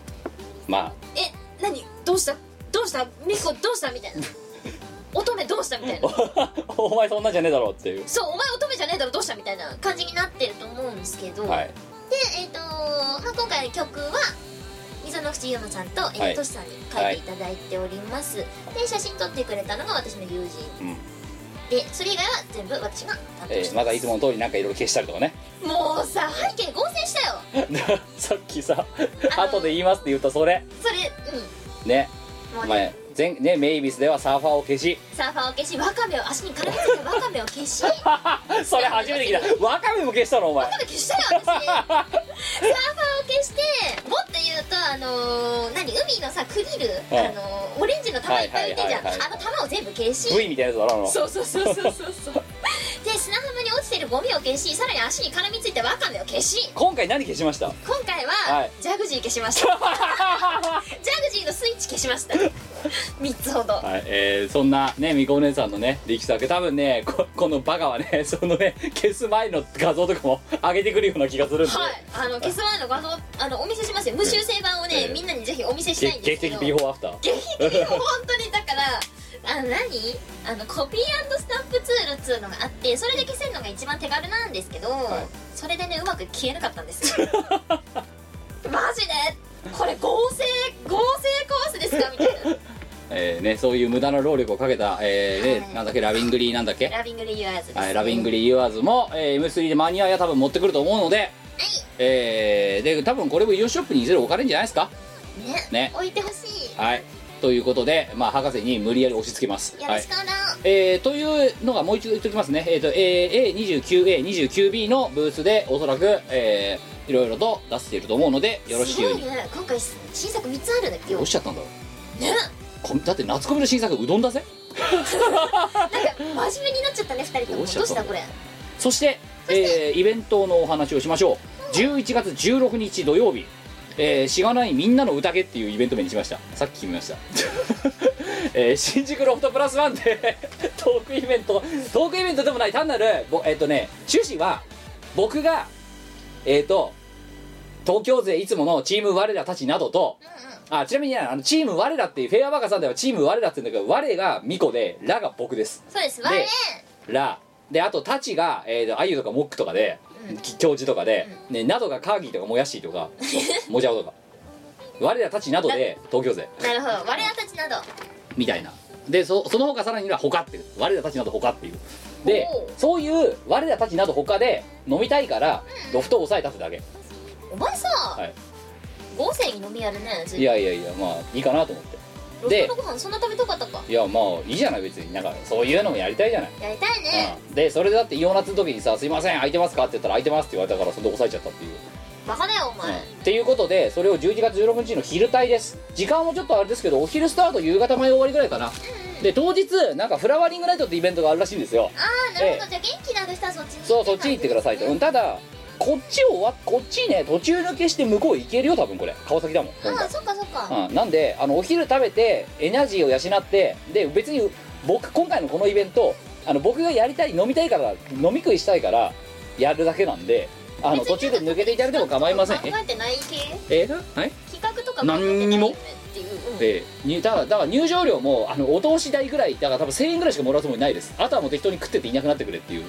[SPEAKER 1] まあ
[SPEAKER 2] 「え何どうしたどうしたミコどうした?」みたいな「乙女どうした?」みたいな
[SPEAKER 1] おお前そんなんじゃねえだろっていう
[SPEAKER 2] 「そうお前乙女じゃねえだろどうした?」みたいな感じになってると思うんですけど、
[SPEAKER 1] はい
[SPEAKER 2] で、えー、と今回曲は溝の口ゆうまさんと、えー
[SPEAKER 1] はい
[SPEAKER 2] トシさんに書いていただいております、で写真撮ってくれたのが私の友人
[SPEAKER 1] うん
[SPEAKER 2] でそれ以外は全部私が担当
[SPEAKER 1] え
[SPEAKER 2] し
[SPEAKER 1] ー
[SPEAKER 2] て
[SPEAKER 1] ま
[SPEAKER 2] ま
[SPEAKER 1] た
[SPEAKER 2] す、
[SPEAKER 1] いつもの通りなんかいろいろ消したりとかね
[SPEAKER 2] もうさ背景合成したよ
[SPEAKER 1] さっきさ後で言いますって言ったそれ
[SPEAKER 2] それうん
[SPEAKER 1] ね
[SPEAKER 2] もう
[SPEAKER 1] お
[SPEAKER 2] ね
[SPEAKER 1] 前前ねメイビスではサーファーを消し
[SPEAKER 2] サーファーを消しわかめを足に絡めつけてわかめを消しわ
[SPEAKER 1] それ初めて聞いたわかめも消したのお前
[SPEAKER 2] かめ消したよ私サーファー を消してもっと言うとあのー何海のさクリル、
[SPEAKER 1] はい
[SPEAKER 2] あのーオレンジの玉いっぱい浮いてんじゃん、
[SPEAKER 1] はいはいはいはい
[SPEAKER 2] あの玉を全部消し
[SPEAKER 1] V みたいなやつだろあの
[SPEAKER 2] そうそうそうそうそうそうで砂浜に落ちてるゴミを消しさらに足に絡みついたワカメを消し
[SPEAKER 1] 今回何消しま した
[SPEAKER 2] 今回
[SPEAKER 1] は
[SPEAKER 2] はいジャグジー消しまし た、ジャグジーのスイッチ消しました3つほど、
[SPEAKER 1] はいえーそんなねみこお姉さんのね力作多分ねここのバカはね そのね消す前の画像とかも 上げてくるような気がするんで、
[SPEAKER 2] はい、あの消す前の画像あのお見せしますよ無修正版をね、
[SPEAKER 1] ええ
[SPEAKER 2] みんなにぜひお見せした
[SPEAKER 1] 劇
[SPEAKER 2] いんで
[SPEAKER 1] 劇
[SPEAKER 2] すけ
[SPEAKER 1] 的
[SPEAKER 2] ど
[SPEAKER 1] ビフォーアフター
[SPEAKER 2] 劇的本当にだからあの何あのコピースタンプツールっつうのがあってそれで消せるのが一番手軽なんですけど、
[SPEAKER 1] はい
[SPEAKER 2] それでねうまく消えなかった んですよマジでこれ合成合成コースですかみたい
[SPEAKER 1] えーね、そういう無駄な労力をかけた、えーねなんだっけラビングリーなんだっけ
[SPEAKER 2] なラビングリユアーズです、
[SPEAKER 1] はい、ラビングリー・ユアーズも、えー M3 でマニアや多分持ってくると思うので、えーで多分これもイオンショップにいずれ置かれるんじゃないですか
[SPEAKER 2] ね
[SPEAKER 1] ね
[SPEAKER 2] 置いてほしい
[SPEAKER 1] はいということで、まあ、博士に無理やり押し付けます
[SPEAKER 2] よろしくお願い、
[SPEAKER 1] えーというのがもう一度言っておきますね、えーとえー A29A、29B のブースでおそらく、えーいろいろと出していると思うのでよろしいよう
[SPEAKER 2] す
[SPEAKER 1] に
[SPEAKER 2] ごいね今回新作3つあるんだけ
[SPEAKER 1] ど
[SPEAKER 2] ど
[SPEAKER 1] うしちゃったんだろうこだって夏コミの新作うどんだぜ
[SPEAKER 2] なんか真面目になっちゃったね2人とも
[SPEAKER 1] ど
[SPEAKER 2] ど
[SPEAKER 1] う
[SPEAKER 2] う
[SPEAKER 1] しちゃった
[SPEAKER 2] したこれ
[SPEAKER 1] そしてえーイベントのお話をしましょう11月16日土曜日えーしがないみんなの宴っていうイベント名にしましたさっき決めま した、えー新宿ロフトプラスワンで トークイベントトークイベントでもない単なるぼえっ、とね趣旨は僕がえっ、と東京勢いつものチーム我らたちなどと、あちなみにねあのチーム我らっていうフェアバカさんではチーム我らって言うんだけど我が巫女でらが僕です
[SPEAKER 2] そうです
[SPEAKER 1] で
[SPEAKER 2] 我
[SPEAKER 1] らであとたちが、えーと、あゆとかモックとかで、き教授とかで、ね、などがカーギーとかもやしーと かもじゃおとか我らたちなどで東京勢
[SPEAKER 2] なるほど我らたちなど
[SPEAKER 1] みたいなでそその他さらには他っていう我らたちなど他っていうで
[SPEAKER 2] おう
[SPEAKER 1] そういう我らたちなど他で飲みたいからロフトを押さえたってだけ、
[SPEAKER 2] お前さ、
[SPEAKER 1] はい、
[SPEAKER 2] 豪勢に飲みやるねず
[SPEAKER 1] いやいやいやまあいいかなと思って
[SPEAKER 2] ロフ
[SPEAKER 1] で
[SPEAKER 2] トのご飯そんな食べたかったか
[SPEAKER 1] いやまあいいじゃない別になんかそういうのもやりたいじゃない
[SPEAKER 2] やりたいね
[SPEAKER 1] でそれでだってイオナツの時にさ「すいません空いてますか?」って言ったら「空いてます」って言われたからそんで抑えちゃったっていう
[SPEAKER 2] バカだよお前、
[SPEAKER 1] っていうことでそれを11月16日の昼帯です時間もちょっとあれですけどお昼スタート夕方前終わりぐらいかなで当日なんかフラワーリングナイトってイベントがあるらしいんですよ
[SPEAKER 2] ああなるほど、
[SPEAKER 1] え
[SPEAKER 2] じゃあ元気のある人はそっちに
[SPEAKER 1] そうそっち行ってくださいと、うん、ただこっちを終わこっちね途中抜けして向こう行けるよ多分これ川崎だもん今
[SPEAKER 2] あ
[SPEAKER 1] 回
[SPEAKER 2] あそっかそっか、
[SPEAKER 1] うん、なんであのお昼食べてエナジーを養ってで別に僕今回のこのイベントあの僕がやりたい飲みたいから飲み食いしたいからやるだけなんであの途中で抜けていただいても構いません
[SPEAKER 2] 考えてない系
[SPEAKER 1] ええはい
[SPEAKER 2] 企画とか考えてない
[SPEAKER 1] 何にも
[SPEAKER 2] っていう、うん
[SPEAKER 1] ええにだからだから入場料もあのお通し代ぐらいだから多分1000円ぐらいしかもらうつもりないですあとはもう適当に食ってていなくなってくれっていう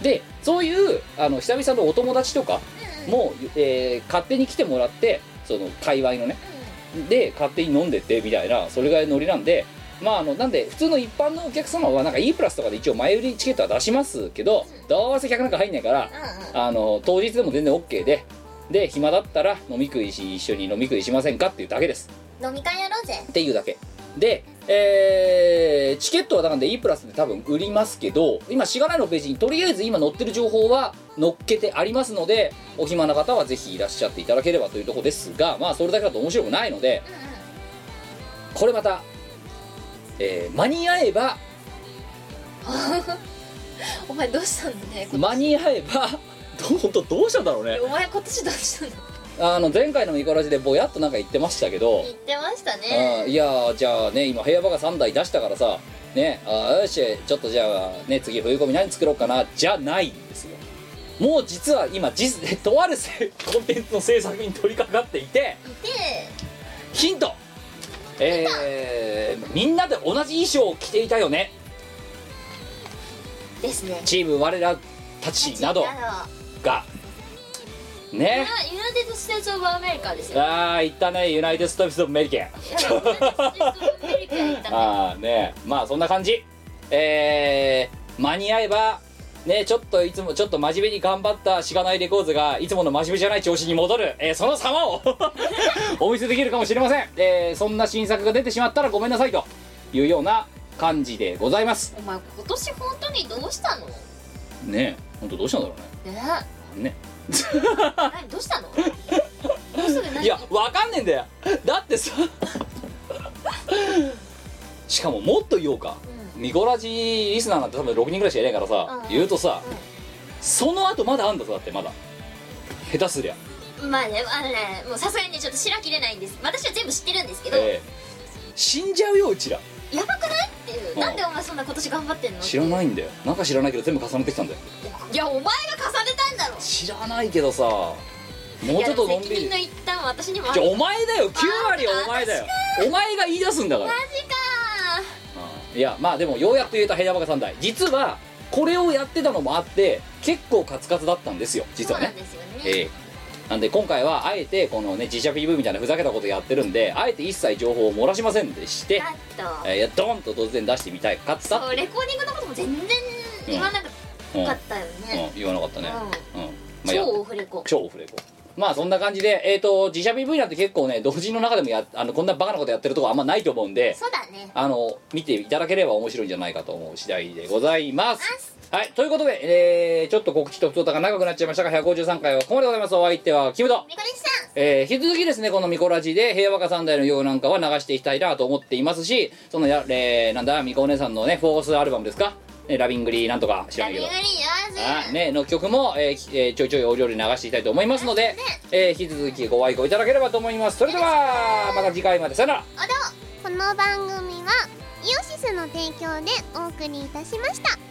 [SPEAKER 1] でそういうあの久々のお友達とかも、えー勝手に来てもらってその界隈のね、で勝手に飲んでってみたいなそれぐらいのノリなんでまああのなんで普通の一般のお客様はなんか E プラスとかで一応前売りチケットは出しますけどどうせ客なんか入んないから、あの当日でも全然 OK でで暇だったら飲み食いし一緒に飲み食いしませんかっていうだけです
[SPEAKER 2] 飲み会やろうぜ
[SPEAKER 1] っていうだけで、えーチケットはだからで E プラスで多分売りますけど今しがないのページにとりあえず今載ってる情報は載っけてありますのでお暇な方はぜひいらっしゃっていただければというところですがまあそれだけだと面白くないので、これまた、えー間に合えば
[SPEAKER 2] お前どうしたんだね
[SPEAKER 1] 間に合えばどう 本当どうしたんだろうね
[SPEAKER 2] お前今年どうしたんだ
[SPEAKER 1] あの前回のミコラジでぼやっとなんか言ってましたけど
[SPEAKER 2] 言ってました
[SPEAKER 1] あー
[SPEAKER 2] ね
[SPEAKER 1] いやーじゃあね今平場が3台出したからさねあーよしちょっとじゃあね次冬込み何作ろうかなじゃないんですよもう実は今実 とあるせコンテンツの制作に取り掛かっていてヒントえー、みんなで同じ衣装を着ていたよね
[SPEAKER 2] ですね
[SPEAKER 1] チーム我らたちなど
[SPEAKER 2] なるほ
[SPEAKER 1] が
[SPEAKER 2] ど
[SPEAKER 1] ね
[SPEAKER 2] ユナイテッド・ステーツ・オブ・アメリカですよ
[SPEAKER 1] ああ言ったねユナイテッド・スタビス・オブ・メリケン
[SPEAKER 2] アメリカ行ったね
[SPEAKER 1] ああねまあそんな感じえー、間に合えばねちょっといつもちょっと真面目に頑張ったしがないレコーズがいつもの真面目じゃない調子に戻る、えーその様を お見せできるかもしれません、えーそんな新作が出てしまったらごめんなさいというような感じでございます
[SPEAKER 2] お前今年本当にどうしたのね
[SPEAKER 1] ねえ本当どうしたんだろうねね
[SPEAKER 2] 何どうしたのもうすぐ何
[SPEAKER 1] いやわかんねえんだよだってさ しかももっと言おうか、ミコラジリスナーなんて多分6人ぐらいしかいないからさ、
[SPEAKER 2] うん
[SPEAKER 1] 言うとさ、その後まだあんだぞだってまだ下手すりゃ
[SPEAKER 2] まあねあのねもうさすがにねちょっと白切れないんです私は全部知ってるんですけど、
[SPEAKER 1] ええ死んじゃうようちら
[SPEAKER 2] やばくないっていう、
[SPEAKER 1] うん
[SPEAKER 2] なんでお前そんな今年頑張ってんの
[SPEAKER 1] 知らないんだよなんか知らないけど全部重ねてきたんだよ
[SPEAKER 2] いやお前が重ねたんだろ
[SPEAKER 1] 知らないけどさもうちょっとのんび
[SPEAKER 2] いや責
[SPEAKER 1] り
[SPEAKER 2] 任の一端は私にもあ
[SPEAKER 1] じ
[SPEAKER 2] る
[SPEAKER 1] ゃあお前だよ9割はお前だよお前が言い出すんだか
[SPEAKER 2] マ
[SPEAKER 1] ら
[SPEAKER 2] ジか
[SPEAKER 1] いやまあでもようやく言えた平山が3台実はこれをやってたのもあって結構カツカツだったんですよ実
[SPEAKER 2] そ
[SPEAKER 1] は
[SPEAKER 2] うなん
[SPEAKER 1] ね
[SPEAKER 2] ですよね
[SPEAKER 1] ええなんで今回はあえてこのね自社 PV みたいなふざけたことやってるんであえて一切情報を漏らしませんでして
[SPEAKER 2] だと
[SPEAKER 1] えー、ドンと突然出してみたいかった
[SPEAKER 2] そうレコーディングのことも全然言わなかったよ
[SPEAKER 1] うん
[SPEAKER 2] ね、
[SPEAKER 1] 言わなかったねうん、まあ、や
[SPEAKER 2] 超オフレコ
[SPEAKER 1] 超オフレコまあそんな感じでえっ、と自社 PV なんて結構ね同人の中でもやあのこんなバカなことやってるとこあんまないと思うんで
[SPEAKER 2] そうだね
[SPEAKER 1] あの見ていただければ面白いんじゃないかと思う次第でございますはいということで、えー、ちょっと告知と太田が長くなっちゃいましたが153回はここまでございますお相手はキムと
[SPEAKER 2] ミコリスさん
[SPEAKER 1] えー引き続きですねこのミコラジで平和歌三代のようなんかは流していきたいなと思っていますしそのや、えーなんだミコお姉さんのねフォースアルバムですか、ねラビングリーなんとか知らないけど
[SPEAKER 2] 無理
[SPEAKER 1] あね、の曲も、えーきえーちょいちょいお料理流していきたいと思いますので、えー引き続きご愛顧いただければと思いますそれではまた次回までさよなら
[SPEAKER 16] この番組はイオシスの提供でお送りいたしました